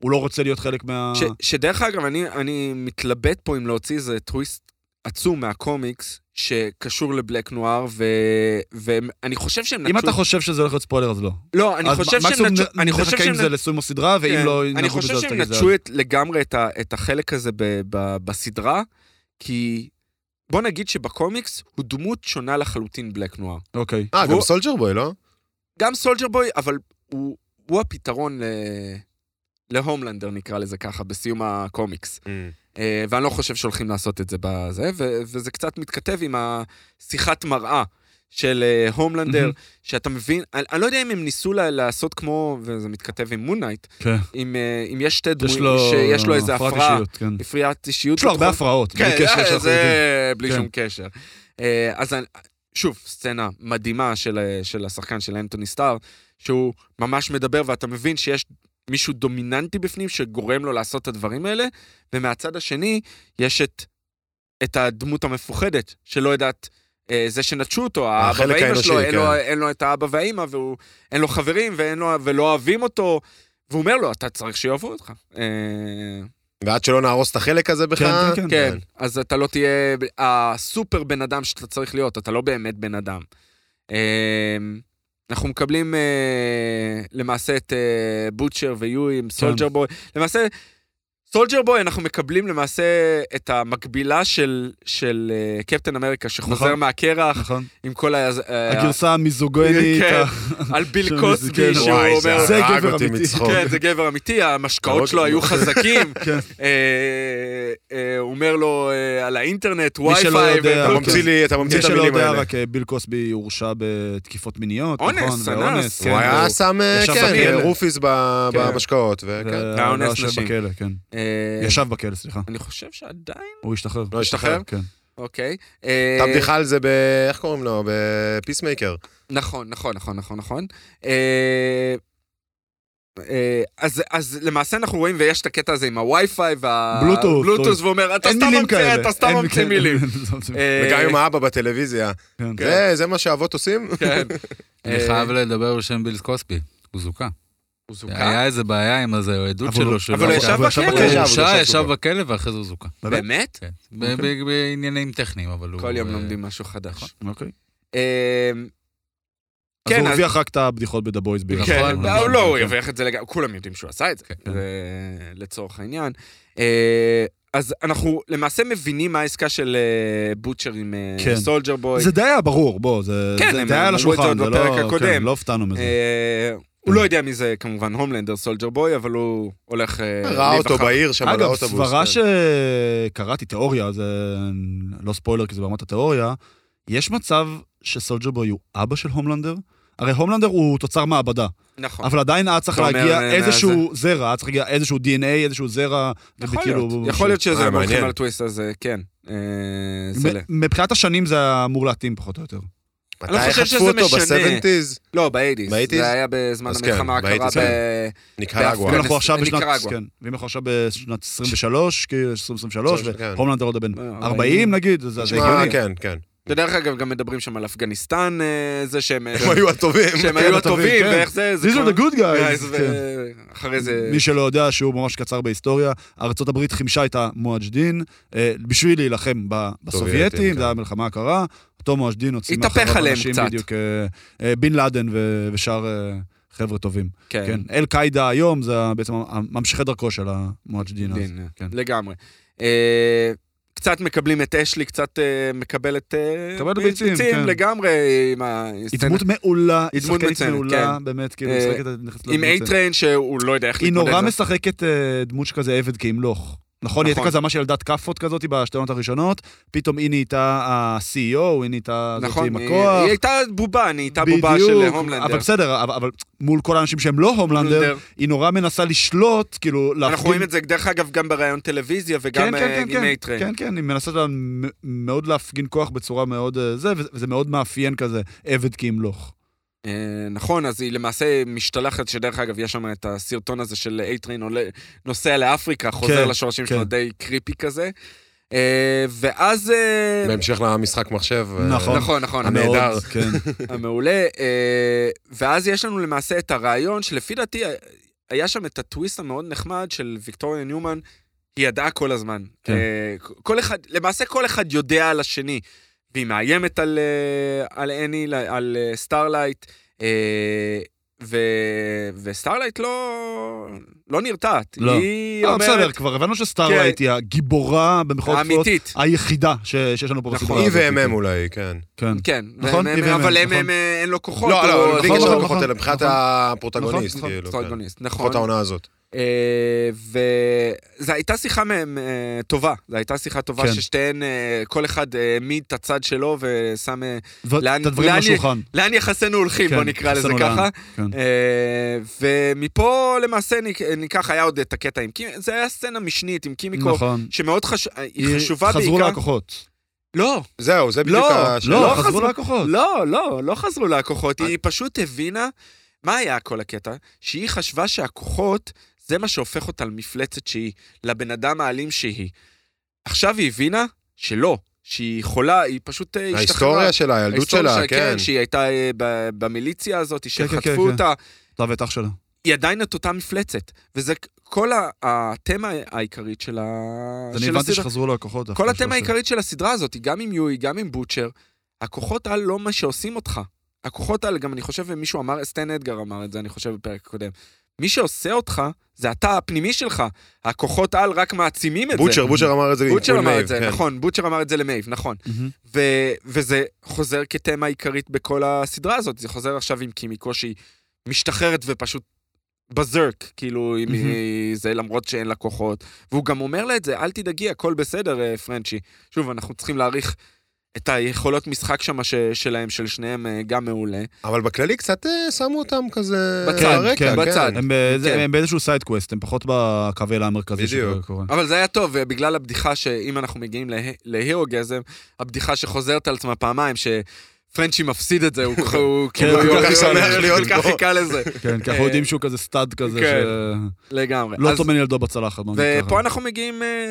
A: והוא לא רוצה להיות חלק מה...
B: ש, שדרך אגב, אני, אני מתלבט פה אם להוציא איזה טוויסט עצום מהקומיקס שקשור לבלק נוער, ו, ואני חושב שהם
A: אם
B: נטשו...
A: אתה חושב שזה הולך להיות ספוילר, אז לא.
B: לא, אני
A: אז
B: חושב
A: מקסימום
B: שהם נטשו...
A: נ-
B: אני חושב
A: נחכה
B: שהם
A: עם זה
B: נטשו...
A: לסיום הסדרה, ואם
B: כן.
A: לא...
B: אני
A: ינהגו
B: חושב
A: בזה, אז
B: שהם
A: תגיד, זה
B: נטשו את- לגמרי את, ה, את החלק הזה ב, ב, בסדרה, כי בוא נגיד שבקומיקס הוא דמות שונה לחלוטין בלק נוער.
A: אוקיי.
D: אה, גם
B: והוא-
D: סולג'ר בוי, לא?
B: גם סולג'ר בוי, אבל הוא, הוא הפתרון ל... להומלנדר נקרא לזה ככה, בסיום הקומיקס.
D: Mm.
B: אה, ואני לא חושב שהולכים לעשות את זה בזה, ו- וזה קצת מתכתב עם השיחת מראה של אה, הומלנדר, שאתה מבין, אני, אני לא יודע אם הם ניסו לה, לעשות כמו, וזה מתכתב עם מונייט,
A: כן.
B: אם, אה, אם יש שתי
A: יש
B: דמויים,
A: לו...
B: שיש לו איזה
A: הפרעת
B: הפרעה,
A: אישיות, כן.
B: הפרעת אישיות.
A: יש לו הרבה
B: בתחום-
A: הפרעות, בלי
B: כן,
A: קשר
B: אה,
A: שאנחנו יודעים.
B: זה בלי
A: כן.
B: שום קשר. אה, אז אני- שוב, סצנה מדהימה של, אה, של השחקן של אנטוני סטאר, שהוא ממש מדבר ואתה מבין שיש מישהו דומיננטי בפנים שגורם לו לעשות את הדברים האלה, ומהצד השני יש את, את הדמות המפוחדת, שלא יודעת, אה, זה שנטשו אותו, האבא
D: החלק
B: והאימא שלו,
D: האנושי,
B: אין, לו,
D: כן.
B: אין לו את האבא והאימא, והוא- אין לו חברים ואין לו, ולא אוהבים אותו, והוא אומר לו, אתה צריך שיאהבו אותך. אה,
D: ועד שלא נהרוס את החלק הזה בך...
A: כן, כן,
B: כן, אז אתה לא תהיה ב- הסופר בן אדם שאתה צריך להיות, אתה לא באמת בן אדם. אמ, אנחנו מקבלים אה, למעשה את אה, בוטשר ויואי
A: כן.
B: עם סולג'ר בוי. למעשה, סולג'ר בוי, אנחנו מקבלים למעשה את המקבילה של, של אה, קפטן אמריקה, שחוזר
A: נכון.
B: מהקרח
A: נכון.
B: עם כל ה... אה,
A: הגרסה המיזוגנית. אה,
B: כן.
A: ה-
B: על ביל
A: של
B: קוסבי,
A: מיזוגן.
B: שהוא
D: לא, וואי, זה
B: אומר...
A: זה
D: הרג
A: גבר
D: אותי
A: אמיתי.
D: מצחוק.
B: כן, זה גבר אמיתי, המשקאות שלו היו חזקים.
A: כן.
B: אה, אה, הוא אומר לו אה, על האינטרנט,
A: מי שלא
B: וי-פיי.
A: יודע, אוקיי.
D: אתה
B: ו-
D: ממציא לי, אתה ממציא
A: מי
D: את
A: שלא
D: המילים
A: יודע,
D: האלה.
A: רק אה, ביל קוסבי הורשע בתקיפות מיניות,
B: אונס,
A: נכון?
B: אנס,
A: ואונס,
B: כן,
D: הוא היה שם, אה,
A: ישב
D: כן,
A: בכלא.
D: רופיס ב-
B: כן.
D: במשקאות, וכן.
A: כן.
B: והאונס
A: והאונס
B: נשים.
A: נשים. בכלא, כן.
B: אה,
A: ישב בכלא, סליחה.
B: אני חושב שעדיין,
A: הוא השתחרר.
D: לא השתחרר?
A: כן.
B: אוקיי.
D: הייתה
B: אה,
D: בדיחה על זה ב... איך קוראים לו? בפיסמייקר.
B: נכון, נכון, נכון, נכון, נכון. אה, אה, אז, אז למעשה אנחנו רואים, ויש את הקטע הזה עם הווי-פיי וה...
A: בלוטות',
B: בלוטוס,
A: טוב.
B: והוא אומר, אתה
A: לא- אין
B: סתם
A: מילים
B: ממציא,
A: כאלה.
B: אתה סתם
A: אין לא,
B: ממציא מילים. אה,
D: וגם עם האבא בטלוויזיה.
A: כן.
D: זה- זה מה שהאבות עושים?
B: כן.
C: אני
B: אה,
C: חייב לדבר בשם ביל קוסבי, הוא זוכה.
B: הוא זוכה?
C: היה איזה בעיה עם איזה עדות
A: אבל הוא-
C: שלו, שלא...
B: אבל הוא ישב
A: הוא ישב
B: בכלא.
A: בכלא.
C: הוא
D: הוא
C: הורשע,
D: ישב
C: ישב
D: זוכה.
C: בכלא ואחרי זה הוא זוכה.
B: באמת?
C: כן. ב- ב- בעניינים טכניים, אבל הוא...
B: כל יום
C: אה,
B: לומדים משהו חדש.
A: אוקיי.
B: אה,
A: אז
B: כן,
A: הוא
B: אז-
A: הרוויח רק את הבדיחות ב"דה בויז" בעיקר.
B: כן,
C: נכון,
B: לא,
C: נכון,
B: לא, הוא
A: כן.
B: הרוויח את זה לגמרי, כולם יודעים שהוא עשה את זה,
C: כן.
B: זה לצורך העניין. אה, אז אנחנו למעשה מבינים מה העסקה של אה, בוטשר עם אה,
A: כן.
B: סולג'ר בוי.
A: זה די היה ברור, בוא, זה
B: כן,
A: זה
B: הם
A: די
B: אמרו
A: היה על
B: את זה עוד
A: השולחן, זה
B: בפרק
A: לא...
B: הקודם.
A: כן, לא הופתענו מזה.
B: אה, הוא לא יודע מי זה כמובן הומלנדר סולג'ר בוי, אבל הוא הולך... אה,
D: ראה אותו
B: להיווכח.
D: בעיר שם על
A: אגב,
D: האוטובוס.
A: סברה
D: כן.
A: שקראתי, תיאוריה, זה לא ספוילר כי זה ברמת התיאוריה, יש מצב שסולג'ר בוי הוא אבא של הומלנדר? הרי הומלנדר הוא תוצר מעבדה,
B: נכון.
A: אבל עדיין היה צריך
B: אתה אומר,
A: להגיע
B: אה,
A: איזשהו זרע, היה צריך להגיע איזשהו DNA, איזשהו זרע,
B: יכול
A: וכאילו-
B: להיות, יכול להיות שזה
D: אה,
B: הם הולכים
D: מעניין.
B: על טוויסט הזה, כן. אה,
A: מ-
B: זה ל-
A: מבחינת השנים זה היה אמור להתאים פחות או יותר.
B: אני לא
D: מתי
B: חושב שזה
D: חטפו אותו?
B: משנה.
D: ב-70's?
B: לא, באיידיס.
D: ב-80s?
B: זה היה בזמן
D: אז כן,
B: המלחמה הקרה
D: ב-80s,
B: ב...
D: ניקרגואה.
A: אם
B: באפגניסטן.
A: אנחנו עכשיו בשנת,
B: ניקרגואה.
A: כן, ואם אנחנו עכשיו בשנת 23, כאילו 2023,
D: כן.
A: והומלנדר עוד בן
B: אה,
A: 40 נגיד, אז זה
D: תשמע,
A: הגיוני.
D: כן, כן.
B: ודרך אגב, גם מדברים שם על אפגניסטן, אה, זה שהם...
D: הם היו הטובים.
B: שהם
A: כן, הטובים,
B: היו הטובים,
A: כן.
B: ואיך זה... זה
A: These
B: כבר-
A: are the good
B: guys,
A: guys. כן.
B: ו- אחרי זה...
A: מי שלא יודע, שהוא ממש קצר בהיסטוריה, ארצות הברית חימשה את המואג'דין אה, בשביל להילחם ב- בסובייטים,
D: כן.
A: זו הייתה המלחמה הקרה, אותו מואג'דין הוציא
B: התהפך עליהם קצת.
A: בדיוק, אה, אה, בן לאדן ו- ושאר אה, חבר'ה טובים.
B: כן,
A: כן, אל-קאידה היום זה בעצם ממשיכי דרכו של המואג'דין. אז.
B: דין,
A: כן.
B: לגמרי. אה, קצת מקבלים את אשלי, קצת אה, מקבלת... אה,
A: מקבלת ביצים, כן.
B: לגמרי, עם ה...
A: היא דמות מעולה, היא
B: היא דמות
A: שחקנית
B: מצוינת,
A: מעולה, באמת, כאילו,
B: אה,
A: משחקת, נכנסת
B: עם
A: לדמות.
B: אייטריין, שהוא לא יודע איך
A: היא
B: להתמודד.
A: נורא
B: עם זה.
A: משחקת אה, דמות שכזה עבד כימלוך. נכון, היא הייתה
B: נכון.
A: כזה ממש ילדת כאפות כזאת בשתי עונות הראשונות, פתאום היא נהייתה ה-CEO, היא נהייתה זאת
B: נכון,
A: עם
B: היא-
A: הכוח.
B: היא הייתה בובה, נהייתה בובה של
A: בדיוק,
B: הומלנדר.
A: אבל בסדר, אבל- אבל מול כל האנשים שהם לא הומלנדר, היא נורא מנסה לשלוט, כאילו, להפגין...
B: אנחנו רואים את זה, דרך אגב, גם בראיון טלוויזיה וגם
A: כן,
B: אה,
A: כן,
B: עם
A: כן, כן,
B: אייטריין.
A: כן, כן, היא מנסה לה- מ- מאוד להפגין כוח בצורה מאוד אה, זה, וזה- וזה מאוד מאפיין כזה, עבד כימלוך.
B: אה, נכון, אז היא למעשה משתלחת, שדרך אגב, יש שם את הסרטון הזה של אייטרין עולה- נוסע לאפריקה, חוזר
A: כן,
B: לשורשים שלו,
A: כן.
B: די קריפי כזה. אה, ואז... אה,
D: בהמשך למשחק מחשב. אה,
A: נכון.
B: נכון, נכון.
D: המאוד.
B: הנהדר.
D: נהדר.
A: כן.
B: המעולה. אה, ואז יש לנו למעשה את הרעיון שלפי דעתי אה, היה שם את הטוויסט המאוד נחמד של ויקטוריה ניומן, היא ידעה כל הזמן.
A: כן.
B: אה, כל אחד, למעשה כל אחד יודע על השני. והיא מאיימת על, אה, על אני, ל- על אה, סטארלייט, אה, ו, וסטארלייט לא, לא נרתעת.
A: לא.
B: היא
A: אה, בסדר,
B: אומרת, כן.
A: כבר הבנו שסטארלייט היא הגיבורה, במרכאות כפולות,
B: האמיתית.
A: היחידה ש- שיש לנו פה
B: נכון.
A: בסדרה.
D: היא
A: הזאת.
D: והם אולי, כן.
A: כן.
B: כן,
A: נכון,
B: והם-
A: היא והם,
B: אבל הם,
A: נכון.
B: הם, אה, אין לו כוחות.
D: לא,
B: או-
D: לא, בלי
A: נכון,
D: קשר
A: נכון,
D: לכוחות האלה, מבחינת
A: נכון.
D: הפרוטגוניסט,
A: נכון,
D: כאילו. כן.
B: פרוטגוניסט, נכון.
D: לפחות העונה הזאת.
B: אה, וזו הייתה שיחה מהם אה, טובה, זו הייתה שיחה טובה
A: כן.
B: ששתיהן, אה, כל אחד אה, העמיד את הצד שלו ושם אה, לאן-
A: ואת הדברים
B: לאן
A: על
B: היא-
A: השולחן.
B: לאן יחסינו הולכים,
A: כן,
B: בוא נקרא לזה
A: יחסינו
B: ככה.
A: לאן, כן.
B: אה, ומפה למעשה ניק- ניקח, היה עוד את הקטע עם קימיקו, זה היה סצנה משנית עם קימיקו,
A: נכון.
B: שמאוד חשוב, היא
A: היא-
B: חשובה
A: חזרו
B: בעיקר.
A: ללקוחות.
B: לא,
D: זהו, זה בדיוק
B: לא,
D: השאלה.
A: לא,
B: לא
A: חזרו
B: חזרו.
A: ללקוחות.
B: לא, לא, לא חזרו לה הכוחות, היא פשוט הבינה, מה היה כל הקטע? שהיא חשבה שהכוחות, זה מה שהופך אותה למפלצת שהיא, לבן אדם האלים שהיא. עכשיו היא הבינה שלא, שהיא חולה, היא פשוט אה, השתחררה.
D: ההיסטוריה שלה, הילדות
B: ההיסטוריה
D: שלה, כן.
B: שהיא הייתה אה, ב- במיליציה הזאת,
A: כן,
B: שחטפו
A: כן, כן.
B: אותה.
A: אתה ואת אח שלה.
B: היא עדיין את אותה מפלצת, וזה כל ה- התמה העיקרית של ה...
A: אני
B: של
A: הבנתי
B: הסדרה.
A: שחזרו ללקוחות. דווקא,
B: כל
A: שלושה.
B: התמה העיקרית של הסדרה הזאת, היא גם עם יואי, גם עם בוטשר, הכוחות על לא מה שעושים אותך. הכוחות על, גם אני חושב, ומישהו אמר, סטן אדגר אמר את זה, אני חושב, בפרק הקודם. מי שעושה אותך, זה אתה הפנימי שלך. הכוחות על רק מעצימים את זה.
D: בוטשר, בוטשר אמר את זה.
B: בוטשר
D: לעדכון
B: אמר
D: מייב,
B: את זה,
D: כן.
B: נכון, בוטשר אמר את זה למייב, נכון.
A: מהמם.
B: ו- וזה חוזר כתמה עיקרית בכל הסדרה הזאת. זה חוזר עכשיו עם קימיקו שהיא משתחררת ופשוט בזרק, כאילו, עם
A: מהמם.
B: היא- זה למרות שאין לה כוחות. והוא גם אומר לה את זה, אל תדאגי, הכל בסדר, אה, פרנצ'י. שוב, אנחנו צריכים להעריך את היכולות משחק שם ש- שלהם, של שניהם, אה, גם מעולה.
D: אבל בכללי קצת אה, שמו אותם כזה...
B: בצד,
D: ברקע,
A: כן,
B: בצד.
A: הם באיזה-
B: כן.
A: הם באיזשהו סיידקווסט, הם פחות בקווילה המרכזי
D: בדיוק.
A: שזה קורה.
B: אבל זה היה טוב, אה, בגלל הבדיחה שאם אנחנו מגיעים לה- להירוגזם, הבדיחה שחוזרת על עצמה פעמיים, ש... פרנצ'י מפסיד את זה, הוא הוא כאילו...
A: הוא כל
D: כך שמח להיות
B: הוא כל כך
D: בו.
B: חיכה לזה.
A: כן, כי אנחנו יודעים שהוא כזה סטאד כזה,
B: אה, כן.
A: שלא
B: לגמרי. אז-
A: טומן ילדו בצלחת. בוא נגיד ככה.
B: ופה אנחנו מגיעים אה,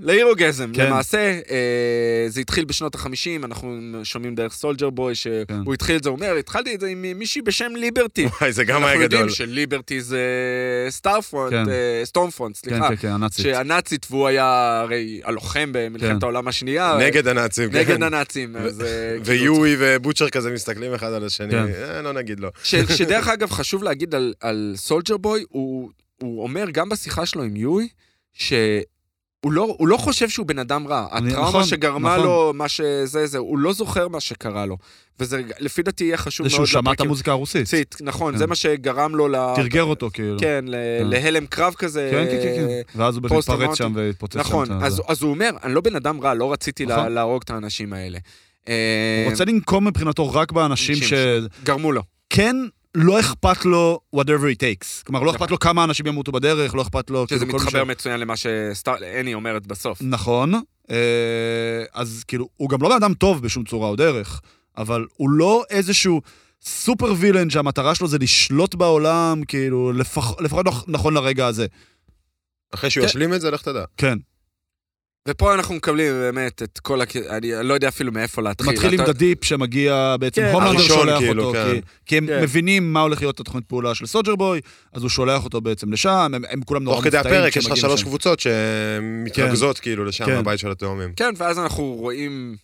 B: להירוגזם.
A: כן.
B: למעשה, אה, זה התחיל בשנות ה-50, אנחנו שומעים דרך סולג'ר בוי,
A: כן.
B: שהוא התחיל את זה, הוא אומר, התחלתי את זה עם מישהי בשם ליברטי.
D: וואי, זה גם
B: אנחנו
D: היה
B: יודעים
D: גדול.
B: שליברטי זה סטארפרונט,
A: כן.
B: סטורמפרונט,
A: כן,
B: סליחה.
A: כן, כן, הנאצית.
B: שהנאצית, והוא היה הרי הלוחם במלחמת
A: כן.
B: העולם השנייה.
D: נגד הנאצים, כן.
B: אה, נגד הנאצים. אז, אה, כאילו,
D: ויואי ובוטשר כזה מסתכלים אחד על השני,
A: כן.
D: אה, לא נגיד לא.
B: ש, שדרך אגב, חשוב להגיד על, על סולג'ר בוי, הוא, הוא אומר גם בשיחה שלו עם יואי, שהוא לא, הוא לא חושב שהוא בן אדם רע.
A: אני-
B: הטראומה
A: נכון,
B: שגרמה
A: נכון.
B: לו, מה שזה, זה, הוא לא זוכר מה שקרה לו. וזה לפי דעתי יהיה חשוב
A: זה
B: מאוד.
A: שהוא שמע את
B: לפרקים.
A: המוזיקה הרוסית.
B: צית, נכון,
A: כן.
B: זה מה שגרם לו ל...
A: תרגר אותו, כאילו. כן,
B: כן, ל...
A: כן.
B: להלם קרב כזה.
A: כן, כן, כן. ואז הוא
B: פוסט
A: התפרץ
B: טראומטי.
A: שם והתפוצץ שם.
B: נכון,
A: את
B: אז,
A: הזה.
B: אז הוא אומר, אני לא בן אדם רע, לא רציתי לה-
A: נכון.
B: להרוג את האנשים האלה.
A: הוא רוצה לנקום מבחינתו רק באנשים
B: אנשים
A: שכן
B: אה, גרמו לו.
A: לא אכפת לו whatever it takes. כלומר, לא
B: נכון.
A: אכפת לו כמה אנשים ימותו בדרך, לא אכפת לו...
B: שזה
A: כאילו, כל מי ש-
B: מתחבר מצוין למה שהני אומרת בסוף.
A: נכון. אה, אז כאילו, הוא גם לא בן אדם טוב בשום צורה או דרך, אבל הוא לא איזשהו סופר וילן שהמטרה שלו זה לשלוט בעולם, כאילו, לפח- לפחות נכ- נכון לרגע הזה.
D: אחרי שהוא
B: כן.
D: ישלים את זה, לך תדע.
A: כן.
B: ופה אנחנו מקבלים באמת את כל הכ... אני לא יודע אפילו מאיפה להתחיל.
A: זה מתחיל עם
B: אתה-
A: דדיפ שמגיע בעצם,
B: כן,
A: הומלנדר
D: הראשון,
A: שולח
D: כאילו,
A: אותו,
D: כן.
A: כי- כי הם
B: כן.
A: מבינים מה הולך להיות התוכנית פעולה של סוג'ר בוי, אז הוא שולח אותו בעצם לשם, הם- הם כולם נורא
D: תוך כדי
A: מופתעים.
D: הפרק יש
A: כשהם
D: לך
A: מגיעים
D: שלוש
A: לשם.
D: קבוצות שמתרכזות כאילו לשם,
A: כן.
D: הבית של התאומים.
B: כן, ואז אנחנו רואים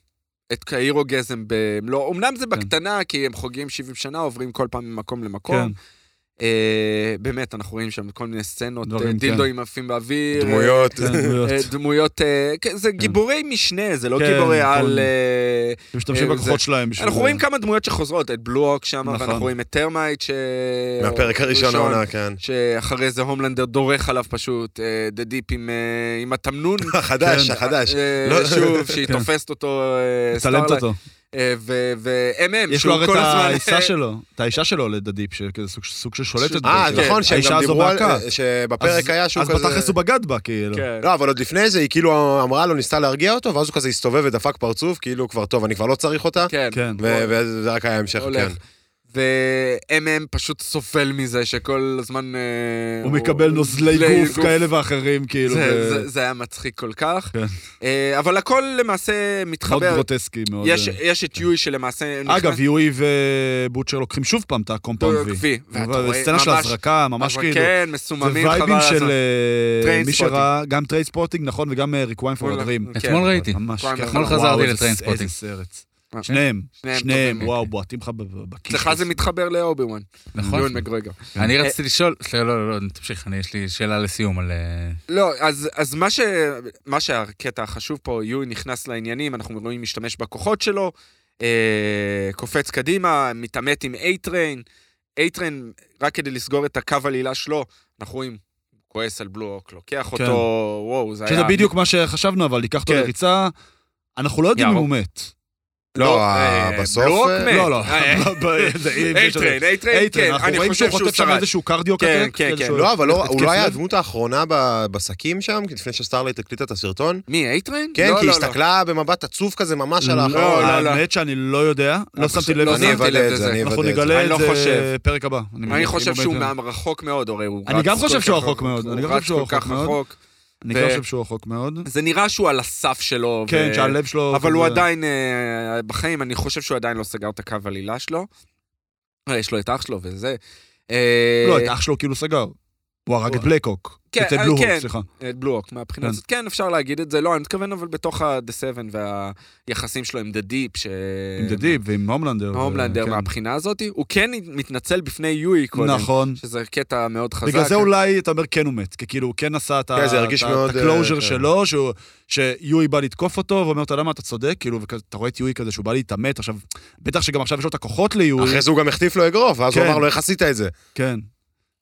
B: את קאירוגזם במלוא... אמנם
A: כן.
B: זה בקטנה, כי הם חוגגים 70 שנה, עוברים כל פעם ממקום
A: כן.
B: למקום. אה, באמת, אנחנו רואים שם כל מיני סצנות,
A: דברים,
B: אה,
A: כן.
B: דילדואים עפים באוויר.
D: דמויות.
A: כן,
B: אה,
A: דמויות.
B: אה, דמויות, אה, כן, זה גיבורי משנה, זה לא
A: כן,
B: גיבורי
A: נכון.
B: על... אה,
A: הם משתמשים
B: אה,
A: בכוחות
B: זה-
A: שלהם. בשביל-
B: אנחנו רואים כמה דמויות שחוזרות, את בלוק שם,
A: נכון.
B: ואנחנו רואים את טרמייט, ש...
D: מהפרק הראשון
B: ראשון.
D: העונה, כן.
B: שאחרי זה הומלנדר דורך עליו פשוט, אה, דה דיפ עם, אה, עם התמנון.
D: החדש,
A: כן.
D: החדש.
B: אה,
D: לא-
B: שוב, שהיא
A: כן.
B: תופסת אותו, אה,
A: מצלמת
B: סטארלייט,
A: אותו.
B: אה, ו- ו-MM,
A: יש לו
B: שהוא
A: הרי
B: כל
A: את
B: הזמן... אה,
A: האישה שלו, את האישה שלו לדדיפ, שכזה כאילו, סוג- סוג של שולטת. בו.
D: אה,
A: כן.
D: נכון, שהם
A: האישה
D: גם
A: הזו
D: דיברו על... אה,
A: בהקה.
D: שבפרק
A: אז-
D: היה שהוא כזה...
A: אז בתכלס הוא בגד בה, כאילו.
B: אה, כן.
D: לא, אבל עוד לפני זה, היא כאילו אמרה לו, ניסתה להרגיע אותו, ואז הוא כזה הסתובב ודפק פרצוף, כאילו כבר טוב, אני כבר לא צריך אותה,
B: כן.
A: כן.
D: ו- וזה רק היה המשך, כן.
B: הולך. ו-MM פשוט סובל מזה שכל הזמן... אה,
A: הוא מקבל נוזלי גוף כאלה ואחרים, כאילו,
B: זה,
A: ו-
B: זה, זה היה מצחיק כל כך.
A: כן.
B: אה, אבל הכל למעשה
A: מאוד
B: מתחבר.
A: גרוטסקי מאוד.
B: יש,
A: אה.
B: יש את יואי שלמעשה... נכנס- אה,
A: אגב, יואי ובוטשר לוקחים שוב פעם את הקומפאונד וי.
B: וי. ואתה
A: אבל
B: רואה
A: סצנה של
B: ממש-
A: הזרקה, ממש
B: אבל
A: כאילו.
B: כן,
A: זה
B: מסוממים, חבל
A: וייבים
B: על הזמן.
A: של אה,
B: טריינספוטינג.
A: מי שראה, גם טריינספוטינג, נכון, וגם ריקוויין פור הדרים.
B: כן.
C: אתמול ראיתי.
A: ממש,
B: Crime
A: כן.
B: Forever. אתמול
A: וואו,
C: חזרתי
A: איזה-
C: לטריינספוטינג.
A: איזה סרט.
B: אה.
A: שניהם,
B: שניהם
A: שניהם,
B: טובים.
A: וואו, בועטים לך ב- ב- בכיס.
B: אצלך זה מתחבר לאוביוואן.
C: נכון.
B: יואן מגרגר.
C: אני רציתי לשאול, לא, לא, לא, תמשיך, אני- יש לי שאלה לסיום על... אה,
B: לא, אז, אז מה, ש... מה שהקטע החשוב פה, יואי נכנס לעניינים, אנחנו רואים משתמש בכוחות שלו, אה, קופץ קדימה, מתעמת עם אייטריין. אייטריין, רק כדי לסגור את הקו עלילה שלו, אנחנו רואים, כועס על בלו-אוק, לוקח
A: כן.
B: אותו, וואו, זה היה...
A: שזה בדיוק מה שחשבנו, אבל ייקח אותו
B: כן.
A: לריצה, אנחנו לא יודעים אם
B: יערוק.
A: הוא מת.
D: לא,
B: אה,
D: בסוף...
B: בלוק
D: אה,
B: מת.
A: לא, לא.
B: אה, אייטריין, אייטריין,
A: אייטרן,
B: כן,
A: אנחנו
B: אני
A: רואים שהוא
B: חושב שהוא
A: חוטף שם
B: שרד.
A: איזשהו קרדיו
B: כן,
A: כזה.
B: כן,
A: כזה
B: כן.
A: שהוא-
D: לא, אבל לא-
A: התקף
D: הוא לא היה
A: לב.
D: הדמות האחרונה ב- בשקים שם, לפני שסטארלייט הקליטה את הסרטון?
B: מי, אייטריין?
D: כן,
B: לא,
D: כי
B: לא,
D: היא
B: לא.
D: הסתכלה במבט עצוב כזה ממש על האחרון.
B: לא, לא, לא.
A: האמת שאני לא יודע, לא
B: חושב-
A: שמתי לב
B: לא
A: לזה.
D: אני
B: שמתי לב
D: אוודא את
B: לזה.
D: זה, אני
A: אנחנו
D: אוודא את זה.
A: נגלה
B: אני לא
A: את זה
B: חושב.
A: פרק הבא.
B: אני
A: מניח,
B: חושב
A: אם הוא
B: שהוא
A: מת-
B: מהרחוק מאוד, הרי הוא
A: אני
B: רץ
A: גם
B: כל
A: חושב שהוא
B: כך
A: רחוק מאוד, אני גם
B: הוא
A: חושב
B: רץ
A: שהוא
B: כל
A: רחוק
B: כך
A: מאוד.
B: רחוק.
A: אני
B: ו-
A: גם חושב שהוא רחוק מאוד.
B: זה נראה שהוא על הסף שלו.
A: כן,
B: ו-
A: שהלב שלו...
B: אבל הוא
A: כזה-
B: עדיין אה, בחיים, אני חושב שהוא עדיין לא סגר את הקו עלילה שלו. אה, יש לו את אח שלו וזה. אה,
A: לא, את אח שלו כאילו סגר. הוא הרג את בלקוק.
B: כן,
A: את
B: אה,
A: בלו
B: כן.
A: סליחה.
B: את בלו-אוק מהבחינה
A: כן.
B: הזאת. כן, אפשר להגיד את זה. לא, אני מתכוון אבל בתוך ה-The Seven והיחסים שלו עם The Deep, ש...
A: עם
B: כן.
A: דה דיפ ועם הומלנדר.
B: ההומלנדר
A: כן.
B: מהבחינה הזאת. הוא כן מתנצל בפני יואי קודם.
A: נכון.
B: שזה קטע מאוד חזק.
A: בגלל זה אולי אתה אומר כן הוא מת, כי כאילו הוא כן עשה את ה-
D: כן, זה
A: את
D: הרגיש
A: ה-
D: מאוד,
A: את הקלוז'ר
D: אה, כן.
A: שלו, שהוא- שיואי בא לתקוף אותו ואומר, אתה יודע מה, אתה צודק, כאילו, ואתה רואה את יואי כזה שהוא בא להתעמת, עכשיו, בטח שגם עכשיו יש לו את הכוחות ליואי,
D: אחרי זה הוא גם החטיף לו אגרוף, ואז הוא
A: כן.
D: אמר לו, איך עשית את זה?
A: כן.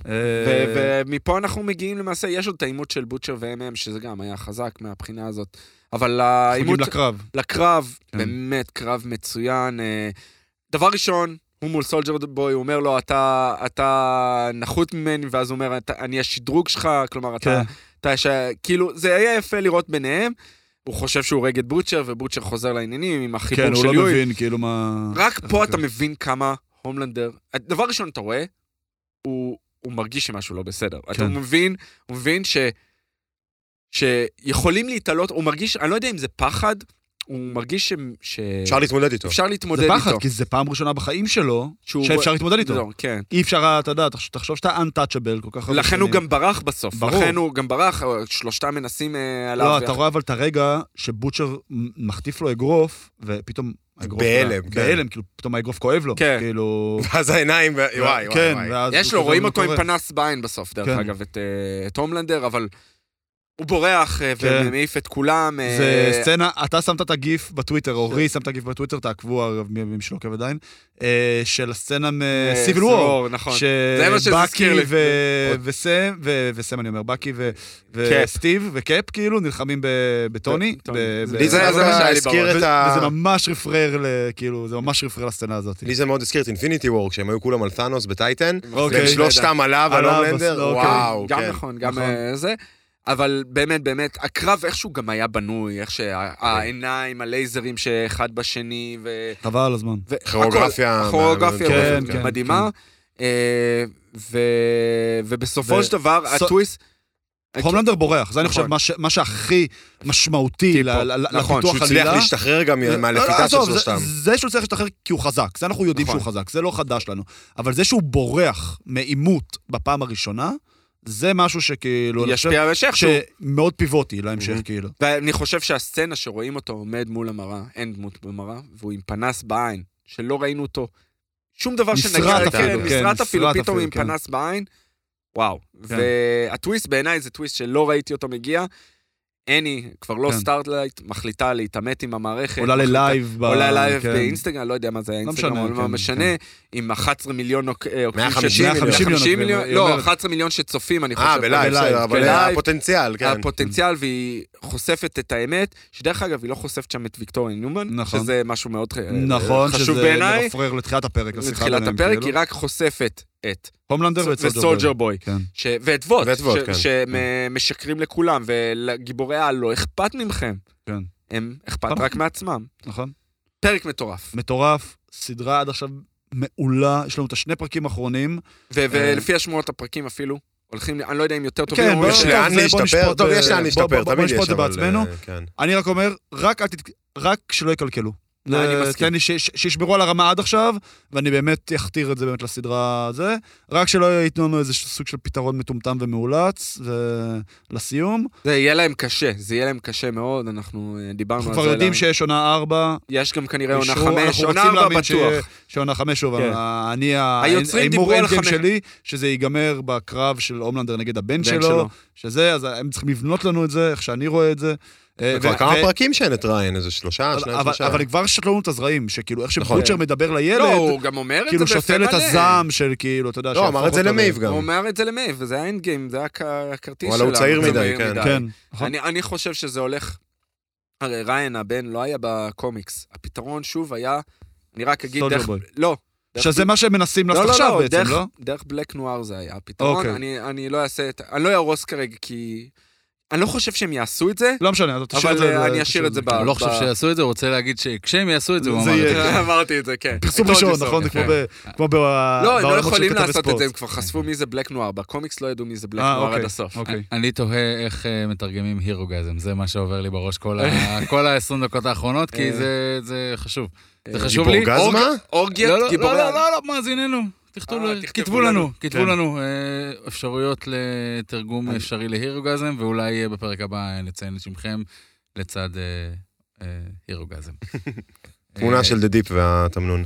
A: אה,
B: ו- ומפה אנחנו מגיעים למעשה, יש עוד את העימות של בוטשר ו-MM, שזה גם היה חזק מהבחינה הזאת. אבל
A: אנחנו מגיעים
B: העימות
A: לקרב.
B: לקרב,
A: כן.
B: באמת קרב מצוין. אה, דבר ראשון, הוא מול סולג'ר בוי, הוא אומר לו, אתה, אתה נחות ממני, ואז הוא אומר, "אתה- אני השדרוג שלך, כלומר, אתה,
A: כן.
B: אתה ש... כאילו, זה היה יפה לראות ביניהם. הוא חושב שהוא הורג את בוטשר, ובוטשר חוזר לעניינים עם החיבור
A: כן, הוא
B: של
A: לא
B: יואי. לא
A: מבין, כאילו, מה...
B: רק פה
A: אוקיי.
B: אתה מבין כמה הומלנדר, דבר ראשון אתה רואה, הוא, הוא מרגיש שמשהו לא בסדר. אתה
A: כן.
B: מבין, הוא מבין ש, שיכולים להתעלות, הוא מרגיש, אני לא יודע אם זה פחד, הוא מרגיש ש, ש,
D: אפשר להתמודד איתו.
B: אפשר
A: זה
B: להתמודד
A: פחד,
B: איתו.
A: כי זה פעם ראשונה בחיים שלו
B: שהוא-
A: שאפשר להתמודד איתו.
B: לא, כן.
A: אי אפשר היה, אתה יודע, תחש- תחשוב שאתה untouchable כל כך הרבה
B: לכן הוא
A: שנים.
B: גם ברח בסוף.
A: ברור.
B: לכן הוא גם ברח, אה, שלושתם מנסים אה, עליו.
A: לא, אתה
B: ואח-
A: רואה אבל את הרגע שבוטשר מ- מחטיף לו אגרוף, ופתאום... האגרוף-
D: בהלם, כן.
A: בהלם, כאילו, פתאום האגרוף כואב לו.
B: כן.
A: כאילו...
D: ואז העיניים, ו- וואי, וואי,
A: כן,
D: וואי.
A: ואז
B: יש
A: הוא
B: לו,
A: כזה
B: רואים
A: לא
B: אותו עם
A: קורא.
B: פנס בעין בסוף, דרך
A: כן.
B: אגב, את, אה, את הומלנדר, אבל הוא בורח אה,
A: כן.
B: ומעיף את כולם. אה, כן.
A: זה סצנה, אתה שמת את הגיף בטוויטר, אורי שם את הגיף בטוויטר, תעקבו, הרב, מי מי שלא עוקב עדיין, אה, של הסצנה
B: אה,
A: מסיביל וור.
B: נכון. זה מה שזה
A: שבאקי
B: הזכיר לי.
A: ו- וסם, ו- וסם אני אומר, באקי ו- וסטיב וקאפ כאילו נלחמים ב- בטוני.
B: בטוני.
A: ב-
B: זה-
A: ב-
D: לי זה
B: זה מה
D: דווקא
B: שהיה לי
D: הזכיר
B: בראש.
D: את
A: ו-
D: ה...
A: וזה ממש רפרר, ל- כאילו, זה ממש רפרר לסצנה הזאת.
D: לי זה מאוד הזכיר את אינפיניטי וור, כשהם היו כולם על תאנוס בטייטן,
A: אוקיי.
D: והם שלושתם עליו, על
A: עליו,
D: הומלנדר,
A: אוקיי.
D: וואו,
B: כן, גם
D: כן.
B: נכון, גם
A: נכון.
B: אה, זה. אבל באמת, באמת, הקרב איכשהו גם היה בנוי, איך
A: כן.
B: שהעיניים, הלייזרים שאחד בשני, ו...
A: חבל על הזמן.
B: ו-
D: כוריאוגרפיה.
B: הכל- כוריאוגרפיה
A: כן,
B: מדהימה.
A: כן,
B: מדהימה. אה, ו- ובסופו
A: ו-
B: של דבר,
A: ס-
B: הטוויסט...
A: הומלנדר בורח, זה אני
B: נכון.
A: חושב מה ש- מה שהכי משמעותי ל-
B: טיפו.
A: ל-
B: נכון,
A: לפיתוח
D: שהוא
A: עלילה.
D: הצליח להשתחרר גם
A: לא, לא,
D: מהלפיתה של
A: עזוב, זה-
D: שלושתם.
A: זה שהוא צריך להשתחרר כי הוא חזק, זה אנחנו יודעים
B: נכון.
A: שהוא חזק, זה לא חדש לנו. אבל זה שהוא בורח מעימות בפעם הראשונה, זה משהו שכאילו, אני חושב
B: כן, ישפיע בהמשך, שהוא-
A: שמאוד פיבוטי להמשך, כאילו.
B: ואני חושב שהסצנה שרואים אותו עומד מול המראה, אין דמות במראה, והוא עם פנס בעין, שלא ראינו אותו, שום דבר
A: נסרט
B: שנגיע,
A: אפילו, כן,
B: נסרט אפילו,
A: נסרט
B: פתאום
A: אפילו,
B: עם
A: כן.
B: פנס בעין, וואו.
A: כן.
B: והטוויסט בעיניי זה טוויסט שלא ראיתי אותו מגיע. אני, כבר לא
A: כן.
B: סטארטלייט, מחליטה להתעמת עם המערכת.
A: עולה
B: מחליטה-
A: ללייב. ב-
B: עולה ללייב
A: כן.
B: באינסטגרם, לא יודע מה זה היה אינסטגרם,
A: משנה,
B: אבל לא
A: כן,
B: משנה, עם 11 מיליון עוק- אה, עוקבים.
D: 150
B: שצופים,
D: מיליון.
A: מיליון,
B: 150 מיליון,
A: היא
B: לא,
A: אומרת.
B: 11 מיליון שצופים, אני חושב.
D: אה, בלייב,
A: בלייב, כן.
D: בסדר, אבל
B: בלייב.
D: הפוטנציאל, כן.
B: הפוטנציאל, והיא חושפת את האמת, שדרך אגב, היא לא חושפת שם את ויקטוריה ניומן,
A: נכון.
B: שזה משהו מאוד ח-
A: נכון,
B: חשוב
A: שזה
B: בעיניי,
A: מרפרר לתחילת הפרק, לשיחה
B: לתחילת
A: ביניהם,
B: הפרק,
A: כאילו.
B: היא רק חושפת את
A: הומלנדר
B: וסולג'ר
A: וסולג'ר.
B: בוי,
A: כן.
B: ש- ואת ווט,
D: ואת ווט,
B: ש-
D: כן.
B: שמשקרים לכולם, ולגיבורי העל לא אכפת ממכם,
A: כן.
B: הם אכפת
A: נכון.
B: רק מעצמם.
A: נכון.
B: פרק מטורף.
A: מטורף, סדרה עד עכשיו מעולה, יש לנו את השני פרקים האחרונים.
B: ו- ולפי השמועות הפרקים אפילו, הולכים, אני לא יודע אם יותר טובים
A: אה, כן,
B: או
A: בוא
B: יותר
D: יש
A: נשפוט
D: לאן
A: את זה, בוא
D: להשתפר,
A: נשפוט,
D: טוב, יש
A: אה,
D: לאן
A: בוא-
D: להשתפר,
A: בוא- בוא
D: תמיד
A: נשפוט את
D: יש,
A: זה
D: אבל...
A: בעצמנו.
D: אה, כן.
A: אני רק אומר, רק, אל תת... רק שלא יקלקלו.
B: לא,
A: זה-
B: אני מסכים.
A: כן, ש- ש- שישמרו על הרמה עד עכשיו, ואני באמת אכתיר את זה באמת לסדרה הזה. רק שלא ייתנו לנו איזה סוג של פתרון מטומטם ומאולץ, ולסיום.
B: זה יהיה להם קשה, זה יהיה להם קשה מאוד, אנחנו אה, דיברנו על
A: אנחנו
B: זה.
A: כבר יודעים
B: למה-
A: שיש עונה ארבע,
B: יש גם כנראה עונה
A: אישרו,
B: חמש,
A: אנחנו
B: עונה
A: רוצים
B: ארבע
A: להאמין שיהיה-
B: בטוח.
A: שעונה חמש, שוב,
B: כן.
A: אבל אני, ה-
B: היוצרים
A: ההימור
B: דיברו על
A: endgame
B: חמש.
A: שלי, שזה ייגמר בקרב של הומלנדר נגד הבן
B: בן
A: שלו, שזה, אז הם צריכים לבנות לנו את זה, איך שאני רואה את זה. אה,
D: כבר
A: ו-
D: כמה
A: ו-
D: פרקים שאין את ריין, איזה
B: אה,
D: שלושה,
A: אבל-
D: שניים,
A: אבל-
D: שלושה.
A: אבל כבר שתלו לנו את הזרעים, שכאילו איך
D: נכון.
A: שבוטשר מדבר לילד,
B: לא, הוא גם אומר את זה
A: כאילו
B: בפה
A: שותל את
B: מלא.
A: הזעם של כאילו, אתה יודע,
D: לא, אמר
A: שיהפוך
D: את זה
A: אותו ל-
D: למייב גם.
B: הוא אומר את זה למייב, וזה היה אנד גיים, זה היה הכ- הכרטיס
D: וואלה,
B: שלנו.
D: הוא צעיר
B: זה
D: מדי,
B: מהיר
D: כן.
A: כן, נכון.
B: אני, אני חושב שזה הולך... הרי ריין, הבן, לא היה בקומיקס. הפתרון, שוב, היה... אני רק אגיד
A: סולג'ר
B: דרך...
A: בוי.
B: לא. דרך
A: שזה מה שהם מנסים לעשות עכשיו בעצם,
B: דרך,
A: לא?
B: דרך בלק נואר זה היה הפתרון.
A: אוקיי.
B: אני, אני לא אעשה את... אני לא אהרוס כרגע, כי... אני לא חושב שהם יעשו את זה.
A: לא משנה, אז תשאיר
B: אבל,
A: את זה.
B: אה, אני
A: תשאיר
B: אשאיר את זה
A: כאילו.
B: ב-
C: הוא לא חושב שיעשו את זה, הוא רוצה להגיד שכשהם יעשו את זה, הוא
A: זה
C: אמר את
A: יהיה-
C: זה.
B: אמרתי את זה, כן.
A: פרסום
B: I told you
A: ראשון,
B: so.
A: נכון? זה כמו
C: כן.
A: ב- כמו ב-
B: לא, הם לא
A: בעולמות של
B: יכולים
A: כתבי
B: לעשות את
A: ספורט.
B: זה, הם כבר חשפו מי זה בלק נואר. בקומיקס לא ידעו מי זה בלק
A: אה,
B: נואר עד
A: אוקיי,
B: הסוף.
A: אוקיי.
C: אני תוהה איך אה, מתרגמים הירוגזם, זה מה שעובר לי בראש כל ה-20 דקות האחרונות, כי
B: אה.
C: זה- זה חשוב. זה
B: אה,
C: חשוב לי.
D: גיבורגזמה?
B: אורגיית
C: לא, לא,
B: גיבורי...
C: לא,
B: על.
C: לא, לא, לא, מאזיננו. תכתבו,
B: אה,
C: ל-
B: תכתבו
C: כתבו
B: לנו.
C: לנו, כתבו
A: כן.
C: לנו אה, אפשרויות לתרגום
B: אני-
C: אפשרי להירוגזם, ואולי אה, בפרק הבא אה, נציין את שמכם לצד אה, אה, הירוגזם.
D: תמונה
C: אה,
D: של דה דיפ והתמנון.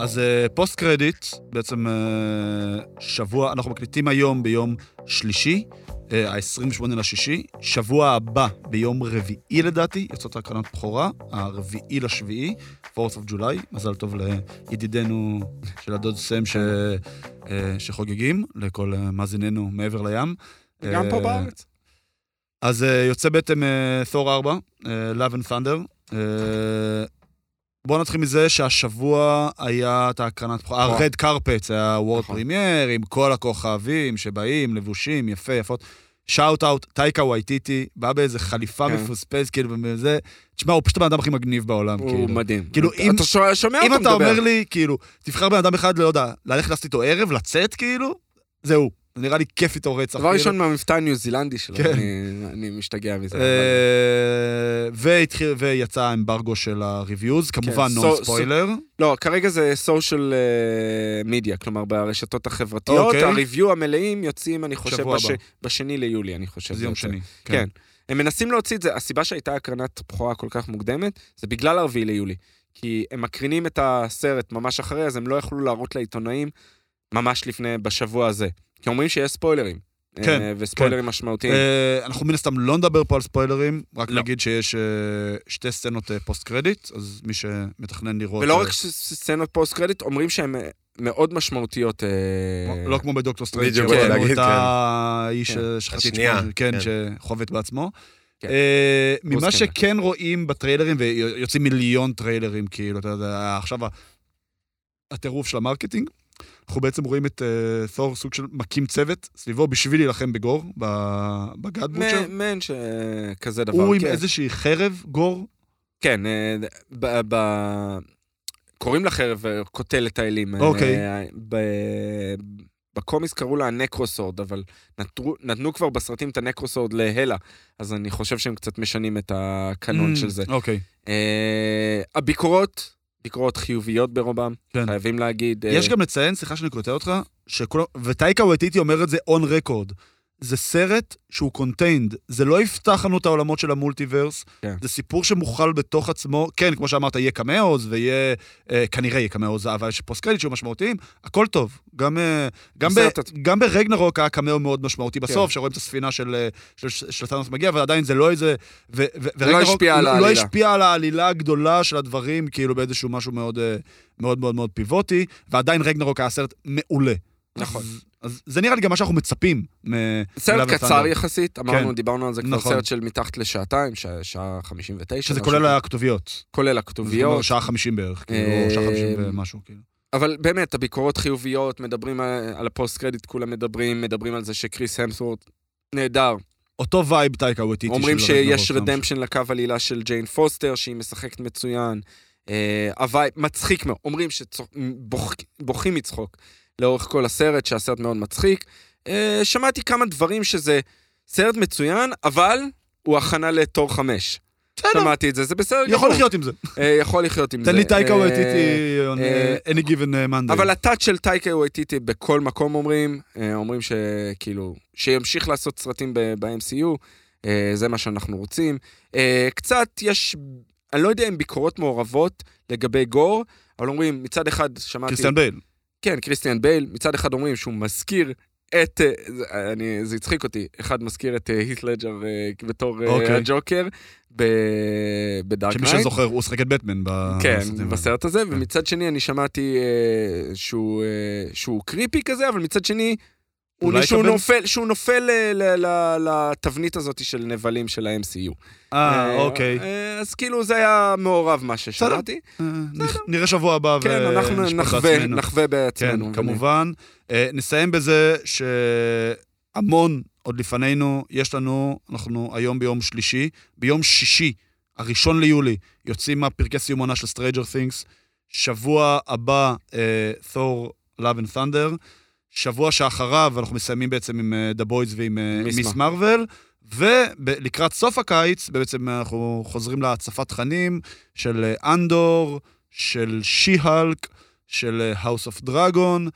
A: אז אה, פוסט קרדיט, בעצם אה, שבוע, אנחנו מקליטים היום ביום שלישי, אה, ה-28 לשישי, שבוע הבא ביום רביעי לדעתי, יוצאות הקרנות בכורה, הרביעי לשביעי, 4th of July, מזל טוב לידידנו של הדוד סם ש, אה, שחוגגים, לכל אה, מאזיננו מעבר לים.
B: גם פה
A: אה,
B: בארץ.
A: אז אה, יוצא בעצם אה, תור 4, אה, Love and Thunder. אה, בואו נתחיל מזה שהשבוע היה את ההקרנת בכורה,
B: נכון.
A: ה-Red Carpets, היה וורד
B: נכון.
A: פרימייר, עם כל הכוכבים שבאים, לבושים, יפה, יפות. שאוט אאוט, טייקה וייטיטי, בא באיזה חליפה
B: כן.
A: מפוספס, כאילו, וזה... תשמע, הוא פשוט הבן אדם הכי מגניב בעולם, כאילו.
B: הוא מדהים.
A: כאילו, אם-
B: אתה שומע שומע אותו
A: אם
B: מדבר.
A: אתה אומר לי, כאילו, תבחר בן אדם אחד, לא יודע, ללכת לעשות איתו ערב, לצאת, כאילו, זהו. זה נראה לי כיף איתו רצח.
B: דבר
A: כאילו.
B: ראשון מהמבטא הניו זילנדי שלו,
A: כן.
B: אני- אני משתגע מזה. אבל-
A: אה, והתחיל, ויצא האמברגו של הריוויוז, כמובן
B: כן,
A: נון
B: so-
A: ספוילר.
B: לא, כרגע זה סושיאל מדיה, כלומר ברשתות החברתיות,
A: אוקיי.
B: הריוויו המלאים יוצאים, אני חושב,
A: שבוע
B: בש-
A: הבא.
B: בשני ליולי, אני חושב.
A: זה יום
B: יוצא.
A: שני.
B: כן. הם מנסים להוציא את זה, הסיבה שהייתה הקרנת בכורה כל כך מוקדמת, זה בגלל הרביעי ליולי. כי הם מקרינים את הסרט ממש אחרי, אז הם לא יכלו להראות לעיתונאים ממש לפני, בשבוע הזה. כי אומרים שיש ספוילרים.
A: כן,
B: אה, וספוילרים משמעותיים.
A: אה, אנחנו מן הסתם לא נדבר פה על ספוילרים, רק
B: לא.
A: נגיד שיש אה, שתי סצנות אה, פוסט קרדיט, אז מי שמתכנן לראות...
B: ולא
A: אה,
B: רק ס- ס- סצנות פוסט קרדיט, אומרים שהן אה, מאוד משמעותיות. אה,
A: לא כמו בדוקטור סטרנג'
D: בדיוק,
A: שראינו
D: להגיד,
A: את
D: כן.
A: האיש
B: כן.
A: אה, שחצי
D: השנייה,
A: שמו, כן,
D: כן.
A: שחובט בעצמו.
B: כן.
A: אה, ממה
B: ברוס קמבר.
A: שכן רואים בטריילרים, ויוצאים מיליון טריילרים, כאילו, אתה יודע, עכשיו ה- הטירוף של המרקטינג, אנחנו בעצם רואים את אה, תור סוג של מקים צוות סביבו בשביל להילחם בגור, בגאד בוטשר.
B: מ- מן שכזה דבר.
A: הוא עם
B: כן.
A: איזושהי חרב, גור,
B: כן, אה, ב... ב- קוראים לחרב אה, קוטלת האלים. אה,
A: אוקיי.
B: אה, ב- בקומיקס קראו לה הנקרוסורד, אבל נתרו- נתנו כבר בסרטים את הנקרוסורד להלה, אז אני חושב שהם קצת משנים את הקנון של זה.
A: אוקיי.
B: אה, הביקורות, ביקורות חיוביות ברובם,
A: כן.
B: חייבים להגיד. אה,
A: יש גם לציין, סליחה שאני קוטע אותך, שכולם, וטייקה וייטיטי אומר את זה און רקורד. זה סרט שהוא קונטיינד, זה לא יפתח לנו את העולמות של המולטיברס,
B: כן.
A: זה סיפור שמוכל בתוך עצמו, כן, כמו שאמרת, יהיה קמאוז ויהיה, אה, כנראה יהיה קמאוז, אבל יש פוסט קרדיט שהיו משמעותיים, הכל טוב. גם, אה, גם,
B: בסרט
A: ב, גם ברגנרוק היה קמאו מאוד משמעותי בסוף,
B: כן.
A: שרואים את הספינה של, אה, של, של, של תאנוס מגיע, אבל עדיין זה לא איזה... ו, ו,
B: לא השפיע על
A: הוא- הוא
B: העלילה.
A: לא השפיע על העלילה הגדולה של הדברים, כאילו באיזשהו משהו מאוד אה, מאוד מאוד, מאוד פיבוטי, ועדיין רגנרוק היה סרט מעולה.
B: נכון.
A: אז, אז זה נראה לי גם מה שאנחנו מצפים. מ-
B: סרט
A: מלאב
B: קצר
A: ותנדר.
B: יחסית, אמרנו,
A: כן.
B: דיברנו על זה כבר,
A: נכון.
B: סרט של מתחת לשעתיים, שעה- שעה 59.
A: שזה
B: משהו
A: כולל
B: כזה.
A: הכתוביות.
B: כולל
A: זה אומר
B: הכתוביות.
A: שעה חמישים בערך, כאילו,
B: אה,
A: או שעה חמישים ומשהו, כאילו.
B: אבל באמת, הביקורות חיוביות, מדברים על על הפוסט קרדיט, כולם מדברים, מדברים על זה שכריס המסוורט נהדר,
A: אותו וייב טייקה וויטיטי.
B: אומרים
A: של הרגנרוק,
B: שיש
A: לא משנה.
B: רדמפשן לקו עלילה של ג'יין פוסטר, שהיא משחקת מצוין. אה, הווייב מצחיק מאוד. אומרים שבוכים מצחוק לאורך כל הסרט, שהסרט מאוד מצחיק. אה, שמעתי כמה דברים שזה סרט מצוין, אבל הוא הכנה לתור חמש.
A: בסדר,
B: שמעתי את זה, זה בסדר גמור.
A: יכול לחיות עם זה.
B: אה, יכול לחיות עם זה.
A: תן לי טייקה
B: אה,
A: וויטיטי on
B: אה,
A: uh, any given uh, Monday.
B: אבל הטאט של טייקה וויטיטי בכל מקום אומרים, אה, אומרים שכאילו, שימשיך לעשות סרטים ב- ב-MCU, אה, זה מה שאנחנו רוצים. אה, קצת יש, אני לא יודע אם ביקורות מעורבות לגבי גור, אבל אומרים, מצד אחד שמעתי...
A: קריסטיאן בייל.
B: כן, קריסטיאן בייל, מצד אחד אומרים שהוא מזכיר את, אה, זה- אני, זה הצחיק אותי, אחד מזכיר את היט לג'ר בתור
A: אוקיי.
B: אה, הג'וקר ב- בדארק
A: שמי
B: נייט.
A: שזוכר, הוא שחק את בטמן בסרטים
B: כן,
A: האלה.
B: בסרט הזה, ומצד שני אני שמעתי אה, שהוא, אה, שהוא קריפי כזה, אבל מצד שני, הוא
A: אולי
B: שהוא
A: יקבל-
B: נופל, שהוא נופל אה, ל- ל- לתבנית הזאת של נבלים של ה-MCU.
A: אה, אוקיי.
B: אה, אז כאילו זה היה מעורב מה ששמעתי.
A: אה, נכ- נראה שבוע הבא
B: כן, אנחנו
A: ונשפוט
B: נחווה,
A: בעצמנו.
B: נחווה בעצמנו.
A: כן, כמובן. אה, נסיים בזה שהמון עוד לפנינו, יש לנו, אנחנו היום ביום שלישי, ביום שישי, הראשון ליולי, יוצאים מהפרקי סיום עונה של Stranger Things, שבוע הבא, אה, Thor, Love and Thunder, שבוע שאחריו, אנחנו מסיימים בעצם עם אה, The Boys ועם אה,
B: מיס
A: מיס מרוויל, ולקראת סוף הקיץ, בעצם אנחנו חוזרים להצפת תכנים של אה, אנדור, של שי-הלק, של אה, House of Dragon,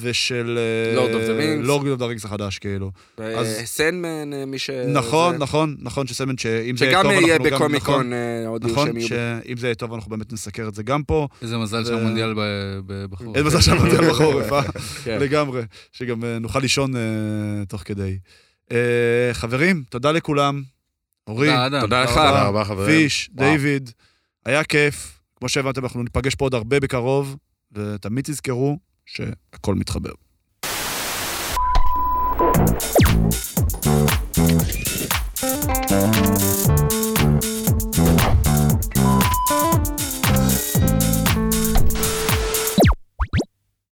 A: ושל... אה,
B: Lord of the Rings.
A: Lord of the Rings החדש, כאילו. אז-
B: סנדמן, אה, מי ש...
A: נכון,
B: זה-
A: נכון, נכון, שסמן, שאם זה יהיה
B: שגם
A: טוב, אנחנו
B: יהיה
A: גם... נכון,
B: בקומיקון, אה, הודיעו שהם
A: נכון,
B: יהיו...
A: שאם זה יהיה טוב, אנחנו באמת נסקר את זה גם פה.
C: איזה מזל
B: אה.
A: זה-
C: שהמונדיאל ב- ב- בחורף.
A: אין מזל שאמרתי על בחורף, אה?
B: אוקיי. כן.
A: לגמרי. שגם אה, נוכל לישון אה, תוך כדי. אה, חברים, תודה לכולם. אורי,
C: תודה, אדם.
B: תודה לך.
D: תודה רבה, חברים.
A: פיש,
D: וואו.
A: דיוויד, היה כיף. כמו שהבנתם, אנחנו ניפגש פה עוד הרבה בקרוב, ותמיד תזכרו שהכל מתחבר.